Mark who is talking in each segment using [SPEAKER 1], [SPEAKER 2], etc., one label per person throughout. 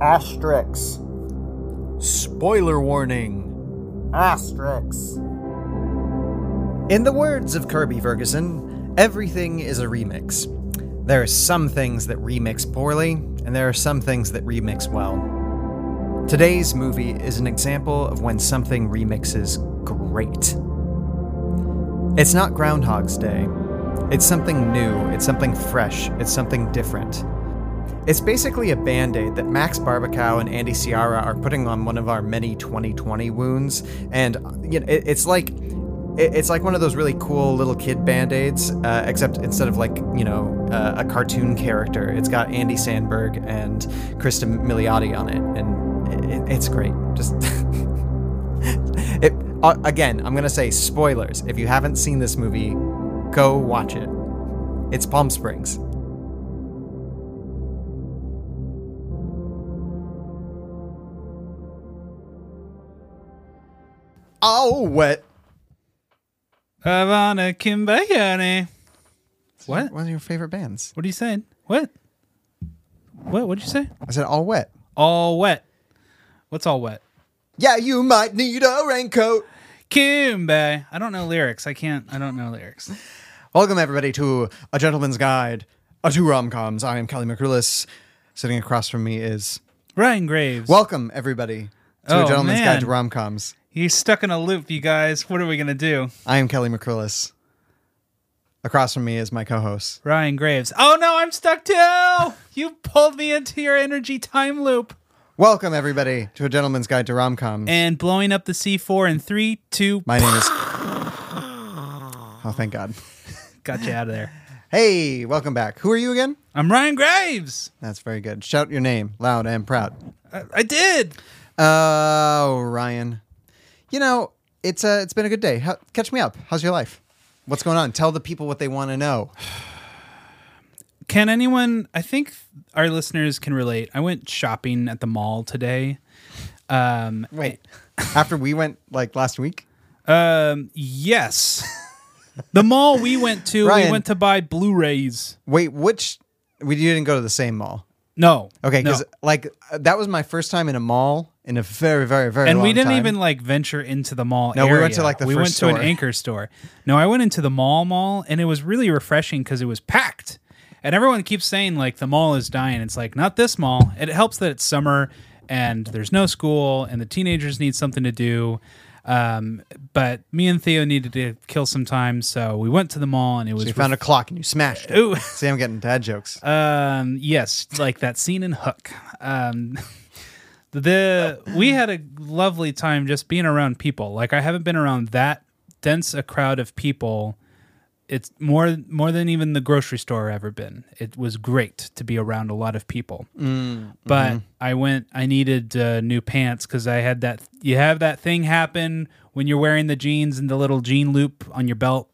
[SPEAKER 1] Asterix.
[SPEAKER 2] Spoiler warning.
[SPEAKER 1] Asterix.
[SPEAKER 3] In the words of Kirby Ferguson, everything is a remix. There are some things that remix poorly, and there are some things that remix well. Today's movie is an example of when something remixes great. It's not Groundhog's Day. It's something new, it's something fresh, it's something different. It's basically a band aid that Max Barbacow and Andy Ciara are putting on one of our many 2020 wounds. And you know, it, it's like. it- It's like one of those really cool little kid band aids, uh, except instead of like, you know, uh, a cartoon character, it's got Andy Sandberg and Krista Milioti on it. And it, it's great. Just. it, uh, again, I'm going to say spoilers. If you haven't seen this movie, go watch it. It's Palm Springs. Oh, wet.
[SPEAKER 4] Havana Kimbayani. What?
[SPEAKER 3] One of your favorite bands.
[SPEAKER 4] What are you saying? What? What? What'd you say?
[SPEAKER 3] I said all wet.
[SPEAKER 4] All wet. What's all wet?
[SPEAKER 3] Yeah, you might need a raincoat.
[SPEAKER 4] Kimbe. I don't know lyrics. I can't. I don't know lyrics.
[SPEAKER 3] Welcome everybody to A Gentleman's Guide, a two rom-coms. I am Kelly McCrillis. Sitting across from me is
[SPEAKER 4] Ryan Graves.
[SPEAKER 3] Welcome everybody to
[SPEAKER 4] Oh,
[SPEAKER 3] A Gentleman's
[SPEAKER 4] man.
[SPEAKER 3] Guide to Rom-Coms.
[SPEAKER 4] he's stuck in a loop, you guys. What are we gonna do?
[SPEAKER 3] I am Kelly McCrillis. Across from me is my co-host.
[SPEAKER 4] Ryan Graves. Oh no, I'm stuck too. You pulled me into your energy time loop.
[SPEAKER 3] Welcome everybody to A Gentleman's Guide to Rom-Coms.
[SPEAKER 4] And blowing up the C4 in three, two.
[SPEAKER 3] my name is Oh, thank God.
[SPEAKER 4] Got you out of there.
[SPEAKER 3] Hey, welcome back. Who are you again?
[SPEAKER 4] I'm Ryan Graves.
[SPEAKER 3] That's very good. Shout your name loud and proud.
[SPEAKER 4] I, I did.
[SPEAKER 3] Oh, Ryan. You know, it's uh, it's been a good day. How, catch me up. How's your life? What's going on? Tell the people what they want to know.
[SPEAKER 4] Can anyone? I think our listeners can relate. I went shopping at the mall today. Um,
[SPEAKER 3] Wait. After we went like last week,
[SPEAKER 4] um, yes, the mall we went to.
[SPEAKER 3] Ryan.
[SPEAKER 4] We went to buy Blu-rays.
[SPEAKER 3] wait, which we didn't go to the same mall.
[SPEAKER 4] No,
[SPEAKER 3] Okay,
[SPEAKER 4] no.
[SPEAKER 3] because like uh, that was my first time in a mall in a very, very, very
[SPEAKER 4] and
[SPEAKER 3] long
[SPEAKER 4] we didn't
[SPEAKER 3] time.
[SPEAKER 4] even like venture into the mall.
[SPEAKER 3] No, we
[SPEAKER 4] area.
[SPEAKER 3] went to, like, the
[SPEAKER 4] we
[SPEAKER 3] first
[SPEAKER 4] went to
[SPEAKER 3] store.
[SPEAKER 4] an anchor store. No, I went into the mall mall, and it was really refreshing because it was packed. And everyone keeps saying like the mall is dying. It's like not this mall. It helps that it's summer and there's no school, and the teenagers need something to do. Um, but me and Theo needed to kill some time, so we went to the mall, and it was
[SPEAKER 3] You found a clock and you smashed it.
[SPEAKER 4] Ooh.
[SPEAKER 3] See, I'm getting dad jokes.
[SPEAKER 4] Um, yes, like that scene in Hook. Um, the we had a lovely time just being around people. Like I haven't been around that dense a crowd of people. It's more more than even the grocery store ever been. It was great to be around a lot of people.
[SPEAKER 3] Mm,
[SPEAKER 4] but
[SPEAKER 3] mm-hmm.
[SPEAKER 4] I went. I needed uh, new pants because I had that. You have that thing happen when you're wearing the jeans and the little jean loop on your belt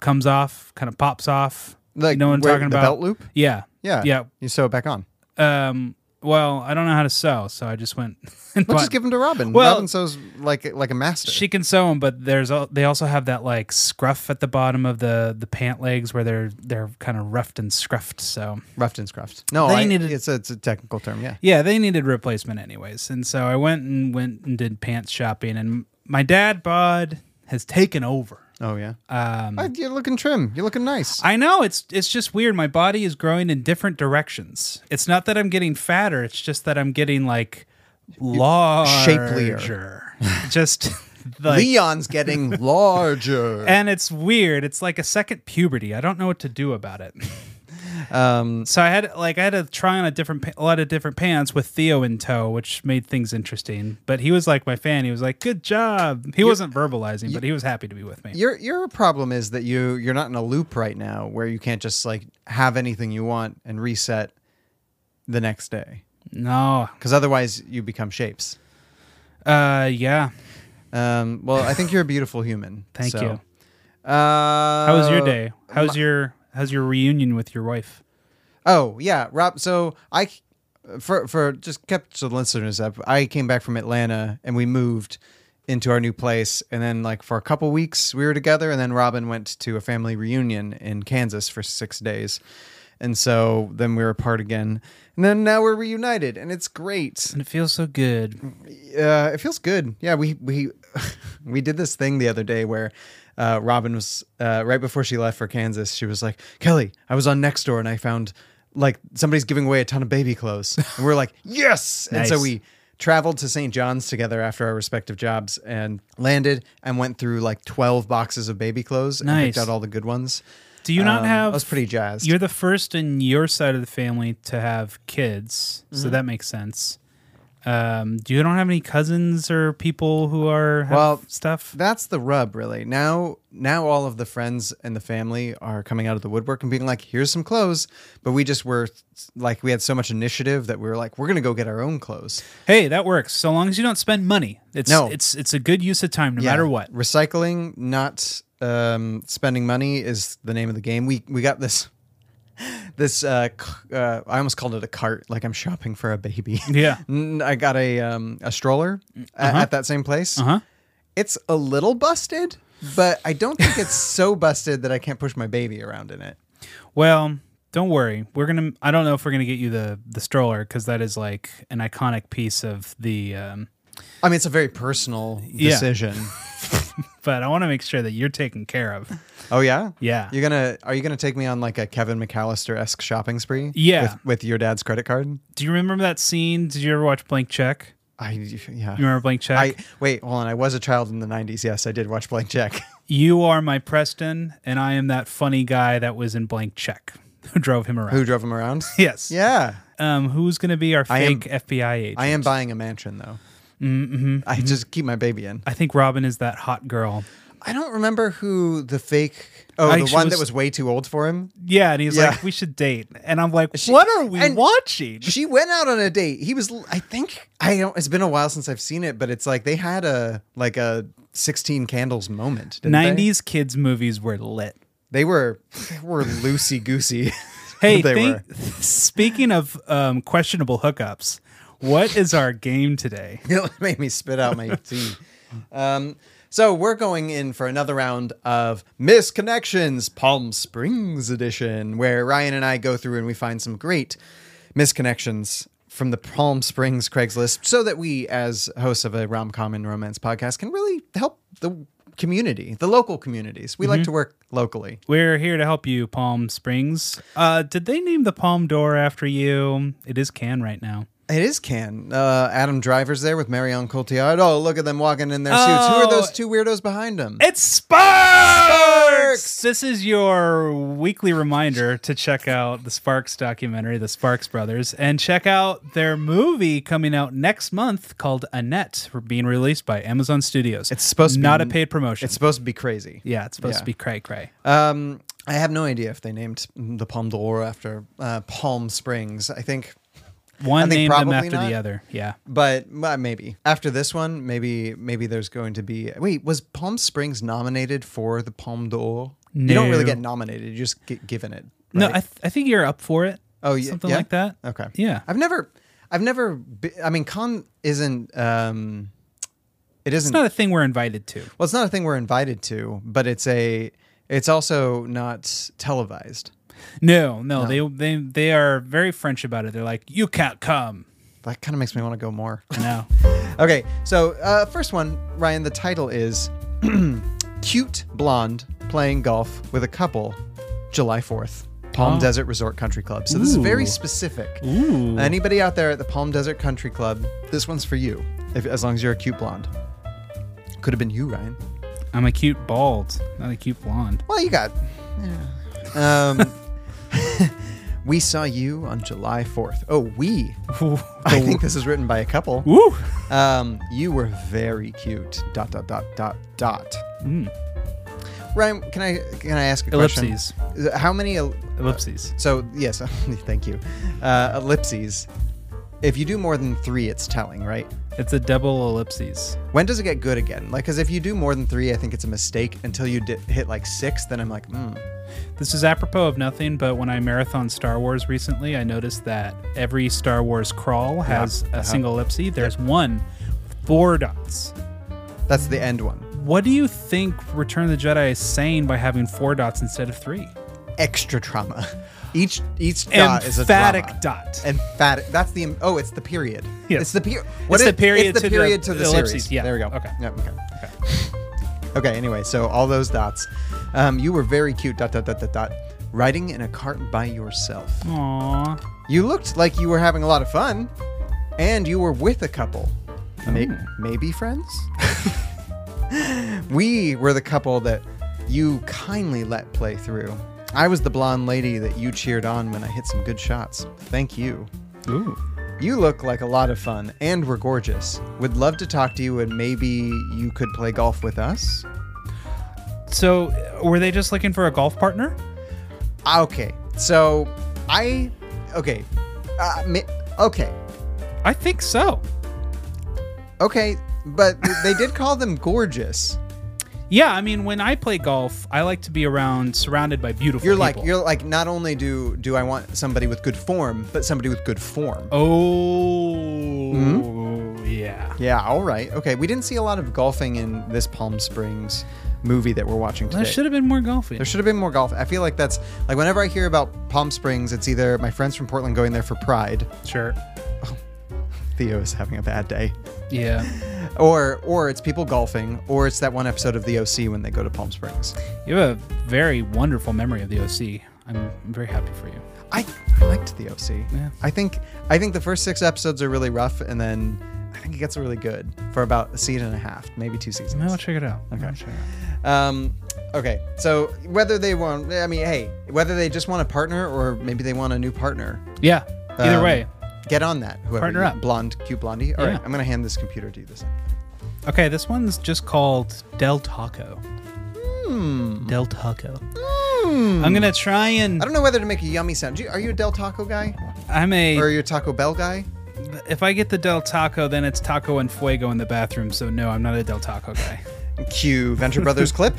[SPEAKER 4] comes off, kind of pops off.
[SPEAKER 3] Like,
[SPEAKER 4] you know what I'm
[SPEAKER 3] where-
[SPEAKER 4] talking
[SPEAKER 3] the
[SPEAKER 4] about?
[SPEAKER 3] belt loop?
[SPEAKER 4] Yeah.
[SPEAKER 3] yeah,
[SPEAKER 4] Yeah.
[SPEAKER 3] You sew it back on.
[SPEAKER 4] Um. Well, I don't know how to sew, so I just went. And
[SPEAKER 3] Let's
[SPEAKER 4] bought-
[SPEAKER 3] just give them to Robin.
[SPEAKER 4] Well-
[SPEAKER 3] Robin sews like like a master.
[SPEAKER 4] She can sew them, but there's al- they also have that like scruff at the bottom of the the pant legs where they're they're kind of roughed and scruffed. So
[SPEAKER 3] Ruffed and scruffed. No,
[SPEAKER 4] They
[SPEAKER 3] I,
[SPEAKER 4] needed-
[SPEAKER 3] it's a, it's a technical term. Yeah.
[SPEAKER 4] yeah, they needed replacement anyways, and so I went and went and did pants shopping, and my dad bod has taken over.
[SPEAKER 3] Oh yeah.
[SPEAKER 4] Um,
[SPEAKER 3] Uh, you're looking trim. You're looking nice.
[SPEAKER 4] I know it's it's just weird. My body is growing in different directions. It's not that I'm getting fatter. It's just that I'm getting like larger,
[SPEAKER 3] Shapelier.
[SPEAKER 4] just like
[SPEAKER 3] Leon's getting larger.
[SPEAKER 4] and it's weird. It's like a second puberty. I don't know what to do about it.
[SPEAKER 3] Um,
[SPEAKER 4] So I had like I had to try on a different pa- a lot of different pants with Theo in tow, which made things interesting. But he was like my fan. He was like, "Good job." He wasn't verbalizing, but he was happy to be with me.
[SPEAKER 3] your your problem is that you you're not in a loop right now where you can't just like have anything you want and reset the next day
[SPEAKER 4] No,
[SPEAKER 3] because otherwise you become shapes.
[SPEAKER 4] uh, yeah.
[SPEAKER 3] Um, well, I think you're a beautiful human.
[SPEAKER 4] Thank
[SPEAKER 3] so.
[SPEAKER 4] you.
[SPEAKER 3] Uh,
[SPEAKER 4] How was your day? How's your how's your reunion with your wife?
[SPEAKER 3] Oh yeah, Rob. So I, for for just kept the listeners up. I came back from Atlanta and we moved into our new place, and then like for a couple weeks we were together, and then Robin went to a family reunion in Kansas for six days, And so then we were apart again. And then now we're reunited and it's great.
[SPEAKER 4] And it feels so good.
[SPEAKER 3] Uh, it feels good. Yeah, we we we did this thing the other day where uh, Robin was uh, right before she left for Kansas. She was like, "Kelly, I was on Next Door and I found like somebody's giving away a ton of baby clothes." And we are like, "Yes!" And so
[SPEAKER 4] Nice.
[SPEAKER 3] we traveled to St. John's together after our respective jobs and landed and went through like 12 boxes of baby clothes and picked
[SPEAKER 4] Nice.
[SPEAKER 3] out all the good ones.
[SPEAKER 4] Do you not
[SPEAKER 3] Um,
[SPEAKER 4] have?
[SPEAKER 3] I was pretty jazzed.
[SPEAKER 4] You're the first in your side of the family to have kids,
[SPEAKER 3] Mm-hmm.
[SPEAKER 4] so that makes sense. Um, do you don't have any cousins or people who are have
[SPEAKER 3] Well,
[SPEAKER 4] stuff?
[SPEAKER 3] That's the rub, really. Now, now all of the friends and the family are coming out of the woodwork and being like, "Here's some clothes," but we just were like, we had so much initiative that we were like, "We're gonna go get our own clothes."
[SPEAKER 4] Hey, that works so long as you don't spend money. It's
[SPEAKER 3] No.
[SPEAKER 4] it's it's a good use of time, no
[SPEAKER 3] Yeah.
[SPEAKER 4] matter what.
[SPEAKER 3] recycling, not um, spending money is the name of the game. We we got this. This uh, c- uh, I almost called it a cart, like I'm shopping for a baby.
[SPEAKER 4] Yeah. Uh-huh.
[SPEAKER 3] N- I got a um, a stroller a- at that same place.
[SPEAKER 4] Huh?
[SPEAKER 3] It's a little busted, but I don't think it's so busted that I can't push my baby around in it.
[SPEAKER 4] Well, don't worry. We're gonna. I don't know if we're gonna get you the the stroller because that is like an iconic piece of the. Um,
[SPEAKER 3] I mean, it's a very personal decision.
[SPEAKER 4] but I want to make sure that you're taken care of.
[SPEAKER 3] oh yeah,
[SPEAKER 4] Yeah.
[SPEAKER 3] You're gonna are you gonna take me on like a Kevin McAllister esque shopping spree?
[SPEAKER 4] Yeah.
[SPEAKER 3] with, with your dad's credit card.
[SPEAKER 4] Do you remember that scene? Did you ever watch Blank Check?
[SPEAKER 3] I yeah.
[SPEAKER 4] You remember Blank Check?
[SPEAKER 3] I wait, hold on. I was a child in the '90s. Yes, I did watch Blank Check.
[SPEAKER 4] You are my Preston, and I am that funny guy that was in blank check who drove him around.
[SPEAKER 3] Who drove him around?
[SPEAKER 4] Yes.
[SPEAKER 3] Yeah,
[SPEAKER 4] Um, who's going to be our
[SPEAKER 3] am-
[SPEAKER 4] fake FBI agent?
[SPEAKER 3] I am buying a mansion though. Mm-hmm. I just keep my baby in.
[SPEAKER 4] I think Robin is that hot girl.
[SPEAKER 3] I don't remember who the fake. Oh,
[SPEAKER 4] I-
[SPEAKER 3] the
[SPEAKER 4] she
[SPEAKER 3] one
[SPEAKER 4] was-
[SPEAKER 3] that was way too old for him.
[SPEAKER 4] Yeah, and he's
[SPEAKER 3] Yeah.
[SPEAKER 4] like, we should date. And I'm like,
[SPEAKER 3] She-
[SPEAKER 4] what are we
[SPEAKER 3] and-
[SPEAKER 4] watching?
[SPEAKER 3] She went out on a date. He was, I think, I don't. It's been a while since I've seen it, but it's like they had a like a sixteen candles moment. didn't they?
[SPEAKER 4] 90s kids movies were lit.
[SPEAKER 3] They were they were loosey goosey.
[SPEAKER 4] Hey,
[SPEAKER 3] they
[SPEAKER 4] think,
[SPEAKER 3] were.
[SPEAKER 4] speaking of um, questionable hookups, what is our game today?
[SPEAKER 3] It made me spit out my tea. Um, so we're going in for another round of Misconnections Palm Springs edition, where Ryan and I go through and we find some great misconnections from the Palm Springs Craigslist, so that we, as hosts of a rom com and romance podcast, can really help the community, the local communities. We like to work locally.
[SPEAKER 4] We're here to help you, Palm Springs. Uh, did they name the Palm Door after you? It is Can right now.
[SPEAKER 3] It is Can. Uh, Adam Driver's there with Marion Cotillard. Oh, look at them walking in their suits. Who are
[SPEAKER 4] Oh.
[SPEAKER 3] those two weirdos behind them?
[SPEAKER 4] It's Sparks!
[SPEAKER 3] Sparks!
[SPEAKER 4] This is your weekly reminder to check out the Sparks documentary, The Sparks Brothers, and check out their movie coming out next month called Annette, being released by Amazon Studios.
[SPEAKER 3] It's supposed to be-
[SPEAKER 4] not a paid promotion.
[SPEAKER 3] It's supposed to be crazy.
[SPEAKER 4] yeah, it's supposed
[SPEAKER 3] yeah.
[SPEAKER 4] to be cray cray.
[SPEAKER 3] Um, I have no idea if they named the Palm d'Or after uh, Palm Springs. I think,
[SPEAKER 4] One
[SPEAKER 3] think
[SPEAKER 4] named them
[SPEAKER 3] probably
[SPEAKER 4] after
[SPEAKER 3] not.
[SPEAKER 4] the other. Yeah.
[SPEAKER 3] but uh, maybe after this one, maybe maybe there's going to be. Wait, was Palm Springs nominated for the Palm d'Or? You don't really
[SPEAKER 4] No.
[SPEAKER 3] get nominated; you just get given it.
[SPEAKER 4] No,
[SPEAKER 3] right?
[SPEAKER 4] I, th- I think you're up for it.
[SPEAKER 3] Oh, yeah,
[SPEAKER 4] Something
[SPEAKER 3] yeah?
[SPEAKER 4] like that.
[SPEAKER 3] okay.
[SPEAKER 4] Yeah.
[SPEAKER 3] I've never, I've never. Be, I mean, con isn't. Um, it isn't.
[SPEAKER 4] It's not a thing we're invited to.
[SPEAKER 3] well, it's not a thing we're invited to, but it's a. It's also not televised.
[SPEAKER 4] No, no, They, they they are very French about it. They're like, you can't come.
[SPEAKER 3] That kind of makes me want to go more.
[SPEAKER 4] No.
[SPEAKER 3] Okay, so uh, first one, Ryan. The title is "Cute Blonde Playing Golf with a Couple," July fourth, Palm Desert Resort Country Club. So this is very
[SPEAKER 4] Ooh.
[SPEAKER 3] specific.
[SPEAKER 4] Ooh.
[SPEAKER 3] Anybody out there at the Palm Desert Country Club, this one's for you. If, as long as you're a cute blonde, could have been you, Ryan.
[SPEAKER 4] I'm a cute bald, not a cute blonde.
[SPEAKER 3] Well, you got. Yeah. Um, we saw you on July fourth. Oh, we. I think this is written by a couple.
[SPEAKER 4] Woo!
[SPEAKER 3] Um, you were very cute. Dot dot dot dot dot.
[SPEAKER 4] Hmm,
[SPEAKER 3] Ryan, can I can I ask a
[SPEAKER 4] Ellipses.
[SPEAKER 3] question? Ellipses. How many? el-
[SPEAKER 4] Ellipses.
[SPEAKER 3] So yes, thank you. Uh, ellipses. If you do more than three, it's telling, right?
[SPEAKER 4] It's a double ellipses.
[SPEAKER 3] When does it get good again? Like, because if you do more than three, I think it's a mistake. Until you di- hit like six, then I'm like, mm.
[SPEAKER 4] This is apropos of nothing, but when I marathon Star Wars recently, I noticed that every Star Wars crawl has
[SPEAKER 3] uh-huh.
[SPEAKER 4] a single ellipsis. There's one, four dots.
[SPEAKER 3] that's the end one.
[SPEAKER 4] What do you think Return of the Jedi is saying by having four dots instead of three?
[SPEAKER 3] extra trauma. Each each dot is a
[SPEAKER 4] Emphatic
[SPEAKER 3] drama.
[SPEAKER 4] dot.
[SPEAKER 3] Emphatic. That's the oh, it's the period.
[SPEAKER 4] Yes.
[SPEAKER 3] It's the period.
[SPEAKER 4] It's the period
[SPEAKER 3] It's the
[SPEAKER 4] to the
[SPEAKER 3] period to the,
[SPEAKER 4] ellipses,
[SPEAKER 3] series.
[SPEAKER 4] yeah.
[SPEAKER 3] There we go.
[SPEAKER 4] Okay.
[SPEAKER 3] Yeah, okay. Okay. Anyway, so all those dots. Um, you were very cute. Dot dot dot dot dot. Riding in a cart by yourself.
[SPEAKER 4] Aw.
[SPEAKER 3] You looked like you were having a lot of fun, and you were with a couple. May-
[SPEAKER 4] Hmm.
[SPEAKER 3] Maybe friends? we were the couple that you kindly let play through. I was the blonde lady that you cheered on when I hit some good shots. Thank you.
[SPEAKER 4] Ooh.
[SPEAKER 3] You look like a lot of fun and were gorgeous. Would love to talk to you, and maybe you could play golf with us?
[SPEAKER 4] So, uh, were they just looking for a golf partner?
[SPEAKER 3] Ah, Okay, so I. Okay. Uh, mi- okay.
[SPEAKER 4] I think so.
[SPEAKER 3] Okay, but they did call them gorgeous.
[SPEAKER 4] Yeah, I mean, when I play golf, I like to be around, surrounded by beautiful.
[SPEAKER 3] You're
[SPEAKER 4] people.
[SPEAKER 3] like you're like not only do do I want somebody with good form, but somebody with good form.
[SPEAKER 4] Oh,
[SPEAKER 3] Hmm?
[SPEAKER 4] yeah.
[SPEAKER 3] Yeah, all right. Okay, we didn't see a lot of golfing in this Palm Springs movie that we're watching today.
[SPEAKER 4] There should have been more golfing.
[SPEAKER 3] There should have been more golf. I feel like that's like whenever I hear about Palm Springs, it's either my friends from Portland going there for pride.
[SPEAKER 4] sure.
[SPEAKER 3] Theo is having a bad day.
[SPEAKER 4] Yeah.
[SPEAKER 3] Or or it's people golfing, or it's that one episode of the OC when they go to Palm Springs.
[SPEAKER 4] You have a very wonderful memory of the OC. I'm very happy for you.
[SPEAKER 3] I, I liked the OC.
[SPEAKER 4] Yeah.
[SPEAKER 3] I think I think the first six episodes are really rough, and then I think it gets really good for about a season and a half, maybe two seasons.
[SPEAKER 4] I'll check it out. Okay.
[SPEAKER 3] Um, okay. So whether they want, I mean, hey, whether they just want a partner or maybe they want a new partner,
[SPEAKER 4] Yeah. Either
[SPEAKER 3] Um,
[SPEAKER 4] way.
[SPEAKER 3] get on that. Whoever
[SPEAKER 4] Partner
[SPEAKER 3] you-
[SPEAKER 4] up.
[SPEAKER 3] blonde, cute blondie. All
[SPEAKER 4] Yeah.
[SPEAKER 3] I'm gonna hand this computer to you this time.
[SPEAKER 4] Okay, this one's just called Del Taco. Del Taco. I'm gonna try and
[SPEAKER 3] Hmm. I don't know whether to make a yummy sound. Do you, are you a Del Taco guy
[SPEAKER 4] I'm a.
[SPEAKER 3] or are you a Taco Bell guy?
[SPEAKER 4] If I get the Del Taco, then it's Taco and Fuego in the bathroom. So no, I'm not a Del Taco guy.
[SPEAKER 3] Cue Venture Brothers clip.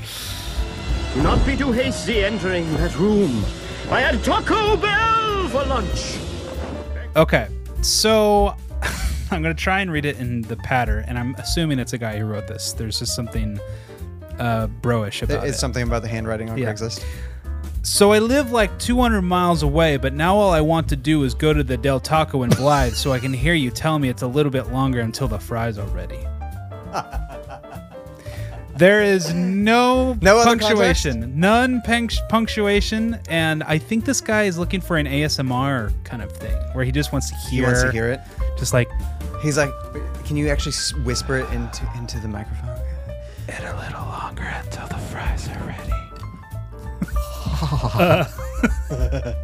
[SPEAKER 5] Do not be too hasty entering that room. I had Taco Bell for lunch.
[SPEAKER 4] Okay, so I'm gonna try and read it in the patter, and I'm assuming it's a guy who wrote this. There's just something uh, broish about
[SPEAKER 3] There
[SPEAKER 4] it.
[SPEAKER 3] is something about the handwriting on
[SPEAKER 4] Yeah.
[SPEAKER 3] Craigslist.
[SPEAKER 4] So I live like 200 miles away, but now all I want to do is go to the Del Taco in Blythe so I can hear you tell me it's a little bit longer until the fries are ready. There is no,
[SPEAKER 3] No other
[SPEAKER 4] punctuation, none punct- punctuation, and I think this guy is looking for an ASMR kind of thing where he just wants to
[SPEAKER 3] He
[SPEAKER 4] hear,
[SPEAKER 3] wants to hear it.
[SPEAKER 4] just like
[SPEAKER 3] He's like, can you actually s- whisper it into into the microphone?
[SPEAKER 4] it a little longer until the fries are ready.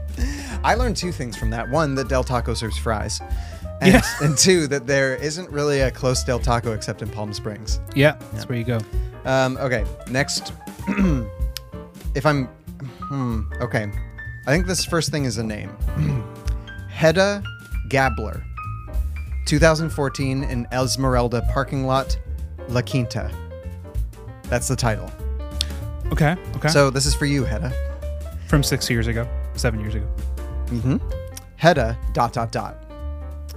[SPEAKER 3] I learned two things from that. One, that Del Taco serves fries. And,
[SPEAKER 4] Yeah.
[SPEAKER 3] and two, that there isn't really a close Del Taco except in Palm Springs.
[SPEAKER 4] Yeah, that's where you go.
[SPEAKER 3] Um, okay, next. if I'm. Hmm, okay. I think this first thing is a name Hedda Gabler, 2014 in Esmeralda parking lot, La Quinta. That's the title.
[SPEAKER 4] Okay, okay. So
[SPEAKER 3] So this is for you, Hedda.
[SPEAKER 4] from six years ago, seven years ago.
[SPEAKER 3] Hedda dot dot dot.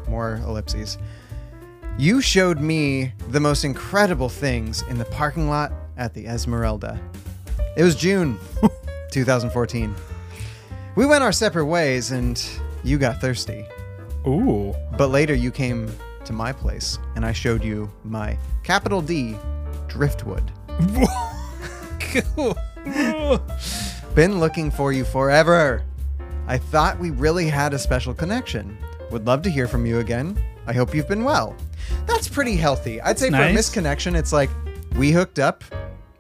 [SPEAKER 3] More ellipses. You showed me the most incredible things in the parking lot at the Esmeralda. It was June 2014. We went our separate ways and you got thirsty.
[SPEAKER 4] Ooh.
[SPEAKER 3] But later you came to my place and I showed you my capital D driftwood. Been looking for you forever. I thought we really had a special connection. Would love to hear from you again. I hope you've been well. That's pretty healthy. I'd say for a
[SPEAKER 4] nice.
[SPEAKER 3] misconnection, it's like we hooked up.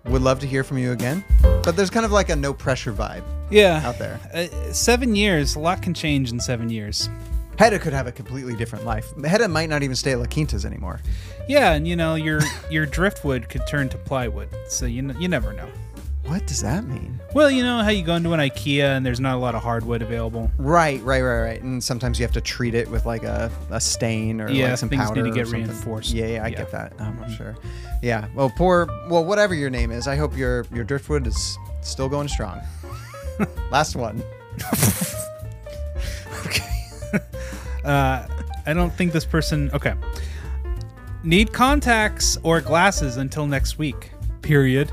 [SPEAKER 3] Would love to hear from you again. But there's kind of like a no pressure vibe.
[SPEAKER 4] yeah.
[SPEAKER 3] Out there.
[SPEAKER 4] Uh, seven years, a lot can change in seven years.
[SPEAKER 3] Hedda could have a completely different life. Hedda might not even stay at La Quinta's anymore.
[SPEAKER 4] Yeah, and you know your your driftwood could turn to plywood, so you n- you never know.
[SPEAKER 3] What does that mean?
[SPEAKER 4] Well, you know how you go into an IKEA and there's not a lot of hardwood available.
[SPEAKER 3] Right, right, right, right. And sometimes you have to treat it with like a, a stain or
[SPEAKER 4] Yeah,
[SPEAKER 3] like some
[SPEAKER 4] things need
[SPEAKER 3] powder.
[SPEAKER 4] to
[SPEAKER 3] or
[SPEAKER 4] get
[SPEAKER 3] something.
[SPEAKER 4] reinforced.
[SPEAKER 3] Yeah, yeah, I
[SPEAKER 4] Yeah. Mm-hmm.
[SPEAKER 3] get that. I'm sure. Yeah. Well, poor. Well, whatever your name is, I hope your your driftwood is still going strong. Last one.
[SPEAKER 4] I don't think this person. Okay. Need contacts or glasses until next week. Period.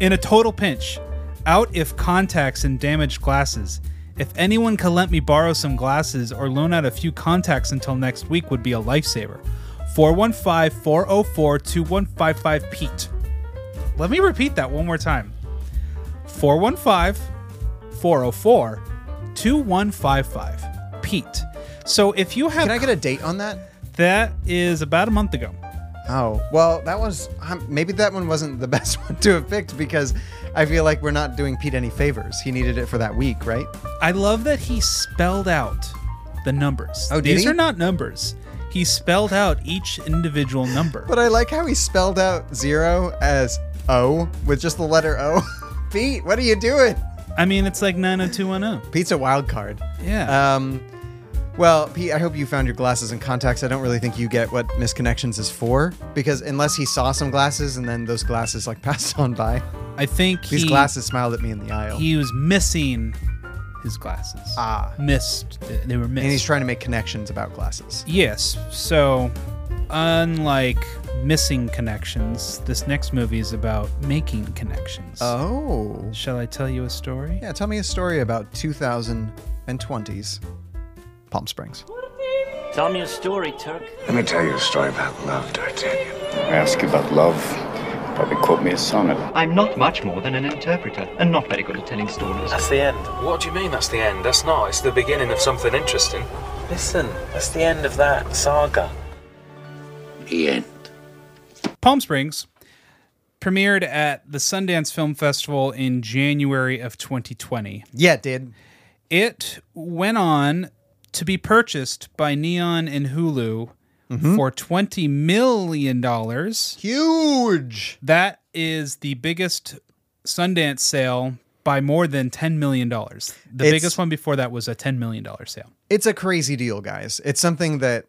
[SPEAKER 4] In a total pinch, Out if contacts and damaged glasses. If anyone can let me borrow some glasses or loan out a few contacts until next week would be a lifesaver. 415 404 2155 Pete. Let me repeat that one more time. 415 404 2155 Pete. So if you have
[SPEAKER 3] Can I get a date on that?
[SPEAKER 4] that is about a month ago.
[SPEAKER 3] Oh, well, that was um, maybe that one wasn't the best one to have picked because I feel like we're not doing Pete any favors. He needed it for that week, right?
[SPEAKER 4] I love that he spelled out the numbers.
[SPEAKER 3] Oh, did
[SPEAKER 4] these
[SPEAKER 3] he?
[SPEAKER 4] are not numbers. He spelled out each individual number.
[SPEAKER 3] But I like how he spelled out zero as O with just the letter O. Pete, what are you doing?
[SPEAKER 4] I mean, it's like 90210.
[SPEAKER 3] Pete's a wild card.
[SPEAKER 4] Yeah.
[SPEAKER 3] Um, well, Pete, I hope you found your glasses and contacts. I don't really think you get what misconnections is for because unless he saw some glasses and then those glasses like passed on by,
[SPEAKER 4] I think
[SPEAKER 3] these
[SPEAKER 4] he,
[SPEAKER 3] glasses smiled at me in the aisle.
[SPEAKER 4] he was missing his glasses.
[SPEAKER 3] Ah.
[SPEAKER 4] Missed. They were missed.
[SPEAKER 3] and he's trying to make connections about glasses.
[SPEAKER 4] Yes. So, unlike missing connections, this next movie is about making connections.
[SPEAKER 3] Oh.
[SPEAKER 4] Shall I tell you a story?
[SPEAKER 3] Yeah, tell me a story about 2020s Palm Springs.
[SPEAKER 6] Tell me a story, Turk.
[SPEAKER 7] Let me tell you a story about love, D'Artagnan. I ask you about love, you probably quote me a sonnet.
[SPEAKER 8] I'm not much more than an interpreter, and not very good at telling stories.
[SPEAKER 9] That's the end. What do you mean that's the end? That's not. It's the beginning of something interesting. Listen, that's the end of that saga.
[SPEAKER 7] The end.
[SPEAKER 4] Palm Springs premiered at the Sundance Film Festival in January of 2020.
[SPEAKER 3] Yeah, it did.
[SPEAKER 4] It went on to be purchased by Neon and Hulu for 20 million dollars.
[SPEAKER 3] Huge.
[SPEAKER 4] That is the biggest Sundance sale by more than 10 million dollars. The
[SPEAKER 3] It's-
[SPEAKER 4] biggest one before that was a 10 million dollar sale.
[SPEAKER 3] It's a crazy deal, guys. It's something that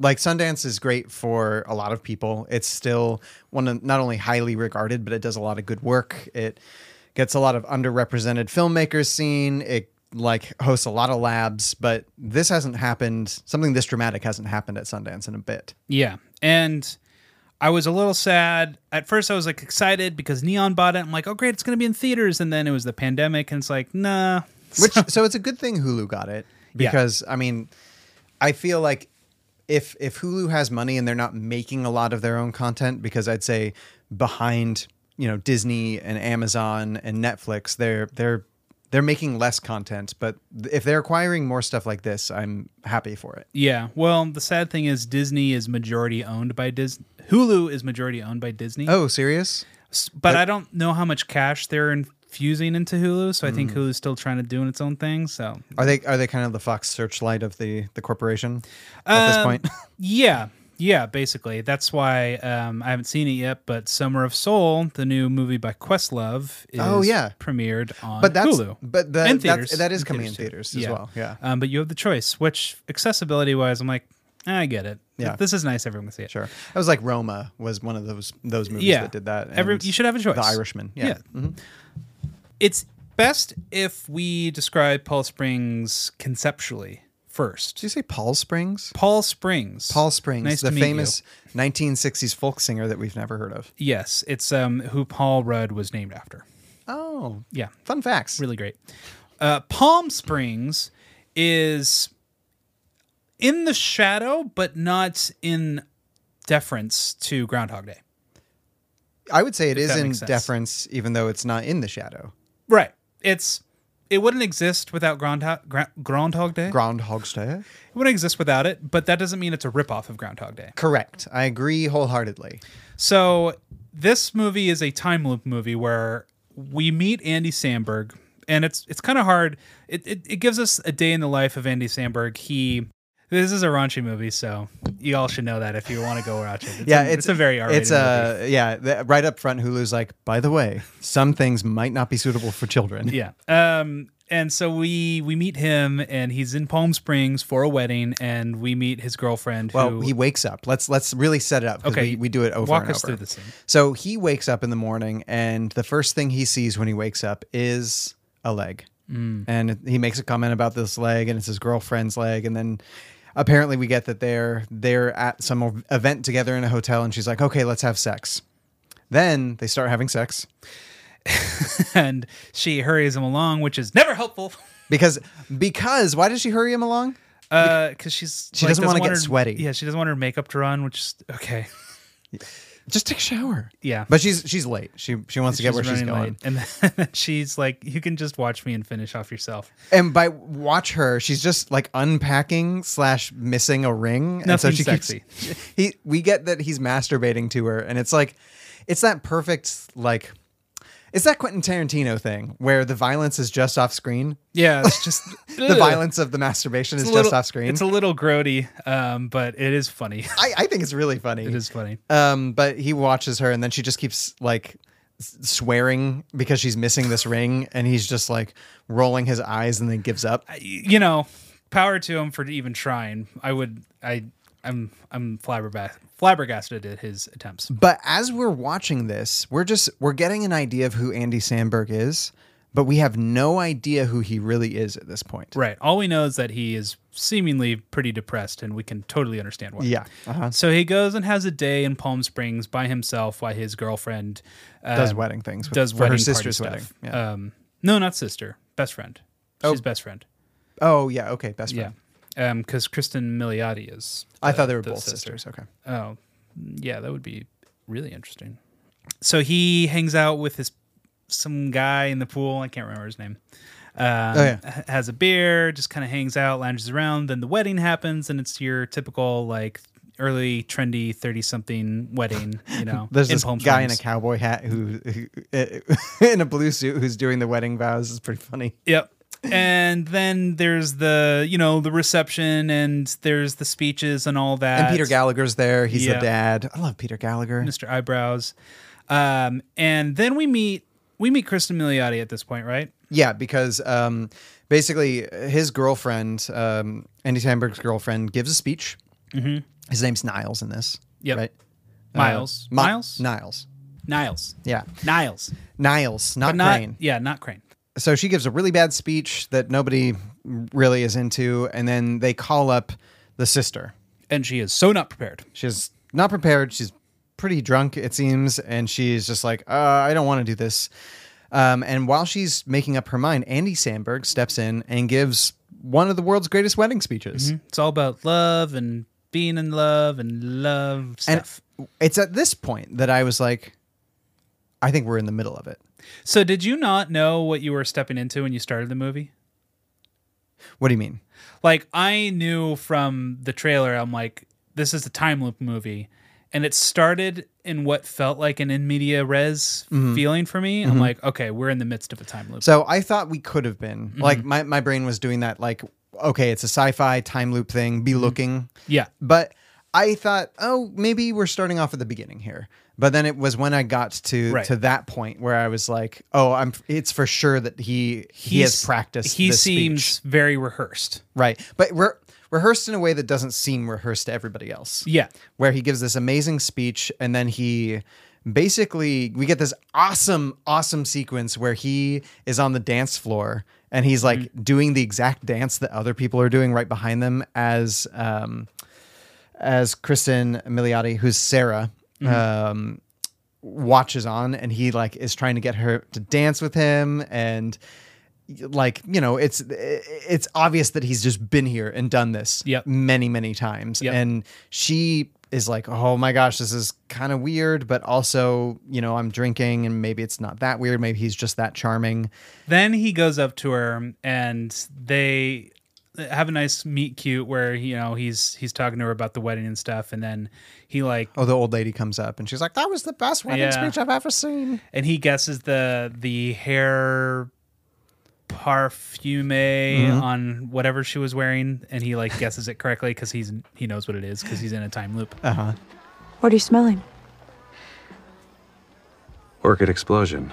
[SPEAKER 3] like Sundance is great for a lot of people. It's still one of not only highly regarded, but it does a lot of good work. It gets a lot of underrepresented filmmakers seen. It like hosts a lot of labs, but this hasn't happened. Something this dramatic hasn't happened at Sundance in a bit.
[SPEAKER 4] Yeah. And I was a little sad. At first, I was like excited because Neon bought it. I'm like, oh, great, it's going to be in theaters. And then it was the pandemic, and it's like, nah.
[SPEAKER 3] Which so it's a good thing Hulu got it
[SPEAKER 4] Yeah.
[SPEAKER 3] because I mean, I feel like if if Hulu has money and they're not making a lot of their own content because I'd say behind you know Disney and Amazon and Netflix they're they're they're making less content but th- if they're acquiring more stuff like this I'm happy for it.
[SPEAKER 4] Yeah. Well, the sad thing is, Disney is majority owned by Disney. Hulu is majority owned by Disney.
[SPEAKER 3] Oh, serious?
[SPEAKER 4] S- but I don't know how much cash they're infusing into Hulu. So I think Hulu's still trying to do its own thing. So,
[SPEAKER 3] Are they are they kind of the Fox searchlight of the the corporation at this
[SPEAKER 4] Um,
[SPEAKER 3] point?
[SPEAKER 4] yeah. Yeah, basically. That's why um, I haven't seen it yet, but Summer of Soul, the new movie by Questlove, is
[SPEAKER 3] Oh, yeah.
[SPEAKER 4] premiered on
[SPEAKER 3] But that's
[SPEAKER 4] Hulu.
[SPEAKER 3] but the,
[SPEAKER 4] and
[SPEAKER 3] that's-
[SPEAKER 4] theaters.
[SPEAKER 3] that is
[SPEAKER 4] And
[SPEAKER 3] coming in
[SPEAKER 4] theaters,
[SPEAKER 3] theaters as
[SPEAKER 4] too.
[SPEAKER 3] well. Yeah.
[SPEAKER 4] Um, but you have the choice, which accessibility wise, I'm like, "Ah, I get it.
[SPEAKER 3] Yeah.
[SPEAKER 4] This is nice. Everyone can see it.
[SPEAKER 3] Sure. I was like Roma was one of those those movies
[SPEAKER 4] Yeah.
[SPEAKER 3] that did that.
[SPEAKER 4] Every-
[SPEAKER 3] and
[SPEAKER 4] you should have a choice.
[SPEAKER 3] The Irishman. Yeah. Mm-hmm.
[SPEAKER 4] Yeah. It's best if we describe Paul Springs conceptually first.
[SPEAKER 3] Did you say Paul Springs?
[SPEAKER 4] Paul Springs.
[SPEAKER 3] Paul Springs,
[SPEAKER 4] Nice
[SPEAKER 3] the
[SPEAKER 4] to meet
[SPEAKER 3] famous 1960s folk singer that we've never heard of.
[SPEAKER 4] you. Yes, it's um who Paul Rudd was named after.
[SPEAKER 3] Oh,
[SPEAKER 4] Yeah.
[SPEAKER 3] fun facts.
[SPEAKER 4] really great. Uh, Palm Springs is in the shadow, but not in deference to Groundhog Day.
[SPEAKER 3] I would say it is
[SPEAKER 4] that
[SPEAKER 3] in
[SPEAKER 4] makes sense.
[SPEAKER 3] deference, even though it's not in the shadow.
[SPEAKER 4] Right. It's it wouldn't exist without Groundhog Gra- Groundhog Day.
[SPEAKER 3] Groundhog's Day.
[SPEAKER 4] it wouldn't exist without it, but that doesn't mean it's a ripoff of Groundhog Day.
[SPEAKER 3] Correct. I agree wholeheartedly.
[SPEAKER 4] So this movie is a time loop movie where we meet Andy Samberg, and it's it's kind of hard. It, it it gives us a day in the life of Andy Samberg. He this is a raunchy movie, so you all should know that if you want to go watch it. It's
[SPEAKER 3] yeah,
[SPEAKER 4] a, it's, a very R-rated
[SPEAKER 3] It's uh,
[SPEAKER 4] movie.
[SPEAKER 3] a yeah. th- right up front, Hulu's like, by the way, some things might not be suitable for children.
[SPEAKER 4] Yeah. Um and so we we meet him and he's in Palm Springs for a wedding and we meet his girlfriend
[SPEAKER 3] Well,
[SPEAKER 4] who
[SPEAKER 3] he wakes up. Let's let's really set it up. 'cause
[SPEAKER 4] Okay,
[SPEAKER 3] we, we do it over.
[SPEAKER 4] walk
[SPEAKER 3] and
[SPEAKER 4] us
[SPEAKER 3] over.
[SPEAKER 4] through the scene.
[SPEAKER 3] So he wakes up in the morning, and the first thing he sees when he wakes up is a leg,
[SPEAKER 4] Mm.
[SPEAKER 3] and he makes a comment about this leg, and it's his girlfriend's leg, and then apparently we get that they're they're at some event together in a hotel, and she's like, "Okay, let's have sex." Then they start having sex.
[SPEAKER 4] and she hurries him along, which is never helpful
[SPEAKER 3] Because because why does she hurry him along?
[SPEAKER 4] because Uh, she's
[SPEAKER 3] She doesn't wanna
[SPEAKER 4] want
[SPEAKER 3] get
[SPEAKER 4] her-
[SPEAKER 3] sweaty.
[SPEAKER 4] Yeah, she doesn't want her makeup to run, which is okay.
[SPEAKER 3] Just take a shower.
[SPEAKER 4] Yeah.
[SPEAKER 3] But she's she's late. She she wants to get where she's
[SPEAKER 4] running
[SPEAKER 3] going.
[SPEAKER 4] late. And then she's like, "You can just watch me and finish off yourself."
[SPEAKER 3] And by watch her, she's just like unpacking slash missing a ring. and so
[SPEAKER 4] Nothing
[SPEAKER 3] she
[SPEAKER 4] sexy.
[SPEAKER 3] keeps he we get that he's masturbating to her, and it's like it's that perfect like it's that Quentin Tarantino thing where the violence is just off screen.
[SPEAKER 4] Yeah, it's just
[SPEAKER 3] The violence of the masturbation is just off screen.
[SPEAKER 4] It's a little grody, um, but it is funny.
[SPEAKER 3] I, I think it's really funny.
[SPEAKER 4] it is funny.
[SPEAKER 3] Um, but he watches her, and then she just keeps like s- swearing because she's missing this ring, and he's just like rolling his eyes and then gives up.
[SPEAKER 4] Y- You know, power to him for even trying. I would. I. I'm. I'm flabbergasted. Flabbergasted at his attempts.
[SPEAKER 3] But as we're watching this, we're just we're getting an idea of who Andy Sandberg is, but we have no idea who he really is at this point.
[SPEAKER 4] Right. All we know is that he is seemingly pretty depressed, and we can totally understand why.
[SPEAKER 3] Yeah. Uh-huh.
[SPEAKER 4] So he goes and has a day in Palm Springs by himself while his girlfriend uh,
[SPEAKER 3] Does wedding things. With,
[SPEAKER 4] does
[SPEAKER 3] for her
[SPEAKER 4] wedding party
[SPEAKER 3] sister's
[SPEAKER 4] stuff.
[SPEAKER 3] wedding. Yeah.
[SPEAKER 4] Um, no, not sister, best friend. She's best friend.
[SPEAKER 3] oh yeah. Okay. Best friend.
[SPEAKER 4] Yeah, because Kristen Milioti is.
[SPEAKER 3] I
[SPEAKER 4] the-
[SPEAKER 3] thought they were
[SPEAKER 4] Uh, the
[SPEAKER 3] both
[SPEAKER 4] sister.
[SPEAKER 3] sisters. Okay.
[SPEAKER 4] Oh, yeah, that would be really interesting. So he hangs out with his some guy in the pool. I can't remember his name. Um,
[SPEAKER 3] Oh, yeah.
[SPEAKER 4] h- Has a beer, just kind of hangs out, lounges around. Then the wedding happens, and it's your typical like early trendy thirty something wedding. You know,
[SPEAKER 3] There's
[SPEAKER 4] in
[SPEAKER 3] this
[SPEAKER 4] Palm
[SPEAKER 3] guy in a
[SPEAKER 4] Springs.
[SPEAKER 3] cowboy hat who, who in a blue suit who's doing the wedding vows. It's pretty funny.
[SPEAKER 4] Yep. And then there's the you know the reception, and there's the speeches and all that.
[SPEAKER 3] And Peter Gallagher's there. He's
[SPEAKER 4] Yeah.
[SPEAKER 3] the dad. I love Peter Gallagher.
[SPEAKER 4] Mr. Eyebrows. Um, and then we meet we meet Kristen Milioti at this point, right?
[SPEAKER 3] Yeah, because um, basically his girlfriend, um, Andy Sandberg's girlfriend, gives a speech. Mm-hmm. His name's Niles in this.
[SPEAKER 4] Yep.
[SPEAKER 3] Right?
[SPEAKER 4] Miles.
[SPEAKER 3] Uh, Mi-
[SPEAKER 4] Miles?
[SPEAKER 3] Niles.
[SPEAKER 4] Niles.
[SPEAKER 3] Yeah.
[SPEAKER 4] Niles.
[SPEAKER 3] Niles, not,
[SPEAKER 4] Not
[SPEAKER 3] Crane.
[SPEAKER 4] yeah, not Crane.
[SPEAKER 3] So she gives a really bad speech that nobody really is into. And then they call up the sister.
[SPEAKER 4] And she is so not prepared.
[SPEAKER 3] She's not prepared. She's pretty drunk, it seems, and she's just like, uh, I don't want to do this. Um, and while she's making up her mind, Andy Sandberg steps in and gives one of the world's greatest wedding speeches.
[SPEAKER 4] It's all about love and being in love and love stuff.
[SPEAKER 3] And it's at this point that I was like, I think we're in the middle of it.
[SPEAKER 4] so did you not know what you were stepping into when you started the movie?
[SPEAKER 3] What do you mean?
[SPEAKER 4] Like I knew from the trailer, I'm like, this is a time loop movie. And it started in what felt like an in media res feeling for me. I'm like, okay, we're in the midst of a time
[SPEAKER 3] Mm-hmm.
[SPEAKER 4] loop.
[SPEAKER 3] So I thought we could have been
[SPEAKER 4] Mm-hmm.
[SPEAKER 3] like my, my brain was doing that like okay it's a sci-fi time loop thing be looking
[SPEAKER 4] Mm-hmm. yeah.
[SPEAKER 3] but I thought, oh, maybe we're starting off at the beginning here. But then it was when I got to
[SPEAKER 4] Right.
[SPEAKER 3] to that point where I was like, oh, I'm. It's for sure that he he has
[SPEAKER 4] He's-
[SPEAKER 3] practiced.
[SPEAKER 4] He
[SPEAKER 3] this
[SPEAKER 4] seems
[SPEAKER 3] speech.
[SPEAKER 4] very rehearsed.
[SPEAKER 3] right, but we're rehearsed in a way that doesn't seem rehearsed to everybody else.
[SPEAKER 4] Yeah.
[SPEAKER 3] where he gives this amazing speech, and then he basically we get this awesome, awesome sequence where he is on the dance floor and he's like doing the exact dance that other people are doing right behind them as um, as Kristen Milioti, who's Sarah, um, watches on, and he like is trying to get her to dance with him, and like you know, it's it's obvious that he's just been here and done this
[SPEAKER 4] Yep.
[SPEAKER 3] many many times,
[SPEAKER 4] Yep.
[SPEAKER 3] and she is like, oh my gosh, this is kind of weird, but also you know, I'm drinking, and maybe it's not that weird. Maybe he's just that charming.
[SPEAKER 4] Then he goes up to her and they have a nice meet cute where you know he's he's talking to her about the wedding and stuff and then he like
[SPEAKER 3] Oh, the old lady comes up, and she's like, that was the best wedding
[SPEAKER 4] Yeah.
[SPEAKER 3] speech I've ever seen.
[SPEAKER 4] and he guesses the the hair parfume
[SPEAKER 3] Mm-hmm.
[SPEAKER 4] on whatever she was wearing and he like guesses it correctly because he's he knows what it is because he's in a time loop
[SPEAKER 3] Ah.
[SPEAKER 10] What are you smelling?
[SPEAKER 7] Orchid Explosion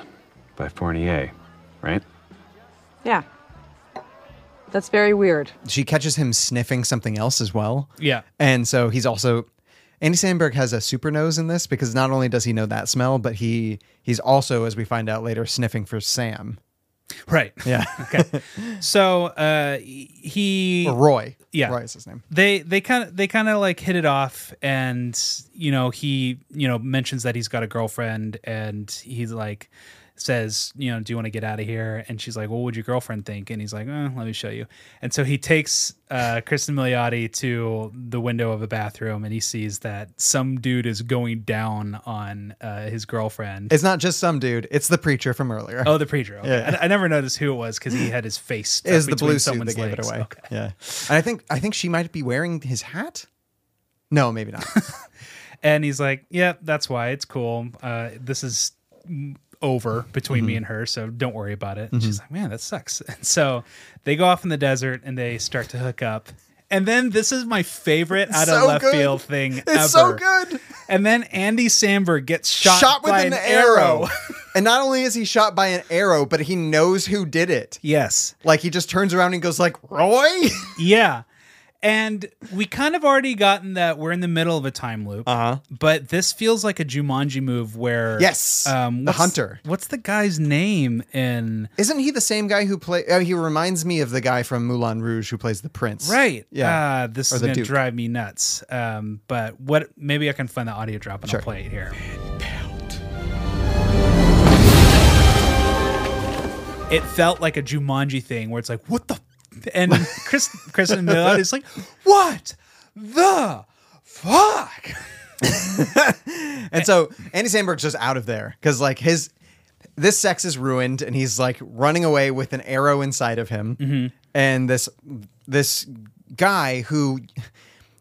[SPEAKER 7] by Fournier, right?
[SPEAKER 10] Yeah. That's very weird.
[SPEAKER 3] She catches him sniffing something else as well.
[SPEAKER 4] yeah
[SPEAKER 3] And so he's also Andy Sandberg has a super nose in this because not only does he know that smell, but he he's also, as we find out later, sniffing for Sam.
[SPEAKER 4] right
[SPEAKER 3] Yeah.
[SPEAKER 4] so uh he
[SPEAKER 3] or Roy.
[SPEAKER 4] Yeah.
[SPEAKER 3] Roy is his name.
[SPEAKER 4] they they kind of they kind of like hit it off and you know he you know mentions that he's got a girlfriend and he's like says, you know, do you want to get out of here? And she's like, well, what would your girlfriend think? And he's like, eh, let me show you. And so he takes uh, Kristen Milioti to the window of a bathroom and he sees that some dude is going down on uh, his girlfriend.
[SPEAKER 3] It's not just some dude. It's the preacher from earlier.
[SPEAKER 4] Oh, the preacher. Okay.
[SPEAKER 3] Yeah.
[SPEAKER 4] I, I never noticed who it was because he had his face. stuck
[SPEAKER 3] It is the
[SPEAKER 4] between
[SPEAKER 3] blue suit
[SPEAKER 4] someone's
[SPEAKER 3] that gave it
[SPEAKER 4] legs.
[SPEAKER 3] away.
[SPEAKER 4] Okay.
[SPEAKER 3] Yeah, and I think I think she might be wearing his hat. No, maybe not.
[SPEAKER 4] And he's like, "Yeah, that's why it's cool. Uh, this is mm, over between
[SPEAKER 3] Mm-hmm.
[SPEAKER 4] me and her, so don't worry about it." And she's like, "Man, that sucks." And so they go off in the desert and they start to hook up. And then this is my favorite out of
[SPEAKER 3] so
[SPEAKER 4] left
[SPEAKER 3] good.
[SPEAKER 4] field thing
[SPEAKER 3] It's
[SPEAKER 4] ever.
[SPEAKER 3] so good.
[SPEAKER 4] And then Andy Samberg gets shot,
[SPEAKER 3] shot with
[SPEAKER 4] by
[SPEAKER 3] an, arrow. and not only is he shot by an arrow, but he knows who did it.
[SPEAKER 4] yes.
[SPEAKER 3] Like he just turns around and goes like, "Roy."
[SPEAKER 4] Yeah. And we kind of already gotten that we're in the middle of a time loop.
[SPEAKER 3] Uh-huh.
[SPEAKER 4] But this feels like a Jumanji move where um,
[SPEAKER 3] Yes, the
[SPEAKER 4] what's-
[SPEAKER 3] hunter.
[SPEAKER 4] What's the guy's name in
[SPEAKER 3] Isn't he the same guy who play? Oh, he reminds me of the guy from Moulin Rouge who plays the prince.
[SPEAKER 4] Right.
[SPEAKER 3] Yeah.
[SPEAKER 4] Ah, this
[SPEAKER 3] Or
[SPEAKER 4] is
[SPEAKER 3] the
[SPEAKER 4] gonna
[SPEAKER 3] Duke.
[SPEAKER 4] drive me nuts. Um, but what? Maybe I can find the audio drop and I'll play it here. It felt like a Jumanji thing where it's like, what the? f-" And Chris, Chris and Millard is like, what the fuck?
[SPEAKER 3] And so Andy Sandberg's just out of there because like his this sex is ruined, and he's like running away with an arrow inside of him,
[SPEAKER 4] Mm-hmm.
[SPEAKER 3] and this this guy who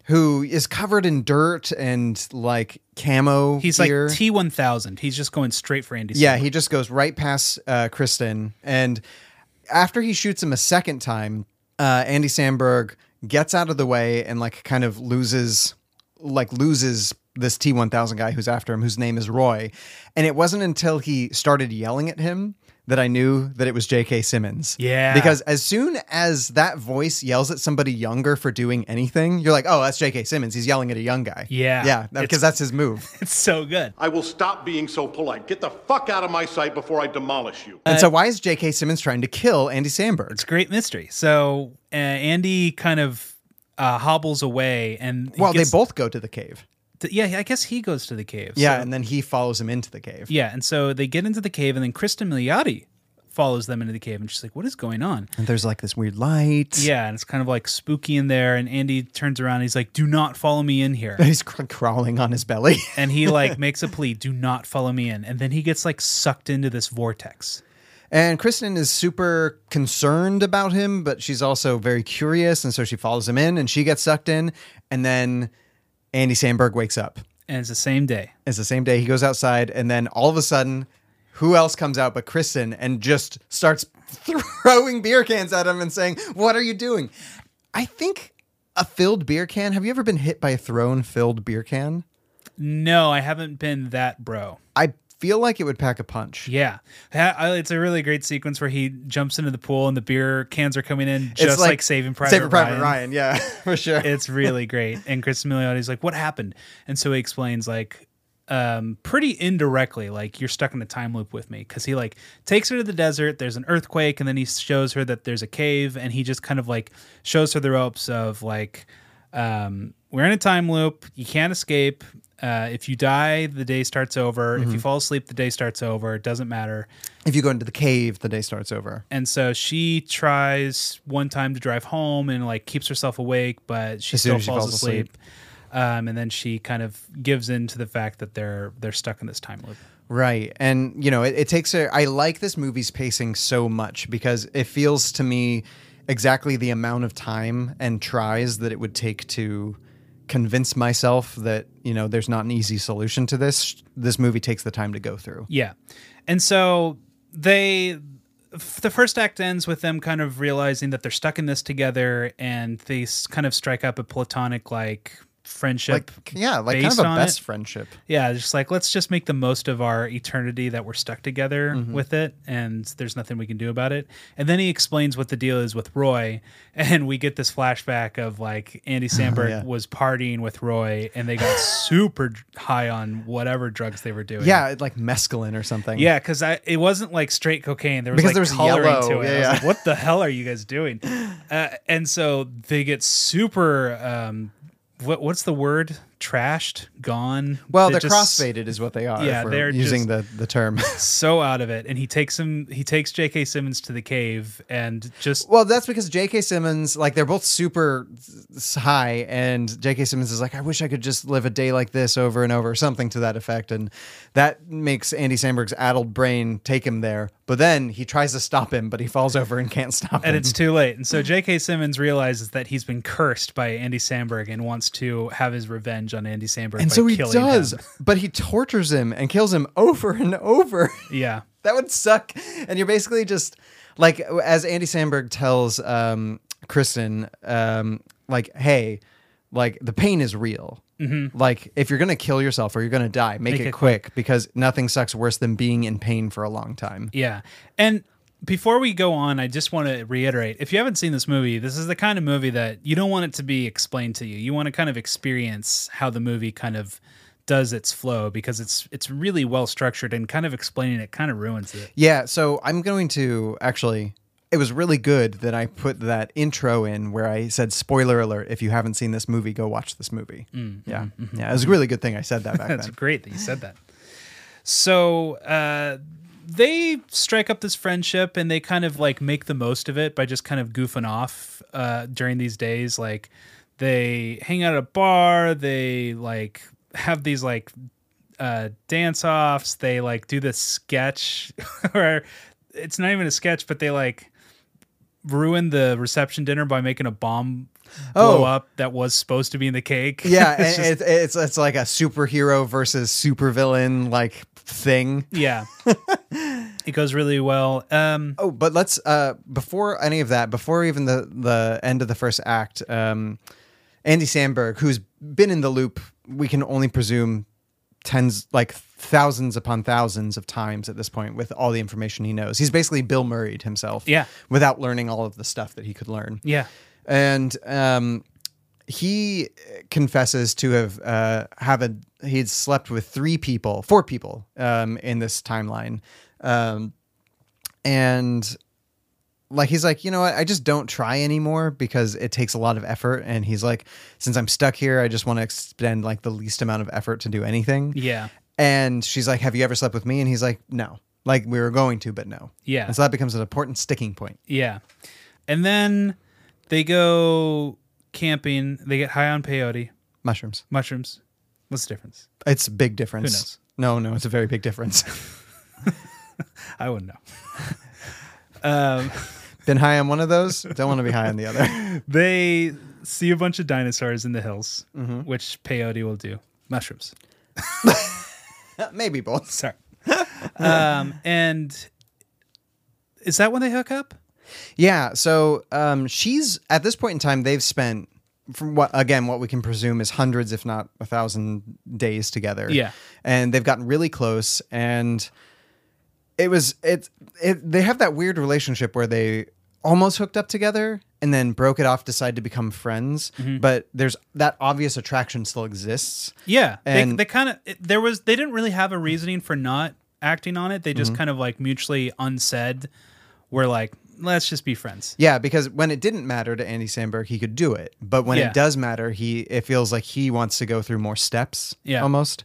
[SPEAKER 3] who is covered in dirt and like camo.
[SPEAKER 4] He's
[SPEAKER 3] gear.
[SPEAKER 4] like T one thousand. He's just going straight for Andy.
[SPEAKER 3] Yeah,
[SPEAKER 4] Samberg.
[SPEAKER 3] he just goes right past uh, Kristen, and after he shoots him a second time, uh, Andy Sandberg gets out of the way and like kind of loses, like loses this T one thousand guy who's after him, whose name is Roy. And it wasn't until he started yelling at him that I knew that it was J.K. Simmons.
[SPEAKER 4] Yeah.
[SPEAKER 3] because as soon as that voice yells at somebody younger for doing anything, you're like, oh, that's J.K. Simmons. He's yelling at a young guy.
[SPEAKER 4] Yeah.
[SPEAKER 3] yeah,
[SPEAKER 4] It's-
[SPEAKER 3] because that's his move.
[SPEAKER 4] it's so good.
[SPEAKER 11] I will stop being so polite. Get the fuck out of my sight before I demolish you.
[SPEAKER 3] And so, why is J.K. Simmons trying to kill Andy Samberg?
[SPEAKER 4] It's a great mystery. So uh, Andy kind of uh, hobbles away, and he
[SPEAKER 3] Well,
[SPEAKER 4] gets
[SPEAKER 3] they both go to the cave.
[SPEAKER 4] to- yeah, I guess he goes to the cave.
[SPEAKER 3] Yeah,
[SPEAKER 4] So-
[SPEAKER 3] and then he follows him into the cave.
[SPEAKER 4] Yeah, and so they get into the cave, and then Kristen Milioti follows them into the cave, and she's like, "What is going on?"
[SPEAKER 3] And there's like this weird light.
[SPEAKER 4] Yeah, and it's kind of like spooky in there. And Andy turns around, and he's like, "Do not follow me in here."
[SPEAKER 3] He's cr- crawling on his belly.
[SPEAKER 4] and he like makes a plea, "Do not follow me in." And then he gets like sucked into this vortex.
[SPEAKER 3] And Kristen is super concerned about him, but she's also very curious. And so she follows him in and she gets sucked in. And then Andy Sandberg wakes up.
[SPEAKER 4] And it's the same day.
[SPEAKER 3] It's the same day he goes outside. And then all of a sudden, who else comes out but Kristen and just starts throwing beer cans at him and saying, What are you doing? I think a filled beer can. Have you ever been hit by a thrown filled beer can?
[SPEAKER 4] No, I haven't been that bro.
[SPEAKER 3] I feel like it would pack a punch.
[SPEAKER 4] Yeah, Ha- I- it's a really great sequence where he jumps into the pool, and the beer cans are coming in, just like, Saving Private
[SPEAKER 3] Saving Private Ryan.
[SPEAKER 4] Ryan.
[SPEAKER 3] yeah, for sure.
[SPEAKER 4] it's really great. And Chris Miliotti's like, "What happened?" And so he explains like um pretty indirectly like you're stuck in the time loop with me cuz he like takes her to the desert there's an earthquake and then he shows her that there's a cave and he just kind of like shows her the ropes of like um we're in a time loop you can't escape uh if you die the day starts over if you fall asleep the day starts over it doesn't matter
[SPEAKER 3] if you go into the cave, the day starts over.
[SPEAKER 4] and so she tries one time to drive home and like keeps herself awake, but she
[SPEAKER 3] As soon
[SPEAKER 4] still
[SPEAKER 3] as she
[SPEAKER 4] falls,
[SPEAKER 3] falls
[SPEAKER 4] asleep. Um, and then she kind of gives in to the fact that they're they're stuck in this time loop.
[SPEAKER 3] Right. And, you know, it, it takes a. I like this movie's pacing so much because it feels to me exactly the amount of time and tries that it would take to convince myself that, you know, there's not an easy solution to this. This movie takes the time to go through.
[SPEAKER 4] Yeah, and so they f- the first act ends with them kind of realizing that they're stuck in this together, and they s- kind of strike up a platonic like friendship.
[SPEAKER 3] Like, yeah, like
[SPEAKER 4] based
[SPEAKER 3] kind of a
[SPEAKER 4] on
[SPEAKER 3] best
[SPEAKER 4] it.
[SPEAKER 3] friendship.
[SPEAKER 4] Yeah, just like let's just make the most of our eternity that we're stuck together
[SPEAKER 3] Mm-hmm.
[SPEAKER 4] with it, and there's nothing we can do about it. And then he explains what the deal is with Roy, and we get this flashback of like Andy Samberg
[SPEAKER 3] Oh, yeah.
[SPEAKER 4] was partying with Roy, and they got super dr- high on whatever drugs they were doing.
[SPEAKER 3] Yeah, like mescaline or something.
[SPEAKER 4] Yeah, because I it wasn't like straight cocaine. There was
[SPEAKER 3] Because
[SPEAKER 4] like
[SPEAKER 3] there was
[SPEAKER 4] coloring to
[SPEAKER 3] yellow,
[SPEAKER 4] it.
[SPEAKER 3] yeah,
[SPEAKER 4] I was
[SPEAKER 3] yeah.
[SPEAKER 4] like, what the hell are you guys doing? Uh, and so they get super. Um, what what's the word? trashed, gone.
[SPEAKER 3] Well,
[SPEAKER 4] They
[SPEAKER 3] they're
[SPEAKER 4] just-
[SPEAKER 3] crossfaded is what they are, if
[SPEAKER 4] Yeah,
[SPEAKER 3] we're
[SPEAKER 4] they're
[SPEAKER 3] using the- the term.
[SPEAKER 4] so out of it, and he takes him. He takes J.K. Simmons to the cave and just
[SPEAKER 3] Well, that's because J.K. Simmons, like, they're both super s- high, and J.K. Simmons is like, I wish I could just live a day like this over and over, something to that effect. And that makes Andy Samberg's addled brain take him there. But then he tries to stop him, but he falls over and can't stop him.
[SPEAKER 4] and it's too late. And
[SPEAKER 3] mm-hmm.
[SPEAKER 4] so J.K. Simmons realizes that he's been cursed by Andy Samberg and wants to have his revenge on Andy Samberg.
[SPEAKER 3] and
[SPEAKER 4] by
[SPEAKER 3] so he
[SPEAKER 4] killing
[SPEAKER 3] does,
[SPEAKER 4] him.
[SPEAKER 3] but he tortures him and kills him over and over.
[SPEAKER 4] Yeah.
[SPEAKER 3] that would suck. And you're basically just like, as Andy Sandberg tells um, Kristen, um, like, hey, like the pain is real.
[SPEAKER 4] Mhm.
[SPEAKER 3] Like, if you're gonna kill yourself or you're gonna die, make, it, quick, because nothing sucks worse than being in pain for a long time.
[SPEAKER 4] Yeah. And before we go on, I just want to reiterate if you haven't seen this movie, this is the kind of movie that you don't want it to be explained to you. You want to kind of experience how the movie kind of does its flow because it's it's really well structured and kind of explaining it kind of ruins it.
[SPEAKER 3] Yeah, so I'm going to actually. It was really good that I put that intro in where I said, "Spoiler alert! If you haven't seen this movie, go watch this movie."
[SPEAKER 4] Mm,
[SPEAKER 3] yeah,
[SPEAKER 4] mm, mhm.
[SPEAKER 3] yeah, it was a really good thing I said that back
[SPEAKER 4] That's
[SPEAKER 3] then.
[SPEAKER 4] great that you said that. So uh, they strike up this friendship and they kind of like make the most of it by just kind of goofing off uh, during these days. Like they hang out at a bar, they like have these like uh, dance offs, they like do this sketch, or it's not even a sketch, but they like ruin the reception dinner by making a bomb.
[SPEAKER 3] Oh.
[SPEAKER 4] Blow up that was supposed to be in the cake.
[SPEAKER 3] Yeah, it's,
[SPEAKER 4] It's just-
[SPEAKER 3] it's it's it's like a superhero versus supervillain like thing.
[SPEAKER 4] Yeah. it goes really well. Um,
[SPEAKER 3] oh, but let's uh before any of that, before even the the end of the first act, um Andy Sandberg, who's been in the loop, we can only presume tens like thousands upon thousands of times at this point with all the information he knows. He's basically Bill Murrayed himself.
[SPEAKER 4] Yeah.
[SPEAKER 3] Without learning all of the stuff that he could learn.
[SPEAKER 4] Yeah.
[SPEAKER 3] and um, he confesses to have uh, have a he'd slept with three people, four people um, in this timeline, um, and like he's like, you know what, I just don't try anymore because it takes a lot of effort, and he's like, since I'm stuck here, I just want to expend like the least amount of effort to do anything.
[SPEAKER 4] Yeah.
[SPEAKER 3] And she's like, have you ever slept with me? And he's like, no. Like we were going to, but no.
[SPEAKER 4] Yeah.
[SPEAKER 3] And so that becomes an important sticking point.
[SPEAKER 4] Yeah. And then they go camping. They get high on peyote.
[SPEAKER 3] Mushrooms.
[SPEAKER 4] Mushrooms. What's the difference?
[SPEAKER 3] It's a big difference.
[SPEAKER 4] Who knows?
[SPEAKER 3] No, no, it's a very big difference.
[SPEAKER 4] I wouldn't know. um,
[SPEAKER 3] Been high on one of those? Don't want to be high on the other.
[SPEAKER 4] they see a bunch of dinosaurs in the hills, which peyote will do. Mushrooms. Uh,
[SPEAKER 3] Maybe both.
[SPEAKER 4] Sorry. Um, and is that when they hook up?
[SPEAKER 3] Yeah. So um, she's at this point in time, they've spent from what again what we can presume is hundreds, if not a thousand days together.
[SPEAKER 4] Yeah.
[SPEAKER 3] and they've gotten really close, and it was it, it they have that weird relationship where they almost hooked up together and then broke it off decide to become friends
[SPEAKER 4] Mhm.
[SPEAKER 3] but there's that obvious attraction still exists
[SPEAKER 4] Yeah,
[SPEAKER 3] And-
[SPEAKER 4] they, they kind of there was they didn't really have a reasoning for not acting on it. They just
[SPEAKER 3] Mhm.
[SPEAKER 4] kind of like mutually unsaid. We're like, let's just be friends.
[SPEAKER 3] Yeah, because when it didn't matter to Andy Sandberg, he could do it. But when
[SPEAKER 4] Yeah.
[SPEAKER 3] it does matter, he it feels like he wants to go through more steps.
[SPEAKER 4] Yeah.
[SPEAKER 3] almost.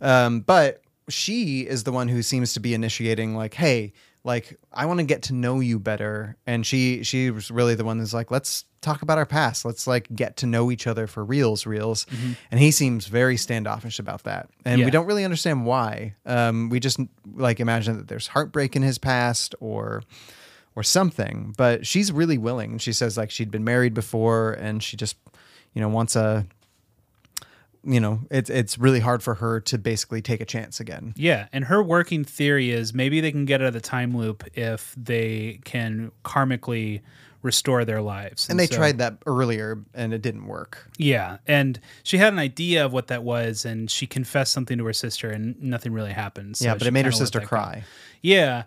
[SPEAKER 3] Um, but she is the one who seems to be initiating, like, "Hey, like, I want to get to know you better." And she she was really the one who's like, "Let's talk about our past. Let's like get to know each other for reals, reals."
[SPEAKER 12] Mhm.
[SPEAKER 3] And he seems very standoffish about that, and
[SPEAKER 12] Yeah.
[SPEAKER 3] we don't really understand why. Um, we just like imagine that there's heartbreak in his past, or or something. But she's really willing. She says like she'd been married before, and she just, you know, wants a, you know, it's it's really hard for her to basically take a chance again.
[SPEAKER 4] Yeah, and her working theory is maybe they can get out of the time loop if they can karmically restore their lives.
[SPEAKER 3] And they
[SPEAKER 4] so-
[SPEAKER 3] tried that earlier, and it didn't work.
[SPEAKER 4] Yeah, and she had an idea of what that was, and she confessed something to her sister, and nothing really happened. so
[SPEAKER 3] yeah, but
[SPEAKER 4] she
[SPEAKER 3] it made her
[SPEAKER 4] kinda let
[SPEAKER 3] sister
[SPEAKER 4] that go.
[SPEAKER 3] cry.
[SPEAKER 4] Yeah.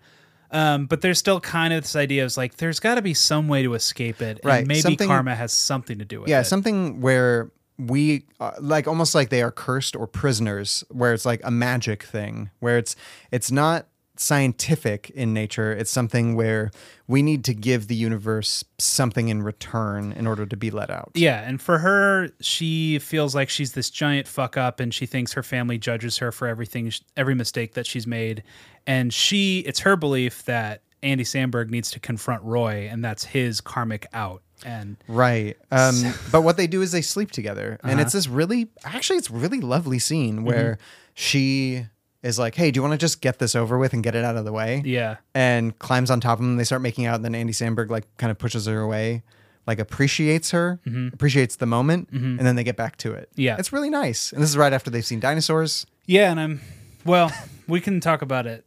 [SPEAKER 4] Um, but there's still kind of this idea of like, there's got to be some way to escape it.
[SPEAKER 3] Right,
[SPEAKER 4] And maybe
[SPEAKER 3] something-
[SPEAKER 4] karma has something to do with
[SPEAKER 3] Yeah,
[SPEAKER 4] it.
[SPEAKER 3] something where we uh, like almost like they are cursed or prisoners, where it's like a magic thing, where it's it's not scientific in nature. It's something where we need to give the universe something in return in order to be let out.
[SPEAKER 4] Yeah, and for her, she feels like she's this giant fuck up, and she thinks her family judges her for everything, every mistake that she's made. And she, it's her belief that Andy Sandberg needs to confront Roy, and that's his karmic out. And
[SPEAKER 3] Right. Um, but what they do is they sleep together. And
[SPEAKER 4] Uh-huh. Mm-hmm.
[SPEAKER 3] it's this really, actually, it's really lovely scene where she is like, hey, do you want to just get this over with and get it out of the way?
[SPEAKER 4] yeah,
[SPEAKER 3] And climbs on top of him. and They start making out. And then Andy Sandberg, like, kind of pushes her away, like, appreciates her,
[SPEAKER 4] Mhm.
[SPEAKER 3] appreciates the moment.
[SPEAKER 4] Mhm.
[SPEAKER 3] And then they get back to it.
[SPEAKER 4] Yeah.
[SPEAKER 3] It's really nice. And this is right after they've seen dinosaurs.
[SPEAKER 4] yeah, and I'm well. we can talk about it.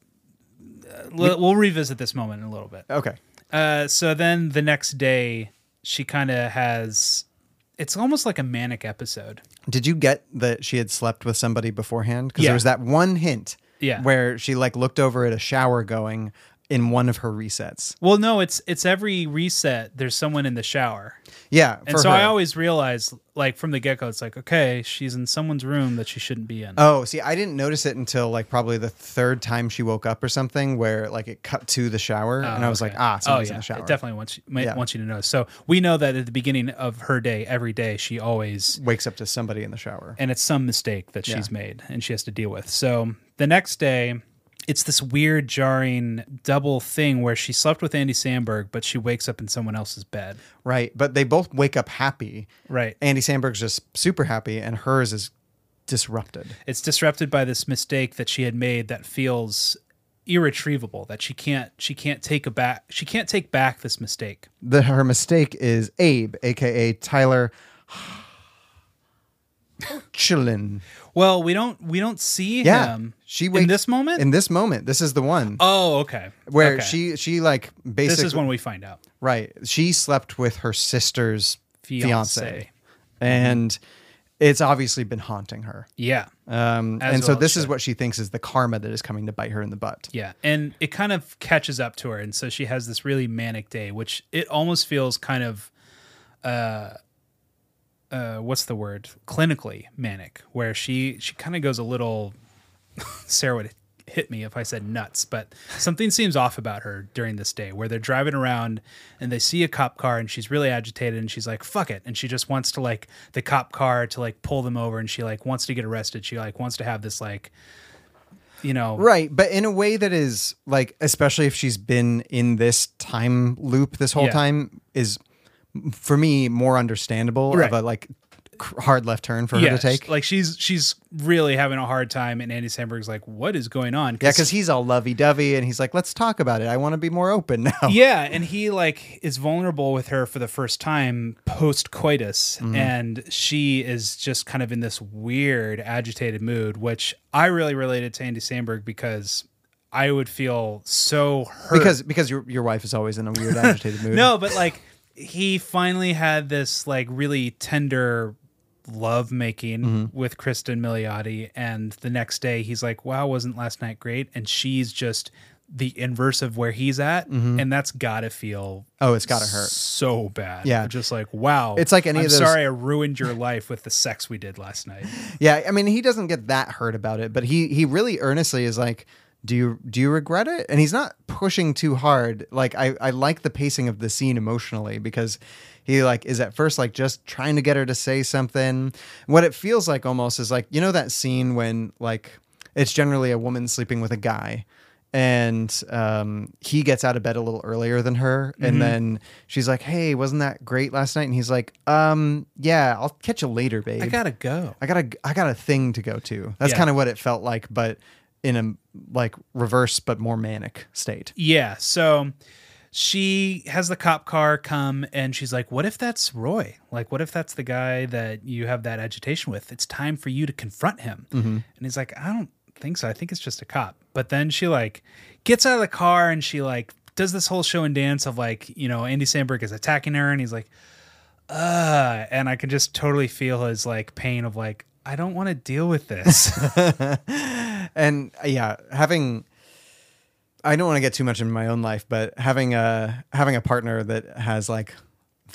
[SPEAKER 4] Uh, We'll, we'll revisit this moment in a little bit.
[SPEAKER 3] Okay.
[SPEAKER 4] Uh, so then the next day, she kind of has. It's almost like a manic episode.
[SPEAKER 3] Did you get that she had slept with somebody beforehand? Because
[SPEAKER 4] Yeah.
[SPEAKER 3] there was that one hint
[SPEAKER 4] Yeah.
[SPEAKER 3] where she like looked over at a shower going in one of her resets.
[SPEAKER 4] Well, no, it's it's every reset. There's someone in the shower,
[SPEAKER 3] Yeah.
[SPEAKER 4] and so I always realize, like from the get go, it's like okay, she's in someone's room that she shouldn't be in.
[SPEAKER 3] Oh, see, I didn't notice it until like probably the third time she woke up or something, where like it cut to the shower, and I was like, ah, somebody's
[SPEAKER 4] oh, yeah.
[SPEAKER 3] in the shower.
[SPEAKER 4] It definitely wants you, ma-
[SPEAKER 3] Yeah.
[SPEAKER 4] wants you to know. So we know that at the beginning of her day, every day, she always
[SPEAKER 3] wakes up to somebody in the shower.
[SPEAKER 4] and it's some mistake that
[SPEAKER 3] Yeah.
[SPEAKER 4] she's made and she has to deal with. So the next day, it's this weird, jarring double thing where she slept with Andy Sandberg, but she wakes up in someone else's bed.
[SPEAKER 3] Right, but they both wake up happy.
[SPEAKER 4] Right.
[SPEAKER 3] Andy Sandberg's just super happy, and hers is disrupted.
[SPEAKER 4] It's disrupted by this mistake that she had made that feels irretrievable that she can't she can't take a back she can't take back this mistake
[SPEAKER 3] The her mistake is Abe, aka Tyler Chillin.
[SPEAKER 4] well we don't we don't see
[SPEAKER 3] Yeah,
[SPEAKER 4] him
[SPEAKER 3] she
[SPEAKER 4] in
[SPEAKER 3] wakes-
[SPEAKER 4] this moment
[SPEAKER 3] In this moment, this is the one
[SPEAKER 4] oh okay
[SPEAKER 3] where
[SPEAKER 4] Okay.
[SPEAKER 3] she she like basically
[SPEAKER 4] this is when we find out
[SPEAKER 3] Right. She slept with her sister's fiance.
[SPEAKER 4] Fiance.
[SPEAKER 3] And it's obviously been haunting her.
[SPEAKER 4] yeah
[SPEAKER 3] Um,
[SPEAKER 4] As
[SPEAKER 3] and so
[SPEAKER 4] well it
[SPEAKER 3] this is
[SPEAKER 4] should.
[SPEAKER 3] what she thinks is the karma that is coming to bite her in the butt.
[SPEAKER 4] Yeah, and it kind of catches up to her, and so she has this really manic day, which it almost feels kind of, uh, uh, what's the word? Clinically manic, where she she kind of goes a little. Sarah would hit me if I said nuts, but something seems off about her during this day, where they're driving around and they see a cop car, and she's really agitated, and she's like, "Fuck it," and she just wants to like the cop car to like pull them over, and she like wants to get arrested. She like wants to have this like. You know,
[SPEAKER 3] Right. But in a way that is like, especially if she's been in this time loop this whole
[SPEAKER 4] Yeah.
[SPEAKER 3] time, is for me more understandable
[SPEAKER 4] Right.
[SPEAKER 3] of a like cr- hard left turn for her to
[SPEAKER 4] sh-
[SPEAKER 3] take.
[SPEAKER 4] Like she's she's really having a hard time, and Andy Samberg's like, "What is going on?"
[SPEAKER 3] yeah. Cause he's all lovey dovey and he's like, let's talk about it. I want to be more open now.
[SPEAKER 4] yeah, and he like is vulnerable with her for the first time post coitus,
[SPEAKER 3] Mhm.
[SPEAKER 4] and she is just kind of in this weird agitated mood, which I really related to Andy Samberg because I would feel so hurt
[SPEAKER 3] Because because your, your wife is always in a weird agitated mood.
[SPEAKER 4] No, but like he finally had this like really tender love making
[SPEAKER 3] Mhm.
[SPEAKER 4] with Kristen Milioti, and the next day he's like, "Wow, wasn't last night great?" And she's just the inverse of where he's at,
[SPEAKER 3] Mhm.
[SPEAKER 4] and that's gotta feel
[SPEAKER 3] Oh, it's gotta hurt.
[SPEAKER 4] so bad.
[SPEAKER 3] Yeah.
[SPEAKER 4] just like wow,
[SPEAKER 3] It's like any
[SPEAKER 4] I'm
[SPEAKER 3] of those-
[SPEAKER 4] Sorry, I ruined your life with the sex we did last night.
[SPEAKER 3] Yeah, I mean, he doesn't get that hurt about it, but he he really earnestly is like, "Do you do you regret it?" And he's not pushing too hard. Like I I like the pacing of the scene emotionally because he like is at first like just trying to get her to say something. What it feels like almost is like you know that scene when like it's generally a woman sleeping with a guy. And um, he gets out of bed a little earlier than her, and
[SPEAKER 4] Mhm.
[SPEAKER 3] then she's like, "Hey, wasn't that great last night?" And he's like, "Um, yeah, I'll catch you later, babe."
[SPEAKER 4] I gotta go.
[SPEAKER 3] I got a I got a thing to go to. That's
[SPEAKER 4] Yeah.
[SPEAKER 3] kind of what it felt like, but in a like reverse but more manic state.
[SPEAKER 4] Yeah. So she has the cop car come and she's like, What if that's Roy? Like, what if that's the guy that you have that agitation with? It's time for you to confront him.
[SPEAKER 3] Mhm.
[SPEAKER 4] And he's like, I don't think so. I think it's just a cop. But then she like gets out of the car and she like does this whole show and dance of like, you know, Andy Sandberg is attacking her and he's like, uh, and I can just totally feel his like pain of like, I don't want to deal with this.
[SPEAKER 3] and uh, yeah, having I don't want to get too much in my own life, but having a having a partner that has like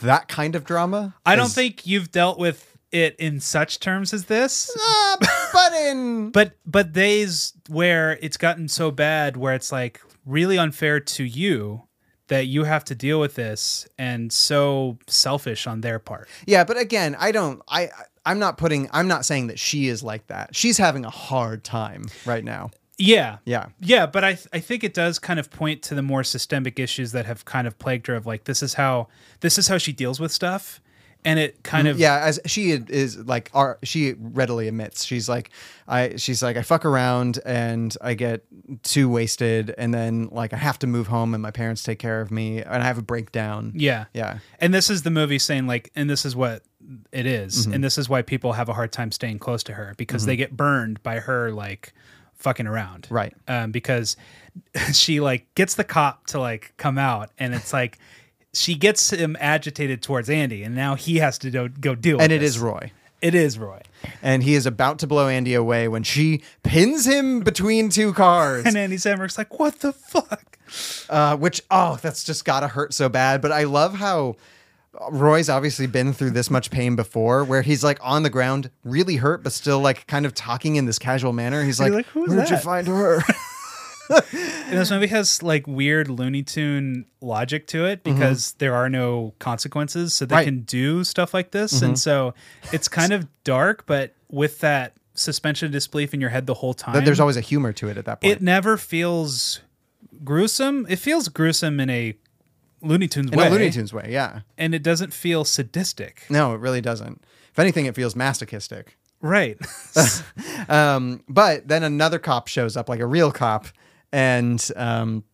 [SPEAKER 3] that kind of drama.
[SPEAKER 4] I don't
[SPEAKER 3] is-
[SPEAKER 4] think you've dealt with it in such terms as this.
[SPEAKER 3] Ah, but
[SPEAKER 13] Shannon.
[SPEAKER 4] But but days where it's gotten so bad where it's like really unfair to you that you have to deal with this and so selfish on their part.
[SPEAKER 3] Yeah, but again, I don't. I I'm not putting. I'm not saying that she is like that. She's having a hard time right now.
[SPEAKER 4] Yeah.
[SPEAKER 3] Yeah.
[SPEAKER 4] Yeah, but I th- I think it does kind of point to the more systemic issues that have kind of plagued her of like this is how this is how she deals with stuff and it kind of
[SPEAKER 3] Mm-hmm. yeah as she is like are she readily admits she's like i she's like i fuck around and i get too wasted and then like i have to move home and my parents take care of me and i have a breakdown
[SPEAKER 4] Yeah.
[SPEAKER 3] yeah
[SPEAKER 4] And this is the movie saying like and this is what it is,
[SPEAKER 3] Mhm.
[SPEAKER 4] and this is why people have a hard time staying close to her because
[SPEAKER 3] Mhm.
[SPEAKER 4] they get burned by her like fucking around.
[SPEAKER 3] Right.
[SPEAKER 4] Um because she like gets the cop to like come out and it's like she gets him agitated towards Andy and now he has to go, go deal
[SPEAKER 3] and
[SPEAKER 4] with
[SPEAKER 3] it is
[SPEAKER 4] this.
[SPEAKER 3] roy
[SPEAKER 4] It is Roy.
[SPEAKER 3] and he is about to blow andy away when she pins him between two cars
[SPEAKER 4] And Andy Samberg's like, what the fuck?
[SPEAKER 3] uh, which oh that's just gotta hurt so bad but i love how roy's obviously been through this much pain before where he's like on the ground really hurt but still like kind of talking in this casual manner he's
[SPEAKER 4] You're
[SPEAKER 3] like,
[SPEAKER 4] like, "Who's
[SPEAKER 3] where'd you
[SPEAKER 4] that?"
[SPEAKER 3] find her
[SPEAKER 4] And this movie has like weird Looney Tune logic to it because there are no consequences, so they
[SPEAKER 3] Mm-hmm. Right.
[SPEAKER 4] can do stuff like this. And
[SPEAKER 3] Mhm.
[SPEAKER 4] so it's kind of dark, but with that suspension of disbelief in your head the whole time.
[SPEAKER 3] that there's always a humor to it at that point
[SPEAKER 4] It never feels gruesome. It feels gruesome in a Looney Tunes
[SPEAKER 3] in
[SPEAKER 4] way.
[SPEAKER 3] a Looney Mm. Tunes way, yeah.
[SPEAKER 4] And it doesn't feel sadistic.
[SPEAKER 3] No, it really doesn't. If anything, it feels masochistic.
[SPEAKER 4] Right.
[SPEAKER 3] um, but then another cop shows up, like a real cop, and um,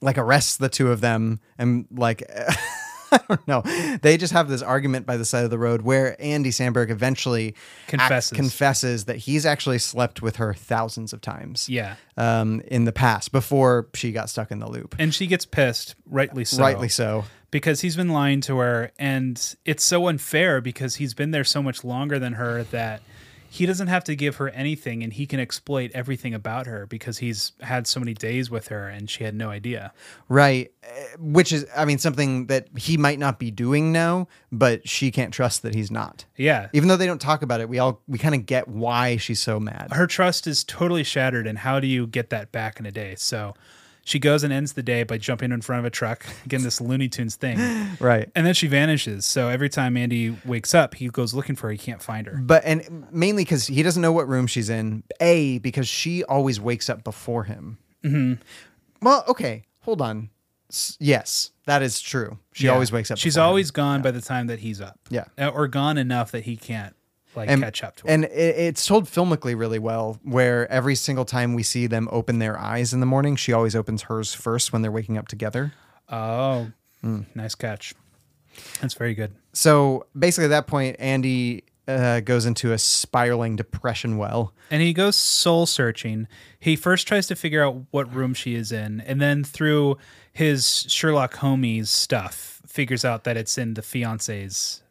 [SPEAKER 3] like arrests the two of them, and like I don't know, they just have this argument by the side of the road where Andy Sandberg eventually act-
[SPEAKER 4] Confesses.
[SPEAKER 3] confesses that he's actually slept with her thousands of times,
[SPEAKER 4] Yeah.
[SPEAKER 3] um, in the past before she got stuck in the loop.
[SPEAKER 4] And she gets pissed, rightly so.
[SPEAKER 3] Rightly so.
[SPEAKER 4] because he's been lying to her and it's so unfair because he's been there so much longer than her that he doesn't have to give her anything and he can exploit everything about her because he's had so many days with her and she had no idea.
[SPEAKER 3] Right. Eh, Which is, I mean, something that he might not be doing now, but she can't trust that he's not.
[SPEAKER 4] Yeah.
[SPEAKER 3] Even though they don't talk about it, we all, we kind of get why she's so mad.
[SPEAKER 4] Her trust is totally shattered and how do you get that back in a day? So she goes and ends the day by jumping in front of a truck, again this Looney Tunes thing.
[SPEAKER 3] Right.
[SPEAKER 4] And then she vanishes. So every time Andy wakes up, he goes looking for her, he can't find her.
[SPEAKER 3] But, and mainly because he doesn't know what room she's in. A, because she always wakes up before him.
[SPEAKER 4] Mhm.
[SPEAKER 3] Well, okay. Hold on. S- yes, that is true. She
[SPEAKER 4] Yeah.
[SPEAKER 3] always wakes up.
[SPEAKER 4] She's
[SPEAKER 3] before him.
[SPEAKER 4] always gone by the time that he's up.
[SPEAKER 3] Yeah.
[SPEAKER 4] Uh, or gone enough that he can't like catch up to her.
[SPEAKER 3] And it, it's told filmically really well, where every single time we see them open their eyes in the morning, she always opens hers first when they're waking up together.
[SPEAKER 4] Oh,
[SPEAKER 3] Hmm.
[SPEAKER 4] nice catch. That's very good.
[SPEAKER 3] So basically, at that point, Andy uh, goes into a spiraling depression well.
[SPEAKER 4] And he goes soul searching. He first tries to figure out what room she is in, and then through his Sherlock Holmes stuff, figures out that it's in the fiance's.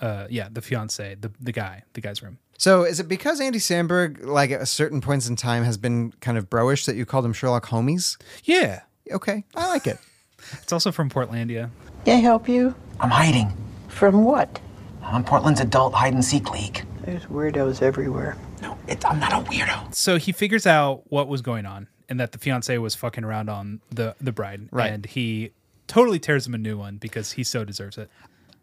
[SPEAKER 4] Uh, yeah, the fiance, the the guy, the guy's room.
[SPEAKER 3] So is it because Andy Sandberg, like at certain points in time, has been kind of bro-ish that you called him Sherlock Holmes?
[SPEAKER 4] Yeah,
[SPEAKER 3] Okay, I like it.
[SPEAKER 4] it's also from Portlandia.
[SPEAKER 12] Can I help you?
[SPEAKER 14] I'm hiding.
[SPEAKER 12] From what?
[SPEAKER 14] I'm Portland's adult hide and seek league.
[SPEAKER 12] There's weirdos everywhere.
[SPEAKER 14] It, I'm not a weirdo.
[SPEAKER 4] So he figures out what was going on, and that the fiance was fucking around on the the bride,
[SPEAKER 3] Right.
[SPEAKER 4] and he totally tears him a new one because he so deserves it.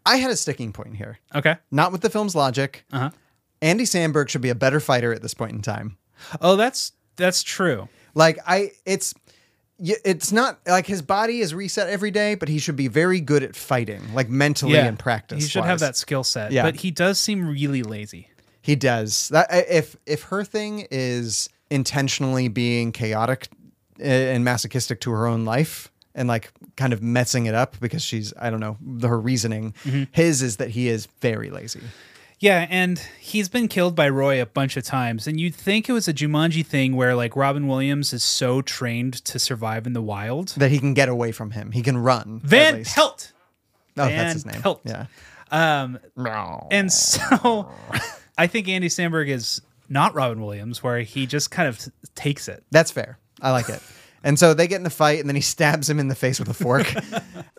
[SPEAKER 3] I had a sticking point here,
[SPEAKER 4] Okay.
[SPEAKER 3] not with the film's logic.
[SPEAKER 4] Uh-huh.
[SPEAKER 3] Andy Sandberg should be a better fighter at this point in time.
[SPEAKER 4] Oh, that's that's true.
[SPEAKER 3] Like I, it's y- it's not like his body is reset every day, but he should be very good at fighting, like mentally and practice.
[SPEAKER 4] He should have
[SPEAKER 3] wise.
[SPEAKER 4] that skill set.
[SPEAKER 3] Yeah.
[SPEAKER 4] But he does seem really lazy.
[SPEAKER 3] He does that. I- If if her thing is intentionally being chaotic eh, and masochistic to her own life and like kind of messing it up because she's I don't know her reasoning.
[SPEAKER 4] Mhm.
[SPEAKER 3] His is that he is very lazy.
[SPEAKER 4] Yeah, and he's been killed by Roy a bunch of times. And you'd think it was a Jumanji thing where like Robin Williams is so trained to survive in the wild.
[SPEAKER 3] That he can get away from him. He can run. at
[SPEAKER 4] Van
[SPEAKER 3] least.
[SPEAKER 4] Pelt.
[SPEAKER 3] Oh,
[SPEAKER 4] Van
[SPEAKER 3] that's his name.
[SPEAKER 4] Pelt.
[SPEAKER 3] Yeah.
[SPEAKER 4] Um and so I think Andy Sandberg is not Robin Williams, where he just kind of t- takes it.
[SPEAKER 3] That's fair. I like it. And so they get in a fight, and then he stabs him in the face with a fork.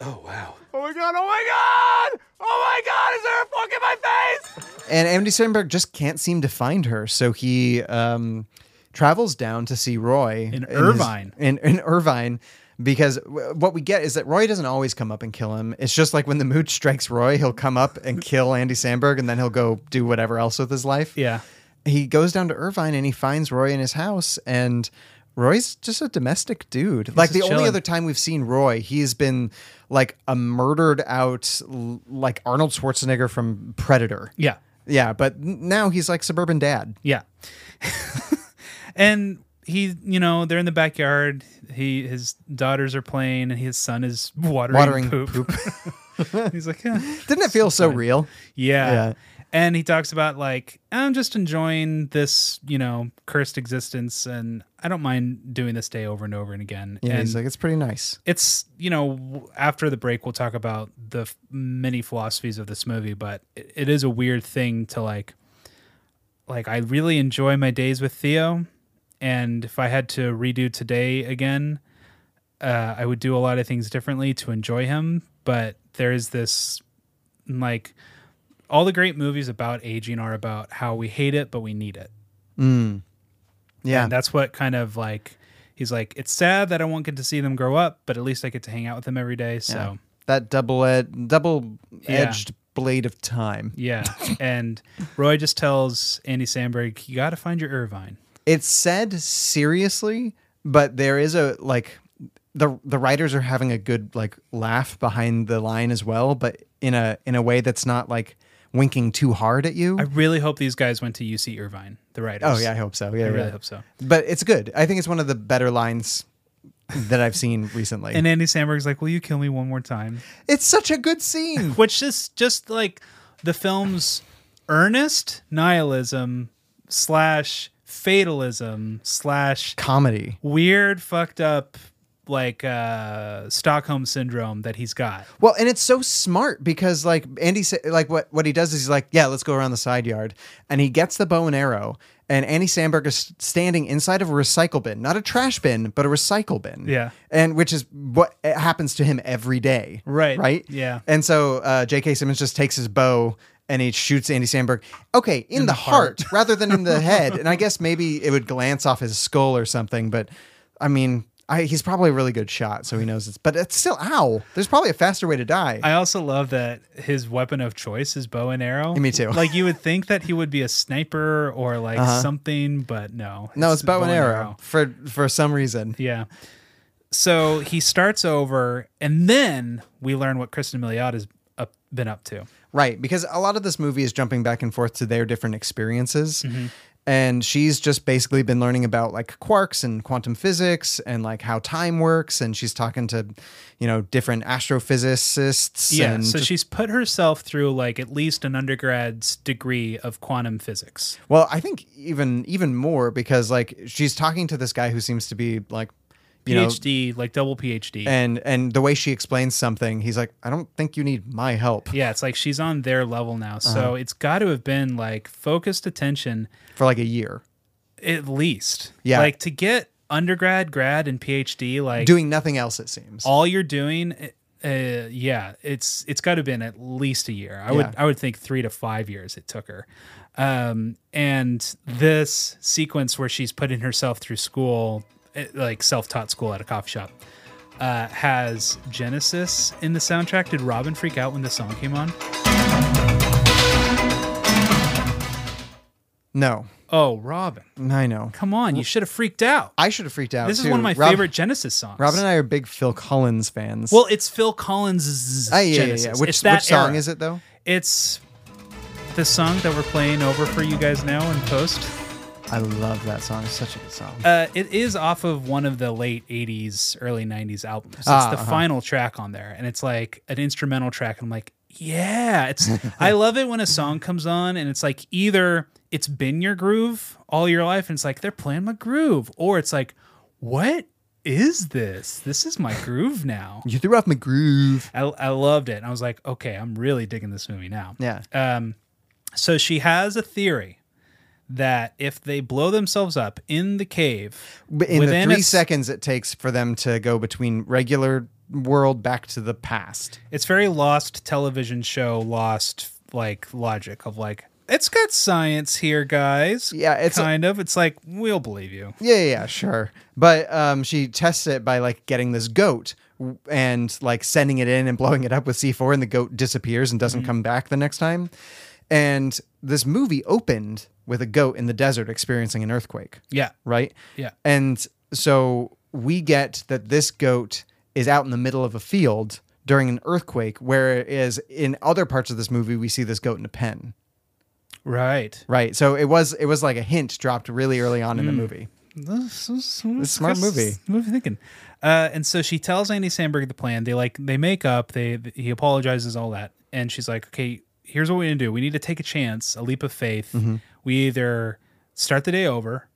[SPEAKER 9] Oh my god! Oh my god! Oh my god! Is there a fork in my face?
[SPEAKER 3] And Andy Sandberg just can't seem to find her, so he um, travels down to see Roy
[SPEAKER 4] In
[SPEAKER 3] his-
[SPEAKER 4] Irvine.
[SPEAKER 3] in, in Irvine, because w- what we get is that Roy doesn't always come up and kill him. It's just like when the mood strikes Roy, he'll come up and kill Andy Sandberg, and then he'll go do whatever else with his life.
[SPEAKER 4] Yeah.
[SPEAKER 3] He goes down to Irvine and he finds Roy in his house, and Roy's just a domestic dude. like the
[SPEAKER 13] just
[SPEAKER 3] only
[SPEAKER 13] chilling.
[SPEAKER 3] other time we've seen Roy, he's been like a murdered out, l- like Arnold Schwarzenegger from Predator.
[SPEAKER 4] Yeah.
[SPEAKER 3] Yeah, but n- now he's like suburban dad.
[SPEAKER 4] Yeah. and he, you know, they're in the backyard. He, his daughters are playing, and his son is watering,
[SPEAKER 3] Watering
[SPEAKER 4] poop. He's like, "Eh."
[SPEAKER 3] Didn't it feel so real?
[SPEAKER 4] yeah.
[SPEAKER 3] Yeah.
[SPEAKER 4] And he talks about like, I'm just enjoying this, you know, cursed existence, and I don't mind doing this day over and over and again.
[SPEAKER 3] Yeah,
[SPEAKER 4] and
[SPEAKER 3] he's like, it's pretty nice.
[SPEAKER 4] it's you know w- after the break we'll talk about the f- many philosophies of this movie but it, it is a weird thing to like like i really enjoy my days with theo and if i had to redo today again uh, i would do a lot of things differently to enjoy him but there is this like all the great movies about aging are about how we hate it but we need it
[SPEAKER 3] Mm. Yeah.
[SPEAKER 4] and that's what kind of like he's like, it's sad that I won't get to see them grow up, but at least I get to hang out with them every day. So
[SPEAKER 3] That double ed- double edged blade of time.
[SPEAKER 4] yeah. and Roy just tells Andy Sandberg, you got to find your Irvine.
[SPEAKER 3] It's said seriously, but there is a like the the writers are having a good like laugh behind the line as well, but in a in a way that's not like winking too hard at you.
[SPEAKER 4] I really hope these guys went to UC Irvine, the writers.
[SPEAKER 3] oh yeah, I hope so. Yeah,
[SPEAKER 4] I really
[SPEAKER 3] yeah.
[SPEAKER 4] hope so.
[SPEAKER 3] But it's good. I think it's one of the better lines that I've seen recently.
[SPEAKER 4] And Andy Sandberg's like, will you kill me one more time?
[SPEAKER 3] it's such a good scene.
[SPEAKER 4] Which is just like the film's earnest nihilism slash fatalism slash
[SPEAKER 3] Comedy.
[SPEAKER 4] weird fucked up like uh Stockholm syndrome that he's got.
[SPEAKER 3] Well, and it's so smart because like Andy sa- like what what he does is he's like, "Yeah, let's go around the side yard." And he gets the bow and arrow, and Andy Sandberg is standing inside of a recycle bin, not a trash bin, but a recycle bin.
[SPEAKER 4] Yeah.
[SPEAKER 3] And which is what it happens to him every day.
[SPEAKER 4] Right.
[SPEAKER 3] Right?
[SPEAKER 4] Yeah.
[SPEAKER 3] And so uh, J.K. Simmons just takes his bow and he shoots Andy Sandberg. Okay, in, the, heart, rather than in the head. And I guess maybe it would glance off his skull or something. But I mean, I, he's probably a really good shot, so he knows it's. But it's still ow. There's probably a faster way to die.
[SPEAKER 4] I also love that his weapon of choice is bow and arrow.
[SPEAKER 3] Me too.
[SPEAKER 4] Like you would think that he would be a sniper or like
[SPEAKER 3] Uh-huh.
[SPEAKER 4] something, but no.
[SPEAKER 3] no, it's bow, and arrow, for for some reason.
[SPEAKER 4] Yeah. So he starts over, and then we learn what Kristen Miliot has up, been up to.
[SPEAKER 3] Right, because a lot of this movie is jumping back and forth to their different experiences.
[SPEAKER 4] Mm-hmm.
[SPEAKER 3] And she's just basically been learning about like quarks and quantum physics and like how time works. And she's talking to, you know, different astrophysicists.
[SPEAKER 4] Yeah.
[SPEAKER 3] And
[SPEAKER 4] so
[SPEAKER 3] just-
[SPEAKER 4] she's put herself through like at least an undergrad's degree of quantum physics.
[SPEAKER 3] well, I think even even more because like she's talking to this guy who seems to be like, you know,
[SPEAKER 4] PhD, like double PhD.
[SPEAKER 3] and and the way she explains something, he's like, I don't think you need my help
[SPEAKER 4] yeah, it's like she's on their level now. So
[SPEAKER 3] Uh-huh.
[SPEAKER 4] it's got to have been like focused attention
[SPEAKER 3] for like a year.
[SPEAKER 4] at least.
[SPEAKER 3] Yeah.
[SPEAKER 4] Like to get undergrad, grad, and PhD, like
[SPEAKER 3] Doing nothing else, it seems.
[SPEAKER 4] all you're doing, uh, yeah, it's it's got to been at least a year. I would
[SPEAKER 3] Yeah.
[SPEAKER 4] I would think three to five years it took her. Um, and this sequence where she's putting herself through school, eh, like self-taught school at a coffee shop. Uh, has Genesis in the soundtrack? Did Robin freak out when the song came on?
[SPEAKER 3] No,
[SPEAKER 4] Oh, Robin,
[SPEAKER 3] I know.
[SPEAKER 4] come on! You should have freaked out.
[SPEAKER 3] I should have freaked out.
[SPEAKER 4] This is
[SPEAKER 3] too.
[SPEAKER 4] one of my
[SPEAKER 3] Rob-
[SPEAKER 4] favorite Genesis songs.
[SPEAKER 3] Robin and I are big Phil Collins fans.
[SPEAKER 4] Well, it's Phil Collins'
[SPEAKER 3] Ah, yeah, yeah, yeah.
[SPEAKER 4] Genesis.
[SPEAKER 3] Which-
[SPEAKER 4] it's that
[SPEAKER 3] which song
[SPEAKER 4] era.
[SPEAKER 3] is it, though?
[SPEAKER 4] It's the song that we're playing over for you guys now in post.
[SPEAKER 3] I love that song. It's such a good song.
[SPEAKER 4] Uh, it is off of one of the late '80s, early '90s albums. It's
[SPEAKER 3] Ah,
[SPEAKER 4] the
[SPEAKER 3] uh-huh.
[SPEAKER 4] final track on there, and it's like an instrumental track. And I'm like, yeah, it's. I love it when a song comes on, and it's like either it's been your groove all your life, and it's like they're playing my groove, or it's like, what is this? This is my groove now.
[SPEAKER 3] You threw off my groove.
[SPEAKER 4] I, I loved it. And I was like, okay, I'm really digging this movie now.
[SPEAKER 3] Yeah.
[SPEAKER 4] Um, so she has a theory that if they blow themselves up in the cave,
[SPEAKER 3] But in the
[SPEAKER 4] within
[SPEAKER 3] three
[SPEAKER 4] a s-
[SPEAKER 3] seconds it takes for them to go between regular world back to the past.
[SPEAKER 4] it's very lost television show, lost like logic of like, it's got science here, guys.
[SPEAKER 3] Yeah, it's
[SPEAKER 4] kind of. It's like we'll believe you.
[SPEAKER 3] Yeah, yeah, yeah, sure. But um, she tests it by like getting this goat w- and like sending it in and blowing it up with C4, and the goat disappears and
[SPEAKER 4] Mm-hmm.
[SPEAKER 3] doesn't come back the next time. And this movie opened with a goat in the desert experiencing an earthquake,
[SPEAKER 4] Yeah,
[SPEAKER 3] right?
[SPEAKER 4] yeah.
[SPEAKER 3] And so we get that this goat is out in the middle of a field during an earthquake, whereas in other parts of this movie, we see this goat in a pen.
[SPEAKER 4] Right.
[SPEAKER 3] Right. So it was it was like a hint dropped really early on in the movie.
[SPEAKER 4] This is
[SPEAKER 3] a smart movie.
[SPEAKER 4] Movie thinking. Uh, and so she tells Andy Sandberg the plan. They like they make up. They he apologizes all that, and she's like, "Okay, here's what we're gonna do. We need to take a chance, a leap of faith.
[SPEAKER 3] Mhm.
[SPEAKER 4] We either start the day over,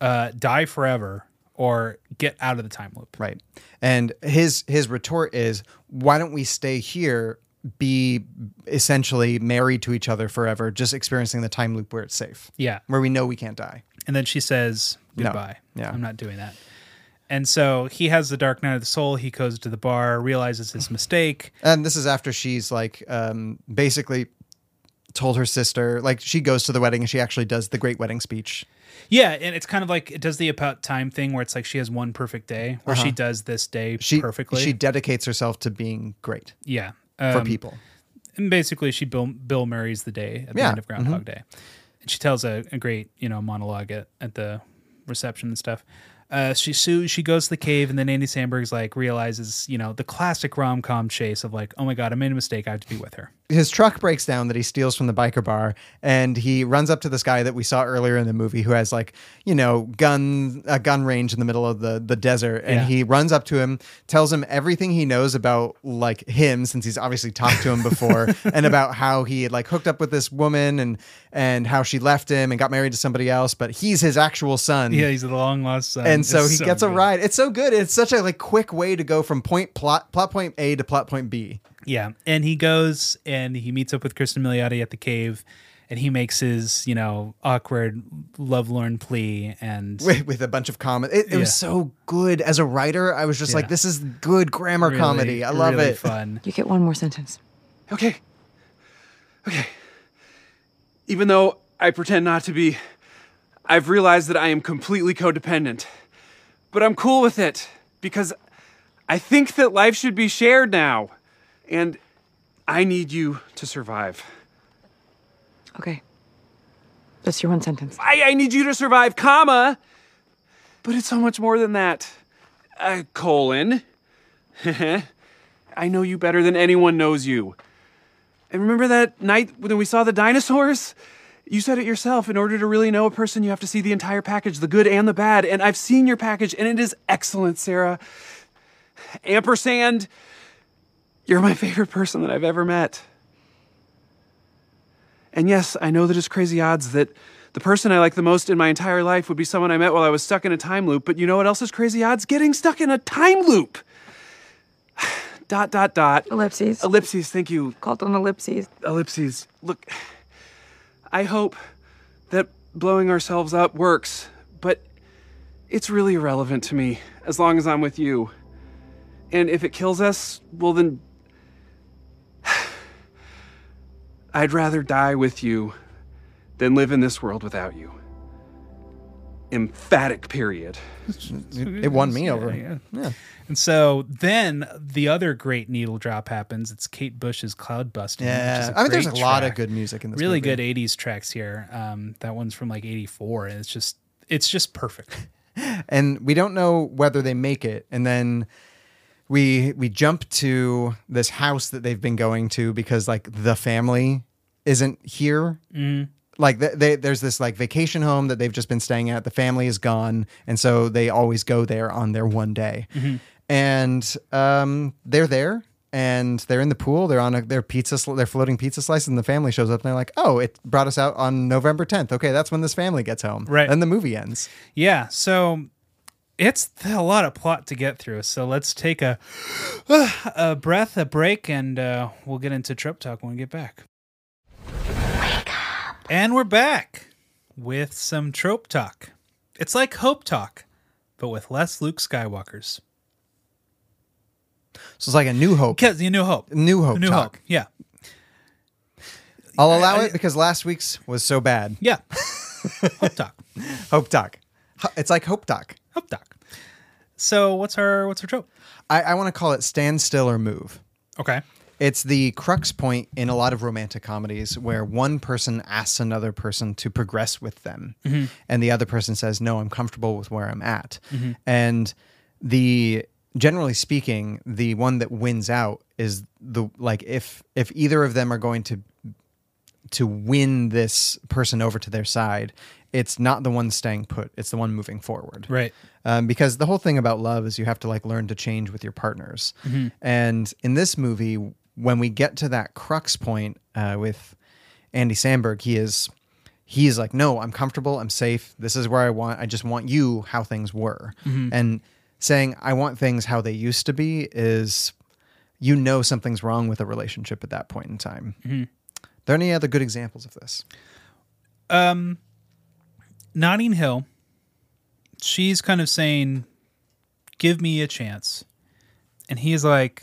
[SPEAKER 4] uh, die forever, or get out of the time loop."
[SPEAKER 3] Right. And his his retort is, why don't we stay here, be essentially married to each other forever, just experiencing the time loop where it's safe,
[SPEAKER 4] Yeah.
[SPEAKER 3] where we know we can't die.
[SPEAKER 4] And then she says,
[SPEAKER 3] No.
[SPEAKER 4] Goodbye.
[SPEAKER 3] Yeah.
[SPEAKER 4] I'm not doing that. And so he has the dark night of the soul. He goes to the bar, realizes his mistake.
[SPEAKER 3] And this is after she's like um, basically told her sister, like she goes to the wedding and she actually does the great wedding speech.
[SPEAKER 4] Yeah. And it's kind of like it does the about time thing where it's like she has one perfect day where
[SPEAKER 3] Uh-huh.
[SPEAKER 4] she does this day
[SPEAKER 3] She
[SPEAKER 4] perfectly.
[SPEAKER 3] she dedicates herself to being great
[SPEAKER 4] yeah.
[SPEAKER 3] for
[SPEAKER 4] Um,
[SPEAKER 3] people.
[SPEAKER 4] And basically, she Bill, Bill Murray's the day at the
[SPEAKER 3] Yeah. mm-hmm.
[SPEAKER 4] end of Groundhog Day. And she tells a, a great, you know, monologue at, at the reception and stuff. Uh, she so she goes to the cave, and then Andy Sandberg's like realizes, you know, the classic rom com chase of like, oh my god, I made a mistake. I have to be with her.
[SPEAKER 3] his truck breaks down that he steals from the biker bar and he runs up to this guy that we saw earlier in the movie who has like you know gun a gun range in the middle of the the desert and
[SPEAKER 4] Yeah.
[SPEAKER 3] he runs up to him tells him everything he knows about like him since he's obviously talked to him before and about how he had like hooked up with this woman and and how she left him and got married to somebody else but he's his actual son
[SPEAKER 4] Yeah, he's the long lost son.
[SPEAKER 3] and so
[SPEAKER 4] It's
[SPEAKER 3] he gets a
[SPEAKER 4] good.
[SPEAKER 3] ride. It's so good. It's such a like quick way to go from point plot plot point A to plot point B.
[SPEAKER 4] Yeah, and he goes and he meets up with Kristen Milioti at the cave, and he makes his you know awkward lovelorn plea and
[SPEAKER 3] with, with a bunch of comedy. It, it
[SPEAKER 4] Yeah.
[SPEAKER 3] was so good as a writer. I was just like,
[SPEAKER 4] Yeah.
[SPEAKER 3] this is good grammar
[SPEAKER 4] Really,
[SPEAKER 3] comedy. I love
[SPEAKER 4] really
[SPEAKER 3] it.
[SPEAKER 4] Fun.
[SPEAKER 10] You get one more sentence.
[SPEAKER 15] Okay. Okay. Even though I pretend not to be, I've realized that I am completely codependent. But I'm cool with it because I think that life should be shared now. And I need you to survive.
[SPEAKER 10] Okay. That's your one sentence.
[SPEAKER 15] I, I need you to survive, comma. But it's so much more than that. Uh, colon. I know you better than anyone knows you. And remember that night when we saw the dinosaurs? You said it yourself. In order to really know a person, you have to see the entire package, the good and the bad. And I've seen your package, and it is excellent, Sarah. Ampersand, you're my favorite person that I've ever met. And yes, I know that it's crazy odds that the person I like the most in my entire life would be someone I met while I was stuck in a time loop, but you know what else is crazy odds? Getting stuck in a time loop! dot, dot, dot.
[SPEAKER 10] Ellipses.
[SPEAKER 15] Ellipses, thank you.
[SPEAKER 10] Called on ellipses.
[SPEAKER 15] Ellipses. Look, I hope that blowing ourselves up works, but it's really irrelevant to me as long as I'm with you. And if it kills us, well, then. I'd rather die with you than live in this world without you. Emphatic period.
[SPEAKER 3] It won me over.
[SPEAKER 4] Yeah, And so then the other great needle drop happens. It's Kate Bush's Cloud Busting.
[SPEAKER 3] Yeah.
[SPEAKER 4] which is
[SPEAKER 3] I mean, there's
[SPEAKER 4] great
[SPEAKER 3] a lot
[SPEAKER 4] track.
[SPEAKER 3] of good music in this
[SPEAKER 4] Really
[SPEAKER 3] movie.
[SPEAKER 4] good 80s tracks here. Um, that one's from like 84, and it's just it's just perfect.
[SPEAKER 3] And we don't know whether they make it. And then we we jump to this house that they've been going to because like the family isn't here.
[SPEAKER 4] Mm.
[SPEAKER 3] Like they, they, there's this like vacation home that they've just been staying at. The family is gone, and so they always go there on their one day.
[SPEAKER 4] Mhm.
[SPEAKER 3] and um, they're there and they're in the pool. They're on a, their pizza, sl- their floating pizza slice, and the family shows up and they're like, "Oh, it brought us out on November 10th. Okay, that's when this family gets home.
[SPEAKER 4] Right.
[SPEAKER 3] And the movie ends.
[SPEAKER 4] Yeah, so it's a lot of plot to get through. So let's take a a breath, a break, and uh, we'll get into trope talk when we get back. Wake up! And we're back with some trope talk. It's like hope talk, but with less Luke Skywalker's.
[SPEAKER 3] So it's like a New Hope.
[SPEAKER 4] Because you New Hope,
[SPEAKER 3] New Hope.
[SPEAKER 4] New
[SPEAKER 3] talk.
[SPEAKER 4] Hope, yeah.
[SPEAKER 3] I'll allow it because last week's was so bad.
[SPEAKER 4] Yeah.
[SPEAKER 3] hope talk. Hope talk. Ho- It's like hope talk.
[SPEAKER 4] Hope talk. So what's our what's our trope?
[SPEAKER 3] I, I want to call it stand still or move.
[SPEAKER 4] Okay.
[SPEAKER 3] It's the crux point in a lot of romantic comedies where one person asks another person to progress with them.
[SPEAKER 16] Mhm.
[SPEAKER 3] And the other person says, No, I'm comfortable with where I'm at.
[SPEAKER 16] Mhm.
[SPEAKER 3] And the generally speaking, the one that wins out is the like if if either of them are going to to win this person over to their side, it's not the one staying put, it's the one moving forward.
[SPEAKER 4] Right.
[SPEAKER 3] Um, because the whole thing about love is you have to like learn to change with your partners.
[SPEAKER 16] Mhm.
[SPEAKER 3] And in this movie, when we get to that crux point uh, with Andy Sandberg, he is he is like, no, I'm comfortable, I'm safe. This is where I want. I just want you how things were.
[SPEAKER 16] Mhm.
[SPEAKER 3] And saying I want things how they used to be is you know something's wrong with a relationship at that point in time.
[SPEAKER 4] Mhm.
[SPEAKER 3] There any other good examples of this?
[SPEAKER 4] Um, Notting Hill. She's kind of saying, "Give me a chance," and he's like,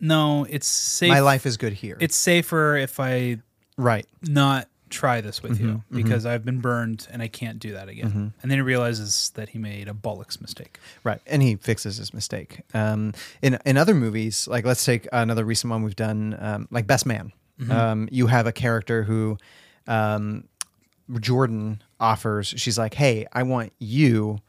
[SPEAKER 4] "No, it's safe.
[SPEAKER 3] My life is good here."
[SPEAKER 4] It's safer if I
[SPEAKER 3] right
[SPEAKER 4] not try this with you
[SPEAKER 3] Mhm, mhm.
[SPEAKER 4] because I've been burned and I can't do that again."
[SPEAKER 3] Mhm.
[SPEAKER 4] And then he realizes that he made a bollocks mistake.
[SPEAKER 3] Right, and he fixes his mistake. Um, in in other movies, like let's take another recent one we've done, um, like Best Man.
[SPEAKER 16] Mhm.
[SPEAKER 3] Um, you have a character who um, Jordan offers. She's like, "Hey, I want you,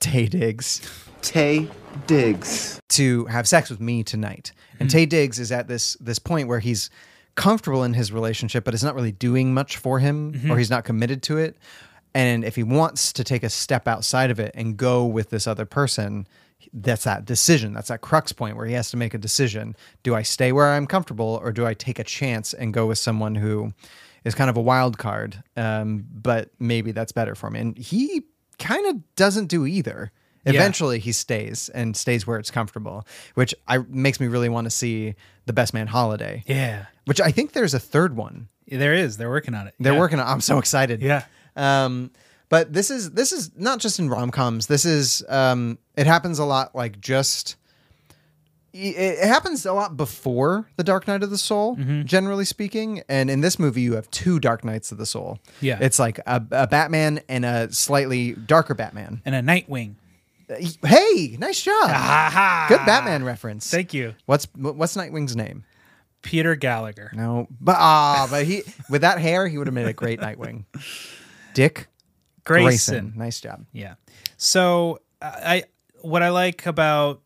[SPEAKER 3] Tay Diggs, Tay Diggs, to have sex with me tonight." And
[SPEAKER 16] Mhm.
[SPEAKER 3] Tay Diggs is at this this point where he's comfortable in his relationship, but it's not really doing much for him,
[SPEAKER 16] Mhm.
[SPEAKER 3] or he's not committed to it. And if he wants to take a step outside of it and go with this other person, that's that decision. That's that crux point where he has to make a decision. Do I stay where I'm comfortable or do I take a chance and go with someone who is kind of a wild card? Um, but maybe that's better for me. And he kind of doesn't do either.
[SPEAKER 16] Yeah.
[SPEAKER 3] Eventually, he stays and stays where it's comfortable, which I makes me really want to see the Best Man Holiday.
[SPEAKER 4] Yeah.
[SPEAKER 3] which I think there's a third one.
[SPEAKER 4] There is. They're working on it.
[SPEAKER 3] They're
[SPEAKER 4] Yeah.
[SPEAKER 3] working on. I'm so excited.
[SPEAKER 4] Yeah.
[SPEAKER 3] Um, but this is this is not just in rom coms. This is um, it happens a lot. Like just it it happens a lot before the Dark Knight of the Soul,
[SPEAKER 4] Mm-hmm.
[SPEAKER 3] generally speaking. And in this movie, you have two Dark Knights of the Soul.
[SPEAKER 4] Yeah.
[SPEAKER 3] it's like a, a Batman and a slightly darker Batman.
[SPEAKER 4] And a Nightwing.
[SPEAKER 3] Hey, nice job! Good Batman reference.
[SPEAKER 4] Thank you.
[SPEAKER 3] What's what's Nightwing's name?
[SPEAKER 4] Peter Gallagher.
[SPEAKER 3] No, but ah, but he with that hair, he would have made a great Nightwing. Dick
[SPEAKER 4] Grayson.
[SPEAKER 3] nice job.
[SPEAKER 4] Yeah. So I what I like about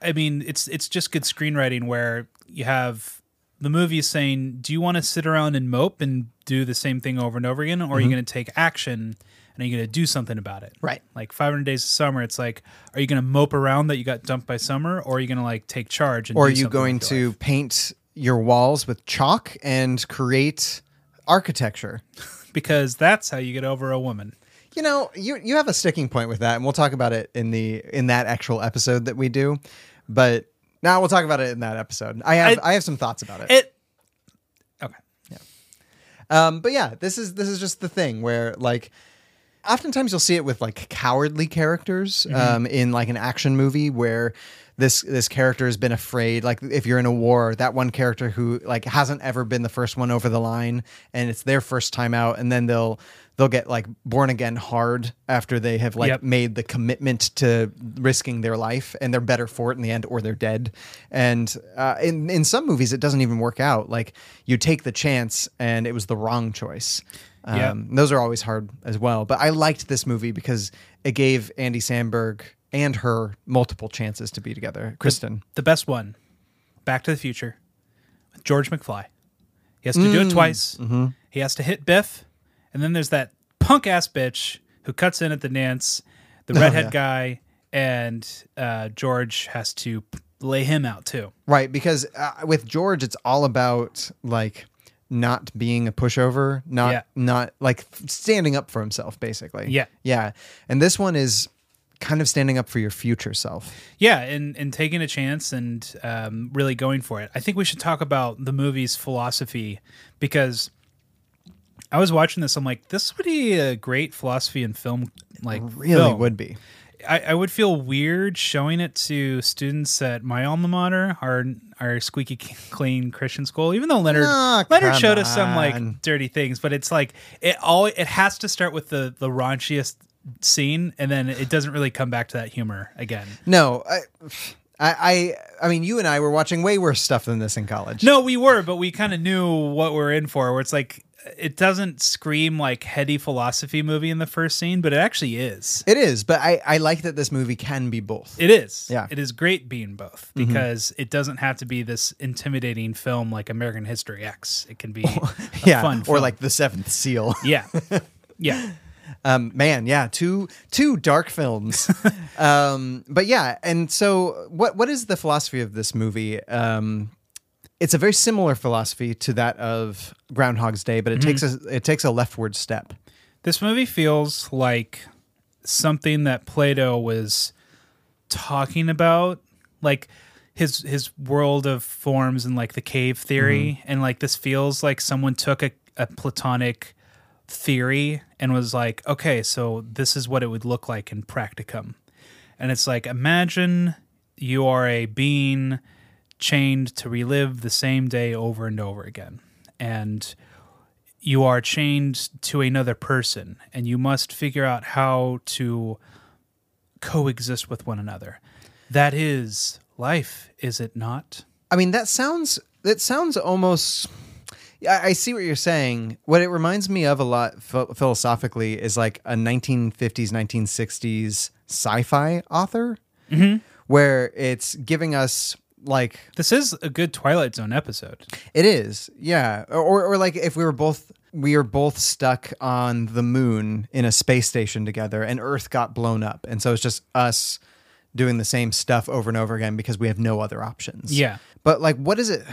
[SPEAKER 4] I mean it's it's just good screenwriting where you have the movie is saying, do you want to sit around and mope and do the same thing over and over again, or are you
[SPEAKER 3] Mhm.
[SPEAKER 4] going to take action and are you going to do something about it?
[SPEAKER 3] Right.
[SPEAKER 4] Like 500 Days of Summer, it's like, are you going to mope around that you got dumped by summer, or are you going to like take charge? And
[SPEAKER 3] or are
[SPEAKER 4] do
[SPEAKER 3] you
[SPEAKER 4] something
[SPEAKER 3] going
[SPEAKER 4] with your
[SPEAKER 3] to paint your walls with chalk and create architecture?
[SPEAKER 4] life? Because that's how you get over a woman.
[SPEAKER 3] You know, you you have a sticking point with that, and we'll talk about it in the in that actual episode that we do. But now we'll talk about it in that episode. I have I, have some thoughts about it.
[SPEAKER 4] It
[SPEAKER 3] okay, yeah. Um, but yeah, this is this is just the thing where like. Oftentimes, you'll see it with like cowardly characters
[SPEAKER 16] Mhm.
[SPEAKER 3] um, in like an action movie where this this character has been afraid. Like if you're in a war, that one character who like hasn't ever been the first one over the line, and it's their first time out, and then they'll they'll get like born again hard after they have like
[SPEAKER 16] Yep.
[SPEAKER 3] made the commitment to risking their life, and they're better for it in the end, or they're dead. And uh, in in some movies, it doesn't even work out. Like you take the chance, and it was the wrong choice. Um,
[SPEAKER 16] Yep.
[SPEAKER 3] Those are always hard as well. But I liked this movie because it gave Andy Sandberg and her multiple chances to be together. Kristen.
[SPEAKER 4] The best one, Back to the Future, with George McFly. He has to do it
[SPEAKER 3] Mm,
[SPEAKER 4] twice.
[SPEAKER 3] mhm.
[SPEAKER 4] He has to hit Biff, and then there's that punk ass bitch who cuts in at the dance, the
[SPEAKER 3] Oh,
[SPEAKER 4] redhead
[SPEAKER 3] yeah.
[SPEAKER 4] guy, and uh, George has to p- lay him out too.
[SPEAKER 3] Right, because uh, with George, it's all about like not being a pushover, not
[SPEAKER 4] Yeah.
[SPEAKER 3] not like standing up for himself, basically.
[SPEAKER 4] Yeah.
[SPEAKER 3] yeah. And this one is kind of standing up for your future self.
[SPEAKER 4] Yeah, and and taking a chance and um, really going for it. I think we should talk about the movie's philosophy because I was watching this. I'm like, this would be a great philosophy and film. Like,
[SPEAKER 3] Really
[SPEAKER 4] film.
[SPEAKER 3] would be.
[SPEAKER 4] I, I would feel weird showing it to students at my alma mater, our our squeaky clean Christian school. Even though Leonard
[SPEAKER 3] Aw,
[SPEAKER 4] Leonard
[SPEAKER 3] come
[SPEAKER 4] showed us some
[SPEAKER 3] on.
[SPEAKER 4] like dirty things, but it's like it all it has to start with the the raunchiest scene, and then it doesn't really come back to that humor again.
[SPEAKER 3] No, I, I, I, I mean, you and I were watching way worse stuff than this in college.
[SPEAKER 4] No, we were, but we kind of knew what we are in for. Where it's like it doesn't scream like heady philosophy movie in the first scene, but it actually is.
[SPEAKER 3] It is, but I, I like that this movie can be both.
[SPEAKER 4] It is.
[SPEAKER 3] Yeah.
[SPEAKER 4] It is great being both
[SPEAKER 3] Mhm.
[SPEAKER 4] because it doesn't have to be this intimidating film like American History X. It can be a
[SPEAKER 3] yeah,
[SPEAKER 4] fun
[SPEAKER 3] or
[SPEAKER 4] film.
[SPEAKER 3] like the Seventh Seal.
[SPEAKER 4] Yeah. Yeah.
[SPEAKER 3] Um, man, yeah, two two dark films. um, but yeah, and so what what is the philosophy of this movie? Um, it's a very similar philosophy to that of Groundhog's Day, but it
[SPEAKER 4] Mhm.
[SPEAKER 3] takes a it takes a leftward step.
[SPEAKER 4] This movie feels like something that Plato was talking about, like his his world of forms and like the cave theory, and like this feels like someone took a, a Platonic theory and was like, okay, so this is what it would look like in practicum, and it's like imagine you are a being chained to relive the same day over and over again, and you are chained to another person and you must figure out how to coexist with one another. That is life, is it not?
[SPEAKER 3] I mean, that sounds that sounds almost. I, I see what you're saying. What it reminds me of a lot ph- philosophically is like a 1950s, 1960s sci-fi author, Mm-hmm.
[SPEAKER 4] Mhm.
[SPEAKER 3] where it's giving us like
[SPEAKER 4] This is a good Twilight Zone episode.
[SPEAKER 3] it is, yeah, or or, or like if we were both. We are both stuck on the moon in a space station together, and Earth got blown up. And so it's just us doing the same stuff over and over again because we have no other options.
[SPEAKER 4] Yeah.
[SPEAKER 3] But, like, what is it?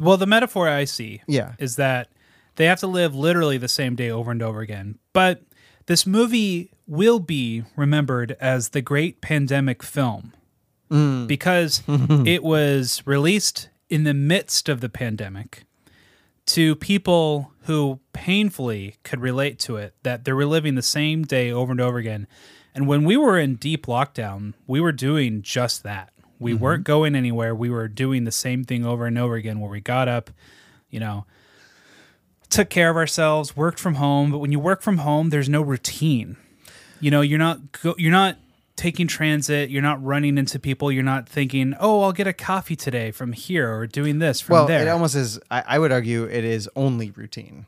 [SPEAKER 4] Well, the metaphor I see
[SPEAKER 3] Yeah.
[SPEAKER 4] is that they have to live literally the same day over and over again. But this movie will be remembered as the great pandemic film
[SPEAKER 3] Mm.
[SPEAKER 4] because it was released in the midst of the pandemic to people who painfully could relate to it that they're reliving the same day over and over again. And when we were in deep lockdown, we were doing just that. We
[SPEAKER 17] Mhm.
[SPEAKER 4] weren't going anywhere. We were doing the same thing over and over again where we got up, you know, took care of ourselves, worked from home, but when you work from home, there's no routine. You know, you're not go, you're not taking transit, you're not running into people, you're not thinking, "Oh, I'll get a coffee today from here or doing this from
[SPEAKER 3] well,
[SPEAKER 4] there."
[SPEAKER 3] it almost is. I, I would argue it is only routine.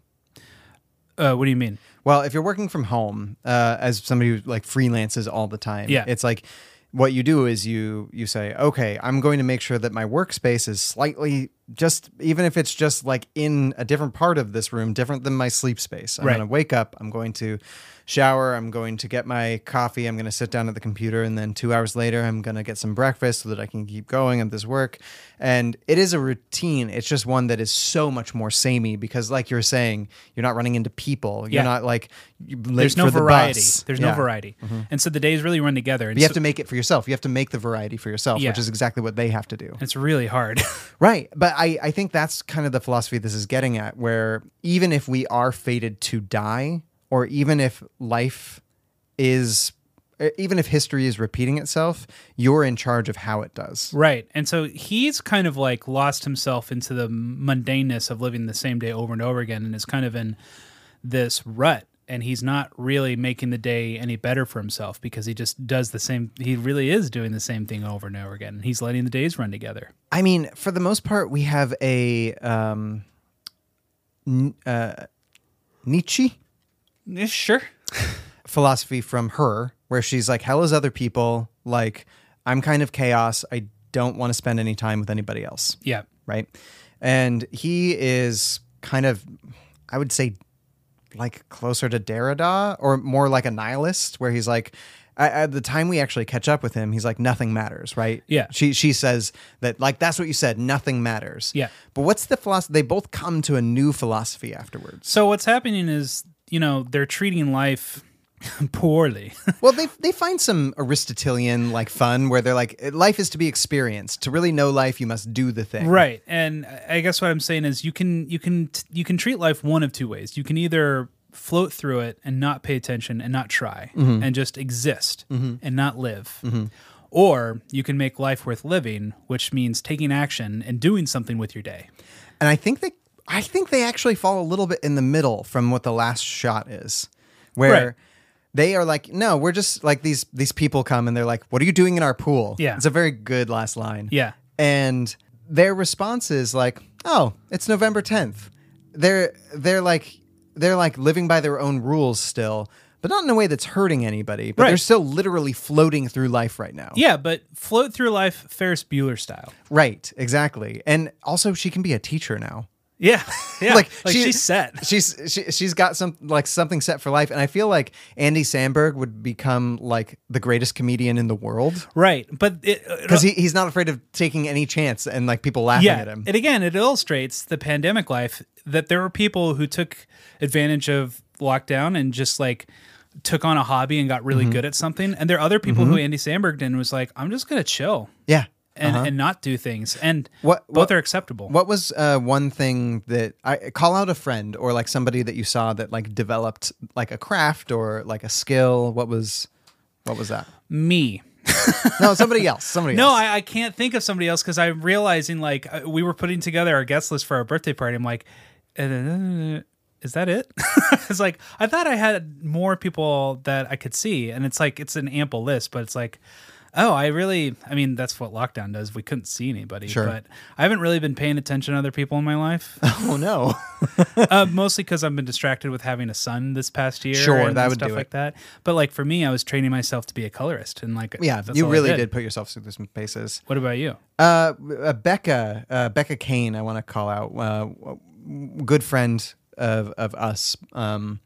[SPEAKER 4] Uh, what do you mean?
[SPEAKER 3] Well, if you're working from home, uh, as somebody who like freelances all the time,
[SPEAKER 4] Yeah.
[SPEAKER 3] it's like what you do is you you say, okay, I'm going to make sure that my workspace is slightly just even if it's just like in a different part of this room, different than my sleep space. I'm
[SPEAKER 4] Right.
[SPEAKER 3] going to wake up. I'm going to shower. I'm going to get my coffee. I'm going to sit down at the computer, and then two hours later, I'm going to get some breakfast so that I can keep going at this work. And it is a routine. It's just one that is so much more samey because, like you're saying, you're not running into people. You're
[SPEAKER 4] Yeah.
[SPEAKER 3] not like you- late
[SPEAKER 4] There's no
[SPEAKER 3] for the
[SPEAKER 4] variety.
[SPEAKER 3] bus.
[SPEAKER 4] There's
[SPEAKER 3] Yeah.
[SPEAKER 4] no variety.
[SPEAKER 3] Mhm.
[SPEAKER 4] And so the days really run together.
[SPEAKER 3] But
[SPEAKER 4] And
[SPEAKER 3] you
[SPEAKER 4] so-
[SPEAKER 3] have to make it for yourself. You have to make the variety for yourself,
[SPEAKER 4] Yeah.
[SPEAKER 3] which is exactly what they have to do.
[SPEAKER 4] it's really hard.
[SPEAKER 3] Right. But I, I think that's kind of the philosophy this is getting at, where even if we are fated to die, or even if life is, e- even if history is repeating itself, you're in charge of how it does.
[SPEAKER 4] Right. And so he's kind of like lost himself into the mundaneness of living the same day over and over again and is kind of in this rut. And he's not really making the day any better for himself because he just does the same. He really is doing the same thing over and over again. And he's letting the days run together.
[SPEAKER 3] I mean, for the most part, we have a um, n- uh, Nietzsche
[SPEAKER 4] sure.
[SPEAKER 3] philosophy from her, where she's like, hell is other people. Like, I'm kind of chaos. I don't want to spend any time with anybody else.
[SPEAKER 4] Yeah.
[SPEAKER 3] right? And he is kind of, I would say, like closer to Derrida or more like a nihilist, where he's like, I- at the time we actually catch up with him, he's like, nothing matters, right?
[SPEAKER 4] Yeah.
[SPEAKER 3] She she says that like that's what you said, nothing matters.
[SPEAKER 4] Yeah.
[SPEAKER 3] But what's the philosophy? They both come to a new philosophy afterwards.
[SPEAKER 4] So what's happening is, you know, they're treating life poorly.
[SPEAKER 3] well, they they find some Aristotelian like fun where they're like, life is to be experienced. To really know life, you must do the thing.
[SPEAKER 4] Right. And I guess what I'm saying is you can you can you can treat life one of two ways. You can either float through it and not pay attention and not try
[SPEAKER 3] Mm-hmm.
[SPEAKER 2] Mhm.
[SPEAKER 4] and just exist
[SPEAKER 2] Mhm.
[SPEAKER 4] and not live.
[SPEAKER 2] Mhm.
[SPEAKER 4] Or you can make life worth living, which means taking action and doing something with your day.
[SPEAKER 3] And I think they I think they actually fall a little bit in the middle from what the last shot is. Where
[SPEAKER 4] Right.
[SPEAKER 3] they are like, no, we're just like these these people come and they're like, What are you doing in our pool?
[SPEAKER 4] Yeah.
[SPEAKER 3] It's a very good last line.
[SPEAKER 4] Yeah.
[SPEAKER 3] And their response is like, Oh, it's November tenth. They're they're like they're like living by their own rules still, but not in a way that's hurting anybody. But
[SPEAKER 4] Right.
[SPEAKER 3] they're still literally floating through life right now.
[SPEAKER 4] Yeah, but float through life Ferris Bueller style.
[SPEAKER 3] Right, exactly. And also she can be a teacher now.
[SPEAKER 4] Yeah. Yeah.
[SPEAKER 3] like,
[SPEAKER 4] Like,
[SPEAKER 3] she-
[SPEAKER 4] she's set.
[SPEAKER 3] She's she, she's got some like something set for life and I feel like Andy Samberg would become like the greatest comedian in the world.
[SPEAKER 4] Right. But it uh,
[SPEAKER 3] Cuz he, he's not afraid of taking any chance and like people laughing
[SPEAKER 4] yeah,
[SPEAKER 3] at him.
[SPEAKER 4] And again, it illustrates the pandemic life that there were people who took advantage of lockdown and just like took on a hobby and got really
[SPEAKER 3] Mhm.
[SPEAKER 4] good at something. And there are other people who
[SPEAKER 3] Mhm.
[SPEAKER 4] Andy Samberg did and was like, I'm just gonna chill
[SPEAKER 3] Yeah.
[SPEAKER 4] and,
[SPEAKER 3] Uh-huh.
[SPEAKER 4] and not do things. And
[SPEAKER 3] What-
[SPEAKER 4] both are acceptable.
[SPEAKER 3] What was uh, one thing that I call out a friend or like somebody that you saw that like developed like a craft or like a skill? What was what was that?
[SPEAKER 4] Me.
[SPEAKER 3] no, somebody else. Somebody
[SPEAKER 4] no,
[SPEAKER 3] else.
[SPEAKER 4] I, I can't think of somebody else because I'm realizing like uh, we were putting together our guest list for our birthday party. I'm like, uh, is that it? it's like I thought I had more people that I could see, and it's like it's an ample list, but it's like. Oh, I really, I mean, that's what lockdown does. We couldn't see anybody,
[SPEAKER 3] Sure.
[SPEAKER 4] but I haven't really been paying attention to other people in my life.
[SPEAKER 3] Oh, no.
[SPEAKER 4] uh, mostly because I've been distracted with having a son this past year.
[SPEAKER 3] Sure,
[SPEAKER 4] and,
[SPEAKER 3] that
[SPEAKER 4] and
[SPEAKER 3] would
[SPEAKER 4] stuff
[SPEAKER 3] do
[SPEAKER 4] like
[SPEAKER 3] it.
[SPEAKER 4] that. But like for me, I was training myself to be a colorist. And like,
[SPEAKER 3] yeah,
[SPEAKER 4] that's
[SPEAKER 3] you
[SPEAKER 4] all I
[SPEAKER 3] really
[SPEAKER 4] did.
[SPEAKER 3] did. put yourself through some paces.
[SPEAKER 4] What about you?
[SPEAKER 3] Uh, uh, Becca, uh, Becca Kane, I want to call out, uh, w- good friend of of us. Um,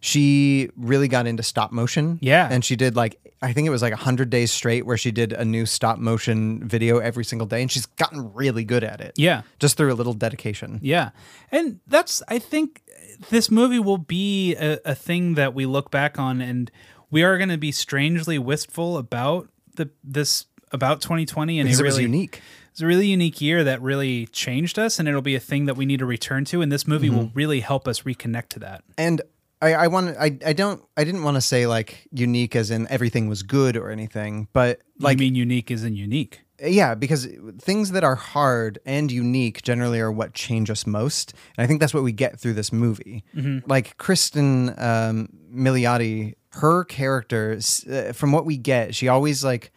[SPEAKER 3] she really got into stop motion.
[SPEAKER 4] Yeah,
[SPEAKER 3] and she did like I think it was like hundred days straight where she did a new stop motion video every single day, and she's gotten really good at it.
[SPEAKER 4] Yeah.
[SPEAKER 3] just through a little dedication.
[SPEAKER 4] Yeah. And that's, I think this movie will be a, a thing that we look back on and we are going to be strangely wistful about the, this, about 2020. And
[SPEAKER 3] Because
[SPEAKER 4] it
[SPEAKER 3] it was
[SPEAKER 4] really,
[SPEAKER 3] unique.
[SPEAKER 4] It's a really unique year that really changed us. And it'll be a thing that we need to return to. And this movie will really help us reconnect to that.
[SPEAKER 3] And I, I want I, I don't I didn't want to say like unique as in everything was good or anything, but
[SPEAKER 4] Like, you mean unique isn't unique.
[SPEAKER 3] Yeah, because things that are hard and unique generally are what change us most. And I think that's what we get through this movie.
[SPEAKER 2] Mhm.
[SPEAKER 3] Like Kristen um, Milioti, her character, s- uh, from what we get, she always like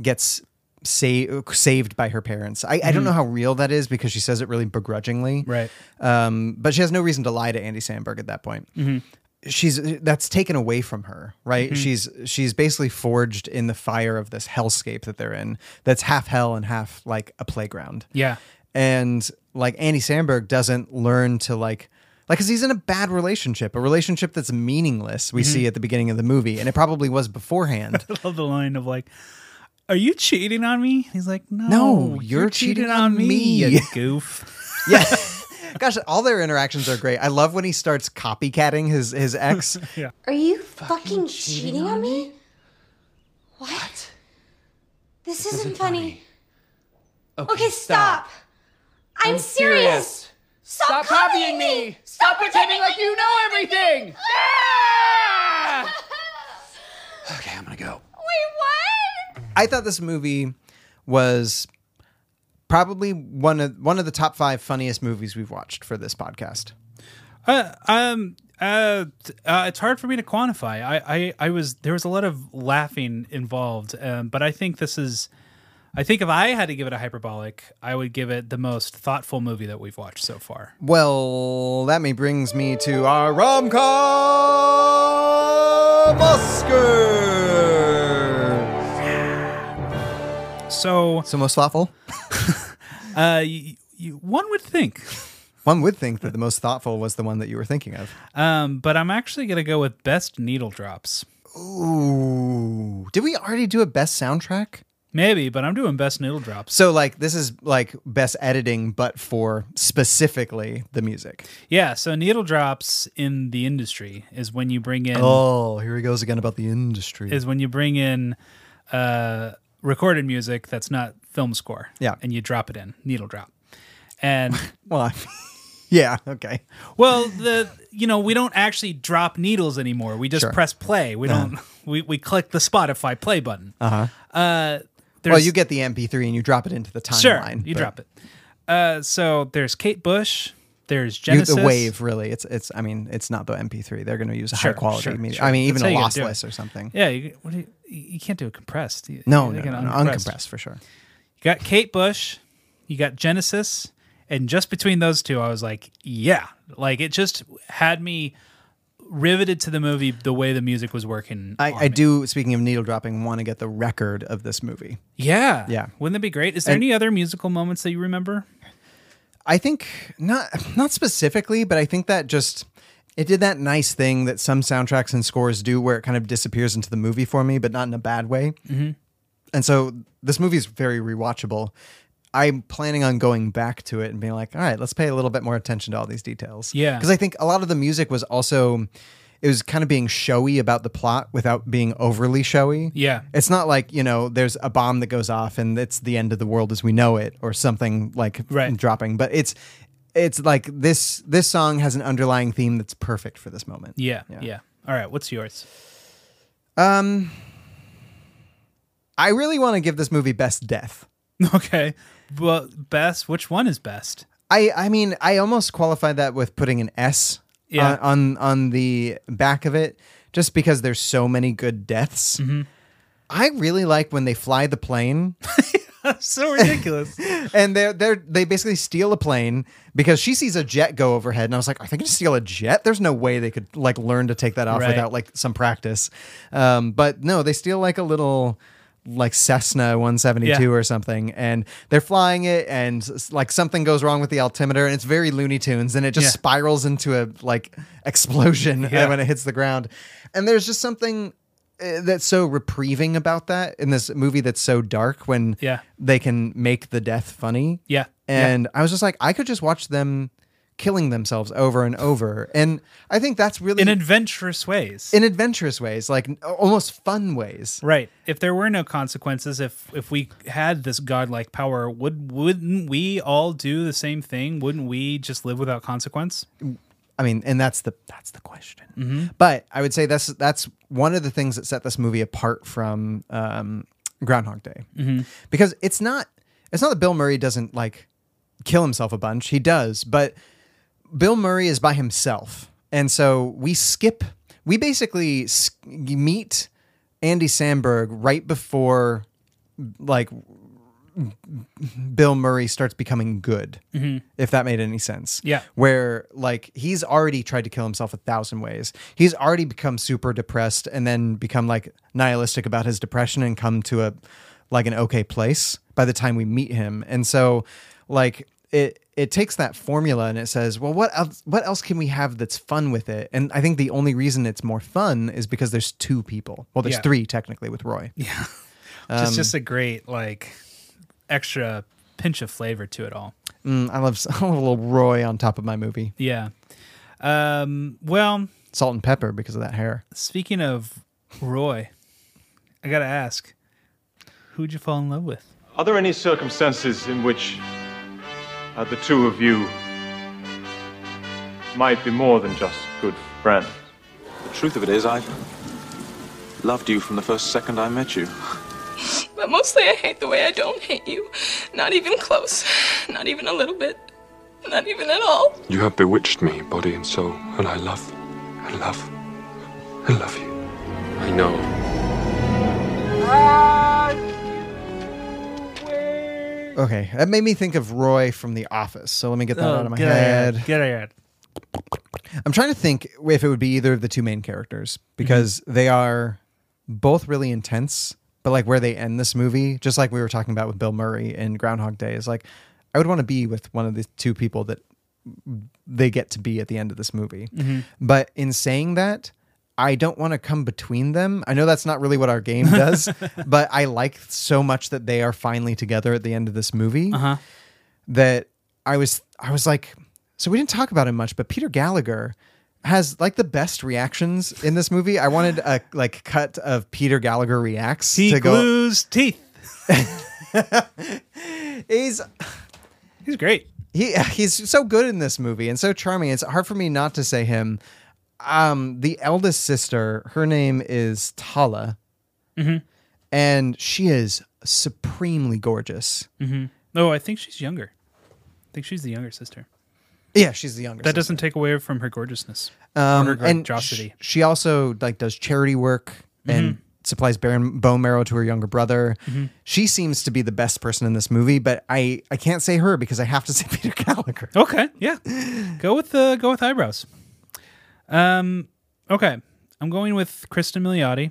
[SPEAKER 3] gets sa- saved by her parents. I, I don't
[SPEAKER 2] Mhm.
[SPEAKER 3] know how real that is because she says it really begrudgingly.
[SPEAKER 4] Right.
[SPEAKER 3] Um, but she has no reason to lie to Andy Sandberg at that point
[SPEAKER 4] Mhm.
[SPEAKER 3] she's that's taken away from her right
[SPEAKER 2] Mhm.
[SPEAKER 3] she's she's basically forged in the fire of this hellscape that they're in that's half hell and half like a playground
[SPEAKER 4] Yeah.
[SPEAKER 3] and like andy sandberg doesn't learn to like like because he's in a bad relationship a relationship that's meaningless we
[SPEAKER 4] Mhm.
[SPEAKER 3] see at the beginning of the movie and it probably was beforehand
[SPEAKER 4] I love the line of like, are you cheating on me? He's like, no,
[SPEAKER 3] No, you're cheating on me."
[SPEAKER 4] you goof.
[SPEAKER 3] yeah gosh all their interactions are great i love when he starts copycatting his his ex
[SPEAKER 4] yeah
[SPEAKER 18] Are you fucking, cheating, on me? What? This isn't, funny. Okay, stop. I'm, serious. Stop, copying me. Stop pretending like you know everything.
[SPEAKER 3] okay i'm gonna go
[SPEAKER 18] Wait, what?
[SPEAKER 3] I thought this movie was probably one of one of the top five funniest movies we've watched for this podcast.
[SPEAKER 4] Uh, um, uh, t- uh, it's hard for me to quantify. I, I, I was there was a lot of laughing involved, um, but I think this is. I think if I had to give it a hyperbolic, I would give it the most thoughtful movie that we've watched so far.
[SPEAKER 3] Well, that may brings me to our rom com
[SPEAKER 4] So,
[SPEAKER 3] so most thoughtful.
[SPEAKER 4] uh, y y one would think,
[SPEAKER 3] one would think that the most thoughtful was the one that you were thinking of.
[SPEAKER 4] um, but I'm actually gonna go with best needle drops.
[SPEAKER 3] Ooh, did we already do a best soundtrack?
[SPEAKER 4] Maybe, but I'm doing best needle drops.
[SPEAKER 3] So like this is like best editing, but for specifically the music.
[SPEAKER 4] Yeah, so needle drops in the industry is when you bring in
[SPEAKER 3] oh, here he goes again about the industry.
[SPEAKER 4] is when you bring in uh, recorded music that's not film score.
[SPEAKER 3] Yeah.
[SPEAKER 4] And you drop it in, needle drop. And
[SPEAKER 3] well, Yeah. Okay.
[SPEAKER 4] Well, the you know we don't actually drop needles anymore. We just
[SPEAKER 3] Sure.
[SPEAKER 4] press play. We
[SPEAKER 3] Uh-huh.
[SPEAKER 4] don't. We, we click the Spotify play button.
[SPEAKER 3] Uh huh.
[SPEAKER 4] Uh,
[SPEAKER 3] Well,
[SPEAKER 4] there's-
[SPEAKER 3] you get the MP3 and you drop it into the timeline.
[SPEAKER 4] sure you
[SPEAKER 3] but
[SPEAKER 4] drop it. Uh, so there's Kate Bush. There's
[SPEAKER 3] you-
[SPEAKER 4] Genesis.
[SPEAKER 3] the wave really. It's it's. I mean, it's not the MP3. They're going to use a
[SPEAKER 4] Sure,
[SPEAKER 3] high quality
[SPEAKER 4] sure,
[SPEAKER 3] media.
[SPEAKER 4] sure.
[SPEAKER 3] I mean, even
[SPEAKER 4] That's
[SPEAKER 3] a
[SPEAKER 4] how you gotta do
[SPEAKER 3] lossless
[SPEAKER 4] it.
[SPEAKER 3] or something.
[SPEAKER 4] Yeah, you, what do you, you can't do it compressed. You-
[SPEAKER 3] No,
[SPEAKER 4] you
[SPEAKER 3] no,
[SPEAKER 4] gotta
[SPEAKER 3] no, no,
[SPEAKER 4] uncompress.
[SPEAKER 3] uncompressed for sure.
[SPEAKER 4] You got Kate Bush, you got Genesis, and just between those two, I was like, yeah, like it just had me riveted to the movie the way the music was working.
[SPEAKER 3] I, I do. Speaking of needle dropping, want to get the record of this movie.
[SPEAKER 4] Yeah,
[SPEAKER 3] Yeah.
[SPEAKER 4] Wouldn't that be great? Is there
[SPEAKER 3] And-
[SPEAKER 4] any other musical moments that you remember?
[SPEAKER 3] I think not not specifically, but I think that just it did that nice thing that some soundtracks and scores do where it kind of disappears into the movie for me, but not in a bad way.
[SPEAKER 4] Mhm.
[SPEAKER 3] And so this movie is very rewatchable. I'm planning on going back to it and being like, all right, let's pay a little bit more attention to all these details.
[SPEAKER 4] Yeah.
[SPEAKER 3] Because I think a lot of the music was also it was kind of being showy about the plot without being overly showy.
[SPEAKER 4] Yeah.
[SPEAKER 3] It's not like, you know, there's a bomb that goes off and it's the end of the world as we know it or something like dropping, but it's it's like this this song has an underlying theme that's perfect for this moment.
[SPEAKER 4] Yeah, yeah. All right, what's yours?
[SPEAKER 3] Um I really want to give this movie best death.
[SPEAKER 4] Okay, well, best. Which one is best?
[SPEAKER 3] I I mean, I almost qualified that with putting an S
[SPEAKER 4] Yeah.
[SPEAKER 3] on on, on the back of it just because there's so many good deaths.
[SPEAKER 4] Mm-hmm.
[SPEAKER 3] I really like when they fly the plane
[SPEAKER 4] so ridiculous.
[SPEAKER 3] and they're they're they basically steal a plane because she sees a jet go overhead, and I was like, are they going to steal a jet? There's no way they could like learn to take that off
[SPEAKER 4] Right.
[SPEAKER 3] without like some practice. Um, but no, they steal like a little like Cessna 172
[SPEAKER 4] Yeah.
[SPEAKER 3] or something, and they're flying it, and s- like something goes wrong with the altimeter, and it's very Looney Tunes, and it just
[SPEAKER 4] Yeah.
[SPEAKER 3] spirals into a like explosion
[SPEAKER 4] Yeah.
[SPEAKER 3] when it hits the ground, and there's just something. uh, That's so reprieving about that in this movie that's so dark when
[SPEAKER 4] Yeah.
[SPEAKER 3] they can make the death funny.
[SPEAKER 4] Yeah.
[SPEAKER 3] And I was just like, I could just watch them killing themselves over and over. And I think that's really
[SPEAKER 4] in adventurous ways.
[SPEAKER 3] in adventurous ways, like n- almost fun ways.
[SPEAKER 4] Right. If there were no consequences, if if we had this godlike power, would wouldn't we all do the same thing? Wouldn't we just live without consequence?
[SPEAKER 3] I mean, and that's the that's the question. But I would say that's that's one of the things that set this movie apart from um, Groundhog Day
[SPEAKER 4] Mhm.
[SPEAKER 3] because it's not it's not that Bill Murray doesn't like kill himself a bunch. He does, but Bill Murray is by himself, and so we skip. We basically s- meet Andy Samberg right before like Bill Murray starts becoming good,
[SPEAKER 4] Mhm.
[SPEAKER 3] if that made any sense.
[SPEAKER 4] Yeah.
[SPEAKER 3] Where like he's already tried to kill himself a thousand ways. He's already become super depressed and then become like nihilistic about his depression and come to a like an okay place by the time we meet him. And so like it it takes that formula and it says, well, what else what else can we have that's fun with it? And I think the only reason it's more fun is because there's two people. Well, there's
[SPEAKER 4] Yeah.
[SPEAKER 3] three technically with Roy.
[SPEAKER 4] Yeah. Which
[SPEAKER 3] Um,
[SPEAKER 4] is just a great like extra pinch of flavor to it all.
[SPEAKER 3] Mm, I love I love a little Roy on top of my movie.
[SPEAKER 4] Yeah. Um well,
[SPEAKER 3] Salt and pepper because of that hair.
[SPEAKER 4] speaking of Roy, I got to ask, who'd you fall in love with?
[SPEAKER 19] Are there any circumstances in which uh, the two of you might be more than just good friends?
[SPEAKER 9] The truth of it is, I loved you from the first second I met you.
[SPEAKER 20] But mostly I hate the way I don't hate you. Not even close. Not even a little bit. Not even at all.
[SPEAKER 21] You have bewitched me, body and soul, and I love, and love, and love you. I know.
[SPEAKER 3] Okay, that made me think of Roy from The Office. So let me get that
[SPEAKER 4] Oh,
[SPEAKER 3] out of my
[SPEAKER 4] get outta here.
[SPEAKER 3] head.
[SPEAKER 4] Get out of here.
[SPEAKER 3] I'm trying to think if it would be either of the two main characters because they are both really intense. But like where they end this movie, just like we were talking about with Bill Murray in Groundhog Day, is like I would want to be with one of the two people that they get to be at the end of this movie.
[SPEAKER 4] Mm-hmm.
[SPEAKER 22] Mhm.
[SPEAKER 3] But in saying that, I don't want to come between them. I know that's not really what our game does, but I like so much that they are finally together at the end of this movie
[SPEAKER 4] Uh-huh.
[SPEAKER 3] that I was I was like, so we didn't talk about him much, but Peter Gallagher has like the best reactions in this movie. I wanted a like cut of Peter Gallagher reacts
[SPEAKER 4] He
[SPEAKER 3] to go.
[SPEAKER 4] glues teeth.
[SPEAKER 3] He's
[SPEAKER 4] he's great.
[SPEAKER 3] he he's so good in this movie and so charming. It's hard for me not to say him. Um, the eldest sister, her name is Tala,
[SPEAKER 4] Mhm.
[SPEAKER 3] and she is supremely gorgeous.
[SPEAKER 4] Mm-hmm. No, I think she's younger. I think she's the younger sister.
[SPEAKER 3] Yeah, she's the younger.
[SPEAKER 4] That doesn't take away from her gorgeousness.
[SPEAKER 3] um,
[SPEAKER 4] or her
[SPEAKER 3] and
[SPEAKER 4] gorgeosity.
[SPEAKER 3] sh- she also like does charity work and supplies bone bone marrow to her younger brother.
[SPEAKER 4] Mhm.
[SPEAKER 3] She seems to be the best person in this movie, but I I can't say her because I have to say Peter Gallagher.
[SPEAKER 4] Okay, yeah. Go with uh, go with eyebrows. Um, okay, I'm going with Kristen Milioti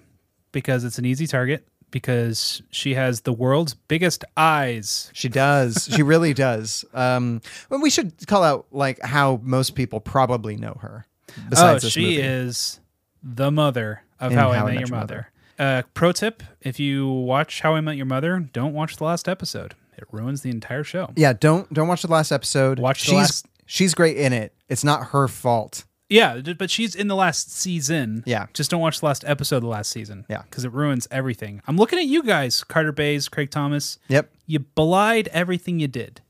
[SPEAKER 4] because it's an easy target because she has the world's biggest eyes.
[SPEAKER 3] She does. she really does. Um, well, we should call out like how most people probably know her. Besides
[SPEAKER 4] oh,
[SPEAKER 3] this
[SPEAKER 4] she
[SPEAKER 3] movie.
[SPEAKER 4] is the mother of
[SPEAKER 3] In
[SPEAKER 4] How, I Met Your Mother.
[SPEAKER 3] Mother.
[SPEAKER 4] Uh, pro tip: If you watch How I Met Your Mother, don't watch the last episode. It ruins the entire show.
[SPEAKER 3] Yeah, don't don't watch the last episode. Watch
[SPEAKER 4] the
[SPEAKER 3] she's,
[SPEAKER 4] last-
[SPEAKER 3] She's great in it. It's not her fault.
[SPEAKER 4] Yeah, d- but she's in the last season.
[SPEAKER 3] Yeah.
[SPEAKER 4] Just don't watch the last episode of the last season.
[SPEAKER 3] Yeah.
[SPEAKER 4] Because it ruins everything. I'm looking at you guys, Carter Bays, Craig Thomas.
[SPEAKER 3] Yep.
[SPEAKER 4] You belied everything you did.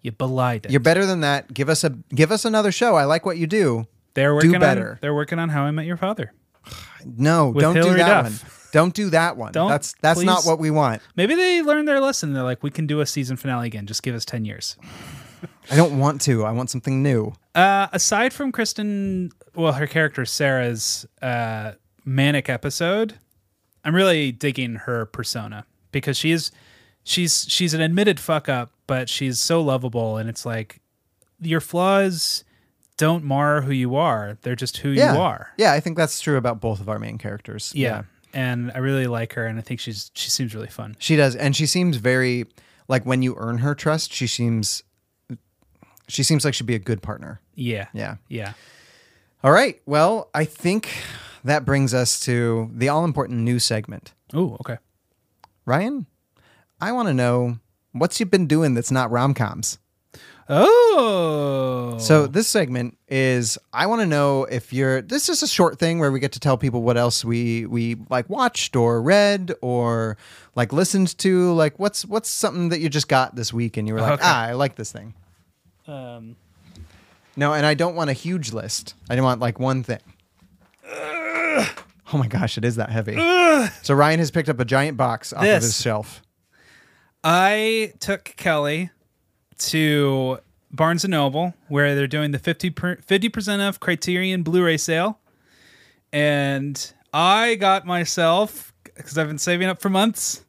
[SPEAKER 4] You belied it.
[SPEAKER 3] You're better than that. Give us a give us another show. I like what you do.
[SPEAKER 4] They're
[SPEAKER 3] do
[SPEAKER 4] working on
[SPEAKER 3] better.
[SPEAKER 4] they're working on How I Met Your Father.
[SPEAKER 3] no,
[SPEAKER 4] with
[SPEAKER 3] don't do
[SPEAKER 4] Hillary
[SPEAKER 3] that
[SPEAKER 4] Duff.
[SPEAKER 3] one. Don't do that one.
[SPEAKER 4] Don't,
[SPEAKER 3] that's that's not
[SPEAKER 4] please.
[SPEAKER 3] what we want.
[SPEAKER 4] Maybe they learned their lesson. They're like, we can do a season finale again. Just give us ten years.
[SPEAKER 3] I don't want to. I want something new.
[SPEAKER 4] Uh, aside from Kristen, well, her character Sarah's uh, manic episode, I'm really digging her persona because she is, she's she's an admitted fuck up, but she's so lovable, and it's like your flaws don't mar who you are; they're just who
[SPEAKER 3] yeah.
[SPEAKER 4] you are.
[SPEAKER 3] Yeah, I think that's true about both of our main characters.
[SPEAKER 4] Yeah. and I really like her, and I think she's she seems really fun.
[SPEAKER 3] She does, and she seems very like when you earn her trust, she seems she seems like she'd be a good partner.
[SPEAKER 4] Yeah,
[SPEAKER 3] Yeah.
[SPEAKER 4] yeah.
[SPEAKER 3] All right. Well, I think that brings us to the all important news segment.
[SPEAKER 4] Oh, okay.
[SPEAKER 3] Ryan, I want to know what's you been doing that's not rom coms.
[SPEAKER 4] Oh,
[SPEAKER 3] So this segment is I want to know if you're. This is a short thing where we get to tell people what else we we like watched or read or like listened to. Like what's what's something that you just got this week and you were like,
[SPEAKER 4] Okay.
[SPEAKER 3] ah, I like this thing.
[SPEAKER 4] um,
[SPEAKER 3] No, and I don't want a huge list. I want like one thing. Oh my gosh, it is that heavy. So Ryan has picked up a giant box off of
[SPEAKER 4] This.
[SPEAKER 3] his shelf.
[SPEAKER 4] I took Kelly to Barnes and Noble where they're doing the 50 percent off Criterion Blu-ray sale, and I got myself because I've been saving up for months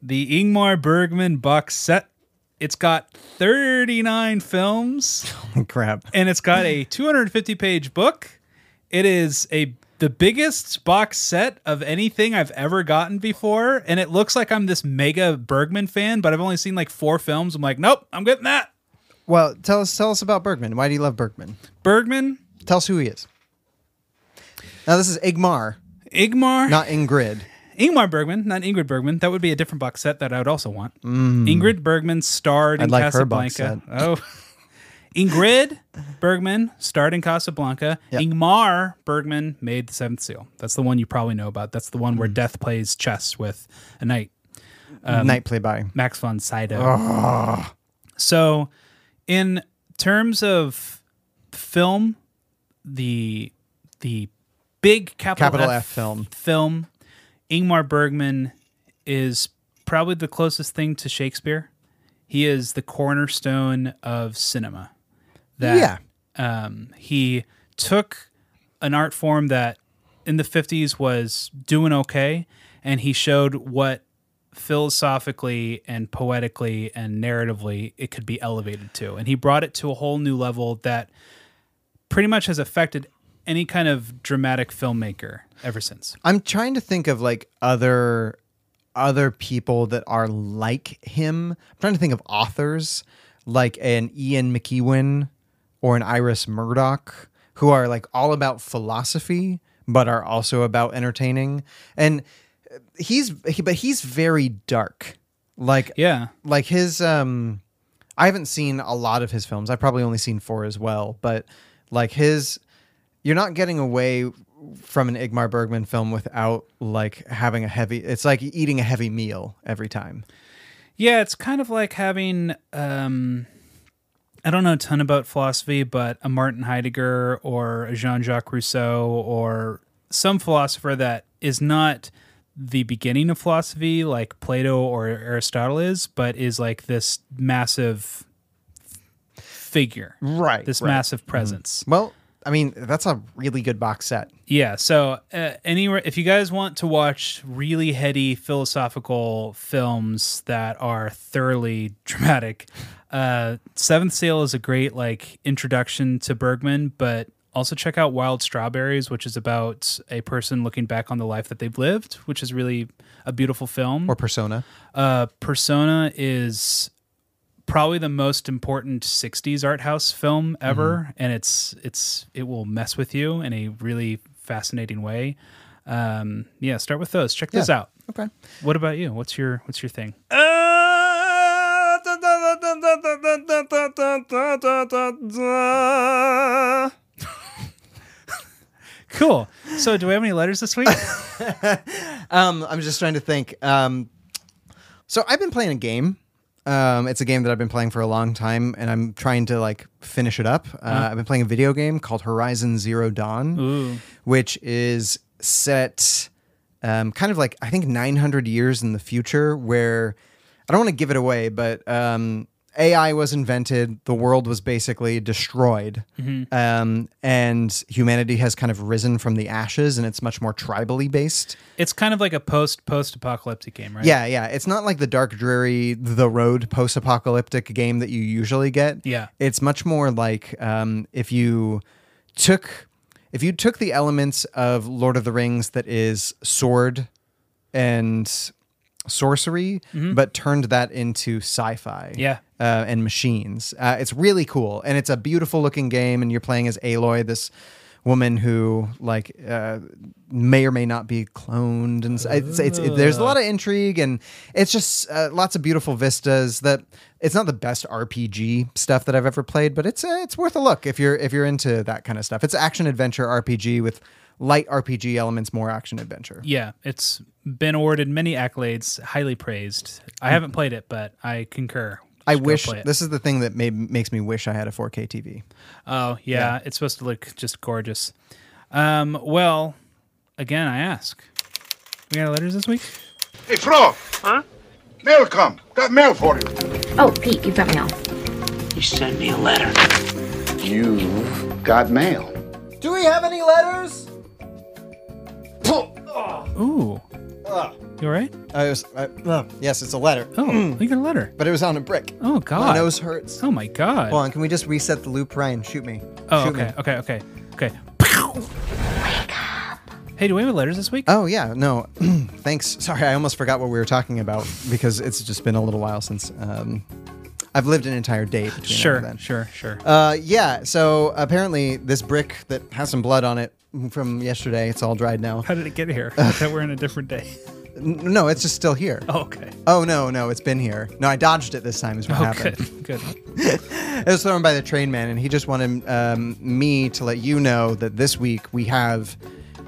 [SPEAKER 4] the Ingmar Bergman box set. It's got 39 films
[SPEAKER 3] Crap.
[SPEAKER 4] and it's got a 250 page book. It is a the biggest box set of anything I've ever gotten before, and it looks like I'm this mega Bergman fan, but I've only seen like four films. I'm like, nope, I'm getting that.
[SPEAKER 3] Well, tell us tell us about Bergman. Why do you love Bergman?
[SPEAKER 4] Bergman,
[SPEAKER 3] Tell us who he is. Now this is Igmar,
[SPEAKER 4] Igmar,
[SPEAKER 3] not Ingrid.
[SPEAKER 4] Ingmar Bergman, not Ingrid Bergman. That would be a different box set that I would also want.
[SPEAKER 3] Mm.
[SPEAKER 4] Ingrid Bergman starred in
[SPEAKER 3] I'd like her box
[SPEAKER 4] Casablanca. Oh. Ingrid Bergman starred in Casablanca. Ingmar Bergman made The Seventh Seal. That's the one you probably know about. That's the one
[SPEAKER 3] Mm.
[SPEAKER 4] where death plays chess with a knight.
[SPEAKER 3] Night play by.
[SPEAKER 4] Max von Sydow.
[SPEAKER 3] Ugh.
[SPEAKER 4] So, in terms of film, the the big capital,
[SPEAKER 3] Capital F film.
[SPEAKER 4] film, Ingmar Bergman is probably the closest thing to Shakespeare. He is the cornerstone of cinema. That um, he took an art form that in the 50s was doing okay and he showed what philosophically and poetically and narratively it could be elevated to and he brought it to a whole new level that pretty much has affected any kind of dramatic filmmaker ever since
[SPEAKER 3] I'm trying to think of like other other people that are like him. I'm trying to think of authors like an Ian McEwan or an Iris Murdoch who are like all about philosophy but are also about entertaining. And he's he, but he's very dark. Like
[SPEAKER 4] yeah
[SPEAKER 3] like his um i haven't seen a lot of his films i've probably only seen four as well but like his you're not getting away from an igmar bergman film without like having a heavy it's like eating a heavy meal every time
[SPEAKER 4] yeah it's kind of like having um I don't know a ton about philosophy, but a Martin Heidegger or a Jean Jacques Rousseau or some philosopher that is not the beginning of philosophy like Plato or Aristotle is, but is like this massive figure.
[SPEAKER 3] Right.
[SPEAKER 4] This
[SPEAKER 3] right.
[SPEAKER 4] massive presence.
[SPEAKER 3] Mhm. Well, I mean, that's a really good box set.
[SPEAKER 4] Yeah. So, uh, anywhere, if you guys want to watch really heady philosophical films that are thoroughly dramatic, uh, Seventh Seal is a great like introduction to Bergman, but also check out Wild Strawberries, which is about a person looking back on the life that they've lived, which is really a beautiful film.
[SPEAKER 3] Or Persona.
[SPEAKER 4] Uh, Persona is probably the most important 60s art house film ever and it's it's it will mess with you in a really fascinating way um yeah start with those check those
[SPEAKER 3] Yeah.
[SPEAKER 4] out
[SPEAKER 3] Okay.
[SPEAKER 4] what about you what's your what's your thing cool so do we have any letters this week
[SPEAKER 3] um, I'm just trying to think. Um, so I've been playing a game. Um, it's a game that I've been playing for a long time, and I'm trying to like finish it up. Uh,
[SPEAKER 23] Huh.
[SPEAKER 3] I've been playing a video game called Horizon Zero Dawn,
[SPEAKER 23] Ooh.
[SPEAKER 3] which is set um, kind of like I think 900 years in the future, where I don't want to give it away, but um, AI was invented, the world was basically destroyed,
[SPEAKER 23] Mhm.
[SPEAKER 3] um, and humanity has kind of risen from the ashes, and it's much more tribally based.
[SPEAKER 4] it's kind of like a post post apocalyptic game right
[SPEAKER 3] Yeah, yeah. It's not like the dark, dreary, the road post apocalyptic game that you usually get.
[SPEAKER 4] Yeah.
[SPEAKER 3] It's much more like um, if you took if you took the elements of Lord of the Rings that is sword and sorcery,
[SPEAKER 4] Mm-hmm.
[SPEAKER 23] Mhm.
[SPEAKER 3] but turned that into sci-fi.
[SPEAKER 23] Yeah.
[SPEAKER 3] Uh, and machines. Uh, it's really cool, and it's a beautiful looking game. And you're playing as Aloy, this woman who like uh, may or may not be cloned, and s- it's, it's, it- there's a lot of intrigue, and it's just uh, lots of beautiful vistas. That it's not the best RPG stuff that I've ever played, but it's uh, it's worth a look if you're if you're into that kind of stuff. It's action adventure RPG with light RPG elements, more action adventure.
[SPEAKER 4] yeah it's been awarded many accolades highly praised i haven't played it but i concur
[SPEAKER 3] I
[SPEAKER 4] Should go
[SPEAKER 3] wish
[SPEAKER 4] play it.
[SPEAKER 3] this is the thing that made, makes me wish I had a 4K TV.
[SPEAKER 4] Oh yeah, it's supposed to look just gorgeous. Um, well, again, I ask. We got letters this week.
[SPEAKER 22] Hey, Flo. Huh? Mail come. Got mail for you.
[SPEAKER 10] Oh, Pete, you've got mail.
[SPEAKER 22] You sent me a letter. You've got mail.
[SPEAKER 24] Do we have any letters?
[SPEAKER 4] Ooh.
[SPEAKER 24] Ugh.
[SPEAKER 4] You all right?
[SPEAKER 3] Uh, it was, uh, yes, it's a letter.
[SPEAKER 4] Oh, we got a letter.
[SPEAKER 3] But it was on a brick.
[SPEAKER 4] Oh
[SPEAKER 3] Hmm. My
[SPEAKER 4] God.
[SPEAKER 3] nose hurts.
[SPEAKER 4] Oh my God.
[SPEAKER 3] Hold on, can we just reset the loop, Ryan? Shoot me.
[SPEAKER 4] Oh,
[SPEAKER 3] Shoot
[SPEAKER 4] okay,
[SPEAKER 3] me.
[SPEAKER 4] okay, okay, okay. Hey, do we have letters this week?
[SPEAKER 3] Oh yeah, no. Thanks. Sorry, I almost forgot what we were talking about because it's just been a little while since um, I've lived an entire day. Between now and
[SPEAKER 4] Sure,
[SPEAKER 3] then.
[SPEAKER 4] sure, sure.
[SPEAKER 3] Uh, yeah. So apparently, this brick that has some blood on it from yesterday, it's all dried now.
[SPEAKER 4] How did it get here? I thought we're in a different day.
[SPEAKER 3] N- No, it's just still here.
[SPEAKER 4] Oh, okay.
[SPEAKER 3] Oh no, no, it's been here. No, I dodged it this time. Is what
[SPEAKER 4] Oh,
[SPEAKER 3] happened.
[SPEAKER 4] good.
[SPEAKER 3] it was thrown by the train man, and he just wanted um, me to let you know that this week we have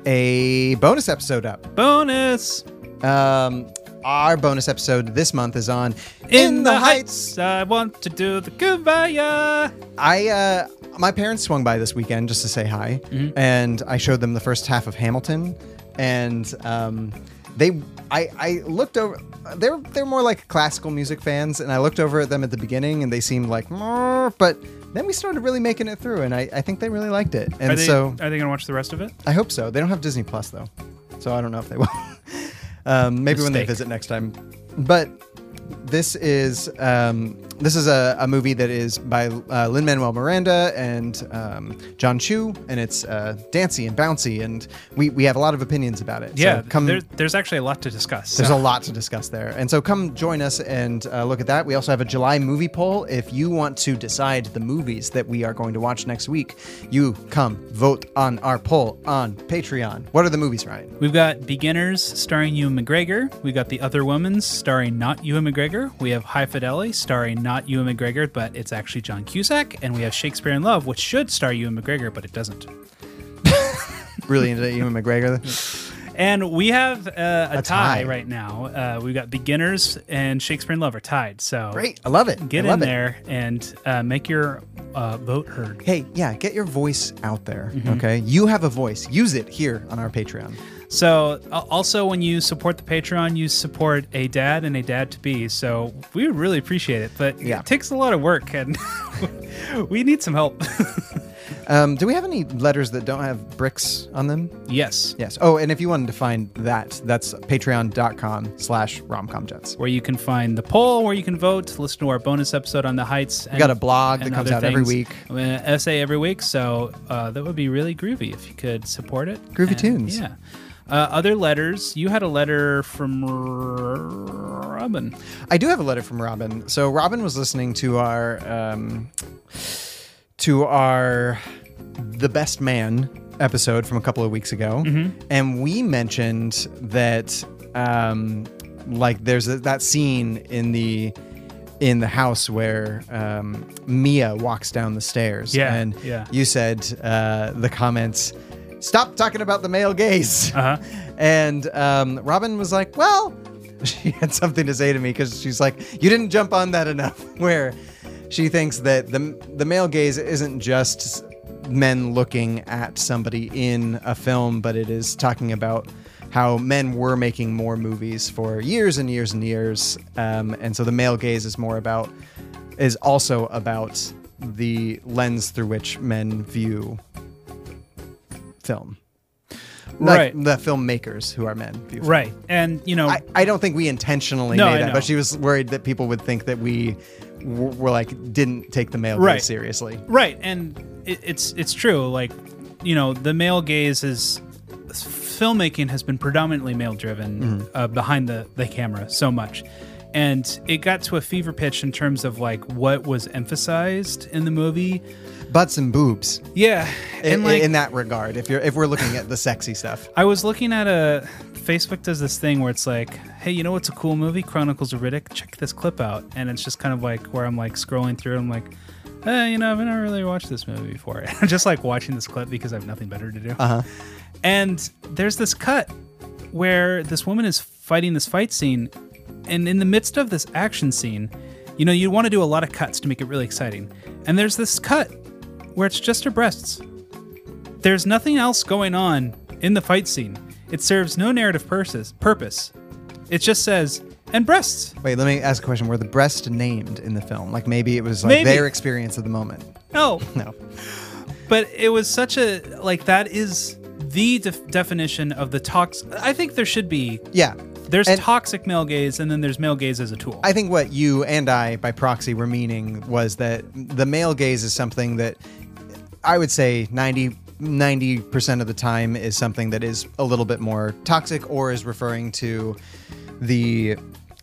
[SPEAKER 3] a bonus episode up.
[SPEAKER 4] Bonus.
[SPEAKER 3] Um, our bonus episode this month is on
[SPEAKER 4] In, the, heights, I want to do the kumbaya.
[SPEAKER 3] I uh, my parents swung by this weekend just to say hi,
[SPEAKER 4] Mm-hmm.
[SPEAKER 3] and I showed them the first half of Hamilton, and um, they I I looked over. They're they're more like classical music fans, and I looked over at them at the beginning, and they seemed like, "Mer," but then we started really making it through, and I, I think they really liked it, and
[SPEAKER 4] are they,
[SPEAKER 3] so
[SPEAKER 4] are they gonna watch the rest of it?
[SPEAKER 3] I hope so. They don't have Disney Plus though, so I don't know if they will. um, maybe when they
[SPEAKER 4] Mistake.
[SPEAKER 3] visit next time. But this is um, this is a, a movie that is by uh, Lin Manuel Miranda and um, John Chu, and it's uh, dancey and bouncy, and we we have a lot of opinions about it. So
[SPEAKER 4] yeah.
[SPEAKER 3] come.
[SPEAKER 4] there- there's actually a lot to discuss.
[SPEAKER 3] There's
[SPEAKER 4] so-
[SPEAKER 3] a lot to discuss there. And so come join us and uh, look at that. We also have a July movie poll. If you want to decide the movies that we are going to watch next week, you come vote on our poll on Patreon. What are the movies, Ryan?
[SPEAKER 4] We've got Beginners starring Ewan McGregor. We've got The Other Woman starring not Ewan McGregor. We have High Fidelity starring not Ewan McGregor, but it's actually John Cusack. And we have Shakespeare in Love, which should star Ewan McGregor, but it doesn't.
[SPEAKER 3] Really into Ewan McGregor.
[SPEAKER 4] And we have uh, a,
[SPEAKER 13] A
[SPEAKER 4] tie.
[SPEAKER 13] tie.
[SPEAKER 4] right now. Uh, we've got beginners and Shakespeare and Lover tied. So
[SPEAKER 13] Great. I love it.
[SPEAKER 4] Get
[SPEAKER 13] I love
[SPEAKER 4] in
[SPEAKER 13] it.
[SPEAKER 4] there and uh, make your uh, vote heard.
[SPEAKER 3] Hey, yeah, get your voice out there.
[SPEAKER 4] Mhm.
[SPEAKER 3] Okay, you have a voice. Use it here on our Patreon.
[SPEAKER 4] So, a- also, when you support the Patreon, you support a dad and a dad to be. So, we would really appreciate it. But it takes a lot of work and we need some help.
[SPEAKER 3] Um, do we have any letters that don't have bricks on them?
[SPEAKER 4] Yes.
[SPEAKER 3] Yes. Oh, and if you wanted to find that, that's patreon.com slash romcomjets.
[SPEAKER 4] where you can find the poll, where you can vote, listen to our bonus episode on the Heights.
[SPEAKER 3] got a blog that
[SPEAKER 4] and
[SPEAKER 3] comes
[SPEAKER 4] other
[SPEAKER 3] out every
[SPEAKER 4] things.
[SPEAKER 3] week.
[SPEAKER 4] Uh, essay every week. So, uh, that would be really groovy if you could support it.
[SPEAKER 3] Groovy
[SPEAKER 4] And,
[SPEAKER 3] tunes.
[SPEAKER 4] Yeah. Uh, other letters. You had a letter from R- Robin.
[SPEAKER 3] I do have a letter from Robin. So Robin was listening to our um, to our the best man episode from a couple of weeks ago,
[SPEAKER 4] Mm-hmm.
[SPEAKER 3] and we mentioned that um, like there's a, that scene in the in the house where um, Mia walks down the stairs.
[SPEAKER 4] Yeah,
[SPEAKER 3] and
[SPEAKER 4] yeah.
[SPEAKER 3] you said uh, the comments. Stop talking about the male gaze. Uh-huh. And um, Robin was like, "Well, she had something to say to me because she's like, "You didn't jump on that enough." Where she thinks that the the male gaze isn't just men looking at somebody in a film, but it is talking about how men were making more movies for years and years and years, um, and so the male gaze is more about is also about the lens through which men view film. Like
[SPEAKER 4] Right.
[SPEAKER 3] The filmmakers who are men view film.
[SPEAKER 4] Right. And, you know,
[SPEAKER 3] I, I don't think we intentionally
[SPEAKER 4] No, I
[SPEAKER 3] made that,
[SPEAKER 4] know.
[SPEAKER 3] but she was worried that people would think that we w- were like didn't take the male gaze
[SPEAKER 4] Right.
[SPEAKER 3] seriously.
[SPEAKER 4] Right, and it, it's it's true. Like, you know, the male gaze is filmmaking has been predominantly male driven
[SPEAKER 3] Mhm.
[SPEAKER 4] uh, behind the the camera so much, and it got to a fever pitch in terms of like what was emphasized in the movie.
[SPEAKER 3] Butts and boobs.
[SPEAKER 4] Yeah,
[SPEAKER 3] In,
[SPEAKER 4] and like
[SPEAKER 3] in that regard, if you're if we're looking at the sexy stuff,
[SPEAKER 4] I was looking at a Facebook does this thing where it's like, hey, you know what's a cool movie? Chronicles of Riddick. Check this clip out, and it's just kind of like where I'm like scrolling through. I'm like, eh, you know, I've never really watched this movie before. I'm just like watching this clip because I have nothing better to do.
[SPEAKER 3] Uh-huh.
[SPEAKER 4] And there's this cut where this woman is fighting this fight scene, and in the midst of this action scene, you know, you want to do a lot of cuts to make it really exciting. And there's this cut where it's just her breasts. There's nothing else going on in the fight scene. It serves no narrative purposes, purpose. It just says, and breasts.
[SPEAKER 3] wait, let me ask a question: Were the breasts named in the film? Like maybe it was like
[SPEAKER 4] Maybe.
[SPEAKER 3] their experience of the moment.
[SPEAKER 4] No.
[SPEAKER 3] No.
[SPEAKER 4] Oh. But it was such a, like, that is the def- definition of the toxic. I think there should be.
[SPEAKER 3] Yeah.
[SPEAKER 4] There's
[SPEAKER 3] And-
[SPEAKER 4] toxic male gaze, and then there's male gaze as a tool.
[SPEAKER 3] I think what you and I, by proxy, were meaning was that the male gaze is something that I would say 90. 90% of the time is something that is a little bit more toxic or is referring to the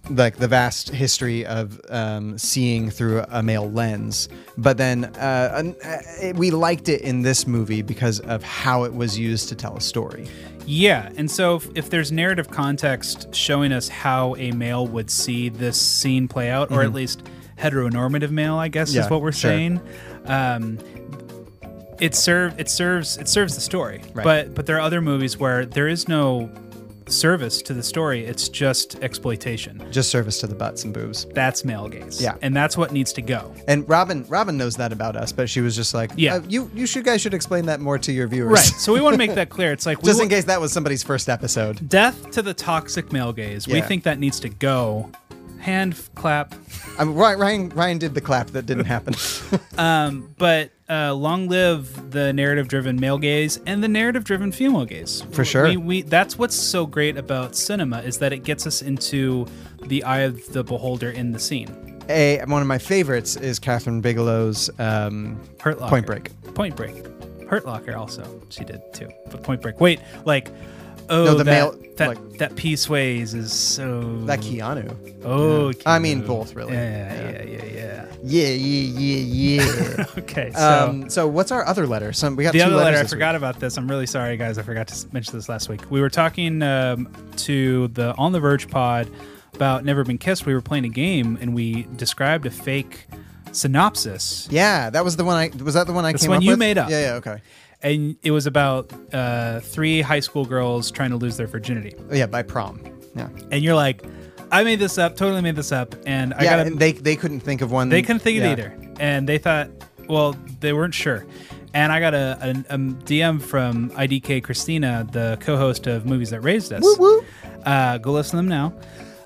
[SPEAKER 3] like the vast history of um, seeing through a male lens but then uh, an- uh, it, we liked it in this movie because of how it was used to tell a story
[SPEAKER 4] Yeah, and so if, if there's narrative context showing us how a male would see this scene play out, or at
[SPEAKER 3] Mhm.
[SPEAKER 4] least heteronormative male, I guess
[SPEAKER 3] Yeah,
[SPEAKER 4] is what we're
[SPEAKER 3] sure.
[SPEAKER 4] saying. Um, it serve it serves it serves the story,
[SPEAKER 3] Right.
[SPEAKER 4] but but there are other movies where there is no service to the story; it's just exploitation.
[SPEAKER 3] just service to the butts and boobs
[SPEAKER 4] That's male gaze,
[SPEAKER 3] Yeah.
[SPEAKER 4] and that's what needs to go.
[SPEAKER 3] And Robin, Robin knows that about us, but she was just like,
[SPEAKER 4] Yeah.
[SPEAKER 3] "Uh, you you should guys should explain that more to your viewers,
[SPEAKER 4] Right. So we want to make that clear. It's like we
[SPEAKER 3] just in
[SPEAKER 4] wa-
[SPEAKER 3] case that was somebody's first episode.
[SPEAKER 4] death to the toxic male gaze. We
[SPEAKER 3] Yeah.
[SPEAKER 4] think that needs to go. Hand f- clap.
[SPEAKER 3] I mean, Ryan, Um, Ryan Ryan did the clap that didn't happen.
[SPEAKER 4] Um, but uh, long live the narrative-driven male gaze and the narrative-driven female gaze.
[SPEAKER 3] For sure.
[SPEAKER 4] we, we that's what's so great about cinema is that it gets us into the eye of the beholder in the scene.
[SPEAKER 3] A one of my favorites is Catherine Bigelow's um,
[SPEAKER 4] Hurt Locker.
[SPEAKER 3] Point Break.
[SPEAKER 4] Point Break, Hurt Locker also she did too, but Point Break. Wait, like oh
[SPEAKER 3] No, the
[SPEAKER 4] that
[SPEAKER 3] male-
[SPEAKER 4] that, that Peace Ways is so
[SPEAKER 3] That Keanu.
[SPEAKER 4] Oh,
[SPEAKER 3] Yeah. I mean
[SPEAKER 4] Keanu.
[SPEAKER 3] both really.
[SPEAKER 4] Yeah, yeah, yeah, yeah.
[SPEAKER 3] Yeah, yeah, yeah, yeah.
[SPEAKER 4] Okay, so-
[SPEAKER 3] Um, so what's our other letter? Some we got
[SPEAKER 4] the
[SPEAKER 3] two
[SPEAKER 4] other
[SPEAKER 3] letters
[SPEAKER 4] letter. I
[SPEAKER 3] this week.
[SPEAKER 4] forgot about this. I'm really sorry, guys. I forgot to s- mention this last week. We were talking um, to the On the Verge pod about Never Been Kissed. We were playing a game and we described a fake synopsis.
[SPEAKER 3] Yeah, that was the one I was that the one I
[SPEAKER 4] This
[SPEAKER 3] came
[SPEAKER 4] one
[SPEAKER 3] up
[SPEAKER 4] you
[SPEAKER 3] with?
[SPEAKER 4] made up.
[SPEAKER 3] Yeah, yeah, okay.
[SPEAKER 4] and it was about uh, three high school girls trying to lose their virginity.
[SPEAKER 3] Yeah, by prom. Yeah.
[SPEAKER 4] And you're like, I made this up, totally made this up, and I
[SPEAKER 3] yeah,
[SPEAKER 4] got
[SPEAKER 3] and they they couldn't think of one.
[SPEAKER 4] They couldn't think of
[SPEAKER 3] Mm, yeah.
[SPEAKER 4] it either, and they thought, well, they weren't sure. And I got a, an- a DM from IDK Christina, the co-host of Movies That Raised Us.
[SPEAKER 3] Woo woo.
[SPEAKER 4] Uh, go listen to them now.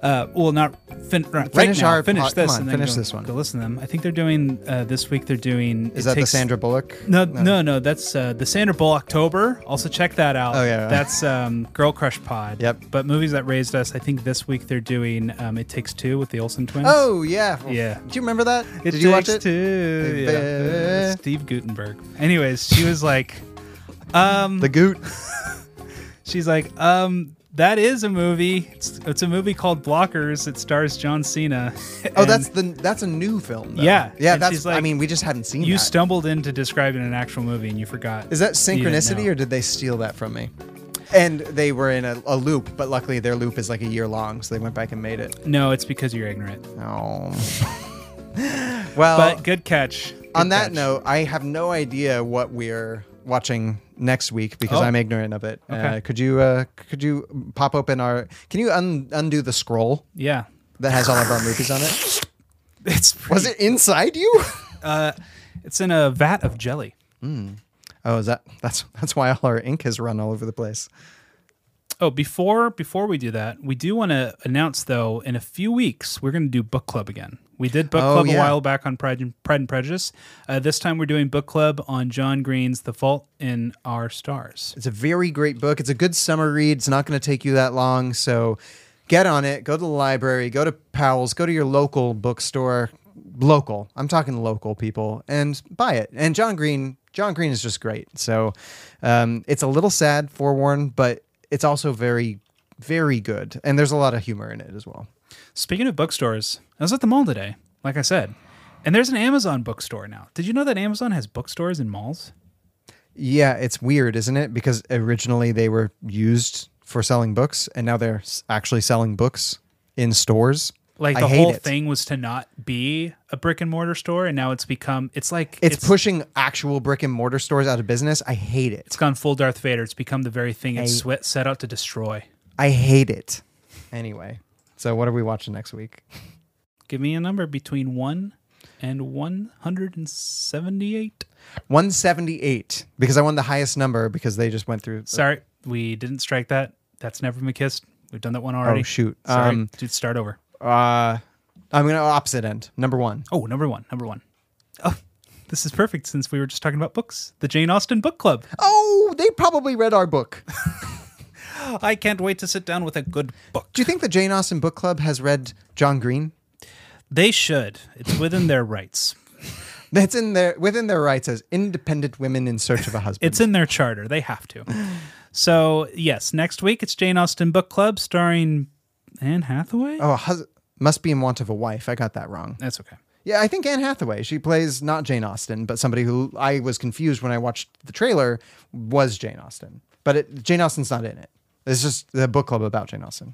[SPEAKER 4] Uh, well, not fin- right
[SPEAKER 3] Finish
[SPEAKER 4] now.
[SPEAKER 3] our
[SPEAKER 4] finish
[SPEAKER 3] pod-
[SPEAKER 4] this
[SPEAKER 3] come on,
[SPEAKER 4] and then
[SPEAKER 3] finish
[SPEAKER 4] go-
[SPEAKER 3] this one.
[SPEAKER 4] Go listen to them. I think they're doing uh, this week. They're doing
[SPEAKER 3] Is
[SPEAKER 4] It
[SPEAKER 3] that
[SPEAKER 4] Takes-
[SPEAKER 3] the Sandra Bullock?
[SPEAKER 4] no, no, no, That's uh, the Sandra Bull October. Also check that out.
[SPEAKER 3] Oh, yeah.
[SPEAKER 4] That's um, Girl Crush Pod.
[SPEAKER 3] Yep.
[SPEAKER 4] But movies that raised us. I think this week they're doing um, It Takes Two with the Olsen twins.
[SPEAKER 3] Oh yeah.
[SPEAKER 4] Yeah.
[SPEAKER 3] Do you remember that?
[SPEAKER 4] It
[SPEAKER 3] Did you watch
[SPEAKER 4] Takes
[SPEAKER 3] it?
[SPEAKER 4] Two.
[SPEAKER 3] Hey,
[SPEAKER 4] Yeah.
[SPEAKER 3] baby.
[SPEAKER 4] Uh, Steve Gutenberg. Anyways, she was like, um, the
[SPEAKER 3] Goot.
[SPEAKER 4] she's like, um. That is a movie. It's, it's a movie called Blockers. It stars John Cena.
[SPEAKER 3] Oh,
[SPEAKER 4] And-
[SPEAKER 3] that's the that's a new film. Though.
[SPEAKER 4] Yeah,
[SPEAKER 3] Yeah.
[SPEAKER 4] and
[SPEAKER 3] That's.
[SPEAKER 4] she's like,
[SPEAKER 3] I mean, we just haven't seen.
[SPEAKER 4] you
[SPEAKER 3] that.
[SPEAKER 4] stumbled into describing an actual movie and you forgot.
[SPEAKER 3] Is that
[SPEAKER 4] you didn't
[SPEAKER 3] synchronicity
[SPEAKER 4] know.
[SPEAKER 3] or did they steal that from me? And they were in a, a loop, but luckily their loop is like a year long, so they went back and made it.
[SPEAKER 4] No, it's because you're ignorant.
[SPEAKER 3] Oh. well,
[SPEAKER 4] but good catch. Good
[SPEAKER 3] Oh. on that
[SPEAKER 4] catch.
[SPEAKER 3] note, I have no idea what we're watching next week because
[SPEAKER 4] Oh.
[SPEAKER 3] I'm ignorant of it.
[SPEAKER 4] Okay.
[SPEAKER 3] Uh, could you uh, could you pop open our? Can you un- undo the scroll
[SPEAKER 4] yeah,
[SPEAKER 3] that has all of our movies on it?
[SPEAKER 4] it's
[SPEAKER 3] Was it inside you?
[SPEAKER 4] uh, it's in a vat of jelly.
[SPEAKER 3] Oh, is that that's that's why all our ink has run all over the place.
[SPEAKER 4] Oh, before before we do that, we do want to announce though. In a few weeks, we're going to do book club again. We did book
[SPEAKER 3] Oh,
[SPEAKER 4] club a
[SPEAKER 3] yeah.
[SPEAKER 4] while back on Pride and, Pride and Prejudice. Uh, this time, we're doing book club on John Green's *The Fault in Our Stars*.
[SPEAKER 3] It's a very great book. It's a good summer read. It's not going to take you that long. So get on it. Go to the library. Go to Powell's. Go to your local bookstore. Local. I'm talking local people and buy it. And John Green, John Green is just great. So um, it's a little sad, forewarned, but it's also very, very good. And there's a lot of humor in it as well.
[SPEAKER 4] Speaking of bookstores, I was at the mall today, like I said, and there's an Amazon bookstore now. Did you know that Amazon has bookstores in malls?
[SPEAKER 3] Yeah, it's weird, isn't it? Because originally they were used for selling books and now they're s- actually selling books in stores.
[SPEAKER 4] Like
[SPEAKER 3] I
[SPEAKER 4] the
[SPEAKER 3] hate
[SPEAKER 4] whole
[SPEAKER 3] it.
[SPEAKER 4] thing was to not be a brick and mortar store, and now it's become it's like
[SPEAKER 3] It's, pushing actual brick and mortar stores out of business. I hate it.
[SPEAKER 4] It's gone full Darth Vader. It's become the very thing it's
[SPEAKER 3] Hey.
[SPEAKER 4] sweat set out to destroy.
[SPEAKER 3] I hate it. Anyway, so what are we watching next week?
[SPEAKER 4] Give me a number between one and one hundred and seventy-eight.
[SPEAKER 3] 178 because I won the highest number because they just went through.
[SPEAKER 4] Sorry, we didn't strike that. That's never been kissed. We've done that one already.
[SPEAKER 3] Oh shoot.
[SPEAKER 4] Sorry,
[SPEAKER 3] Um
[SPEAKER 4] dude, start over.
[SPEAKER 3] uh I'm going to opposite end. Number 1.
[SPEAKER 4] Oh, number one, number one. Oh, this is perfect since we were just talking about books. The Jane Austen Book Club.
[SPEAKER 3] Oh, they probably read our book.
[SPEAKER 4] Oh, I can't wait to sit down with a good book.
[SPEAKER 3] Do you think the Jane Austen book club has read John Green?
[SPEAKER 4] They should. It's within their rights.
[SPEAKER 3] That's in their within their rights as independent women in search of a husband.
[SPEAKER 4] It's in their charter. They have to. So, yes, next week it's Jane Austen Book Club starring Anne Hathaway.
[SPEAKER 3] oh, a hus- must be in want of a wife. I got that wrong.
[SPEAKER 4] That's okay.
[SPEAKER 3] Yeah, I think Anne Hathaway. She plays not Jane Austen, but somebody who I was confused when I watched the trailer was Jane Austen. But it, Jane Austen's not in it. It's just the book club about Jane Austen.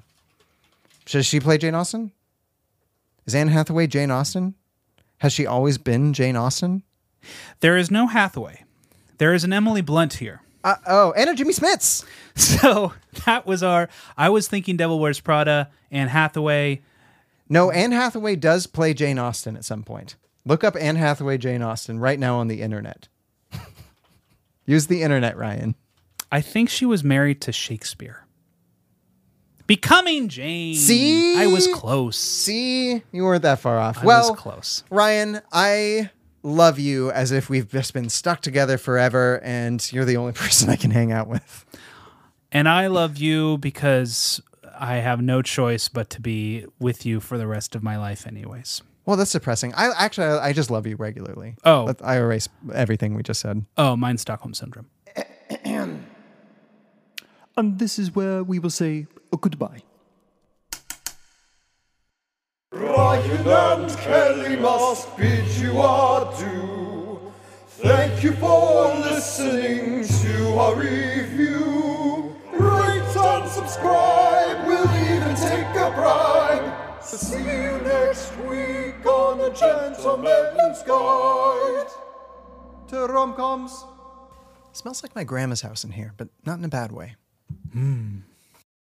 [SPEAKER 3] Does she play Jane Austen? Is Anne Hathaway Jane Austen? Has she always been Jane Austen?
[SPEAKER 4] There is no Hathaway. There is an Emily Blunt here.
[SPEAKER 3] Uh, oh, Anna Jimmy Smits.
[SPEAKER 4] So, that was our. I was thinking Devil Wears Prada, Anne Hathaway.
[SPEAKER 3] No, Anne Hathaway does play Jane Austen at some point. Look up Anne Hathaway Jane Austen right now on the internet. Use the internet, Ryan.
[SPEAKER 4] I think she was married to Shakespeare. Becoming Jane.
[SPEAKER 3] See?
[SPEAKER 4] I was close.
[SPEAKER 3] See, you weren't that far off.
[SPEAKER 4] I
[SPEAKER 3] well,
[SPEAKER 4] was close.
[SPEAKER 3] Ryan, I love you as if we've just been stuck together forever and you're the only person I can hang out with.
[SPEAKER 4] And I love you because I have no choice but to be with you for the rest of my life, anyways.
[SPEAKER 3] Well, that's depressing. I actually I I just love you regularly.
[SPEAKER 4] Oh.
[SPEAKER 3] But I erase everything we just said.
[SPEAKER 4] Oh, mine's Stockholm Syndrome.
[SPEAKER 25] And this is where we will say goodbye.
[SPEAKER 19] Ryan and Kelly must bid you adieu. Thank you for listening to our review. Rate and subscribe, we'll even take a bribe. See you next week on A Gentleman's Guide to Rom-Coms.
[SPEAKER 3] Smells like my grandma's house in here, but not in a bad way.
[SPEAKER 4] Mm.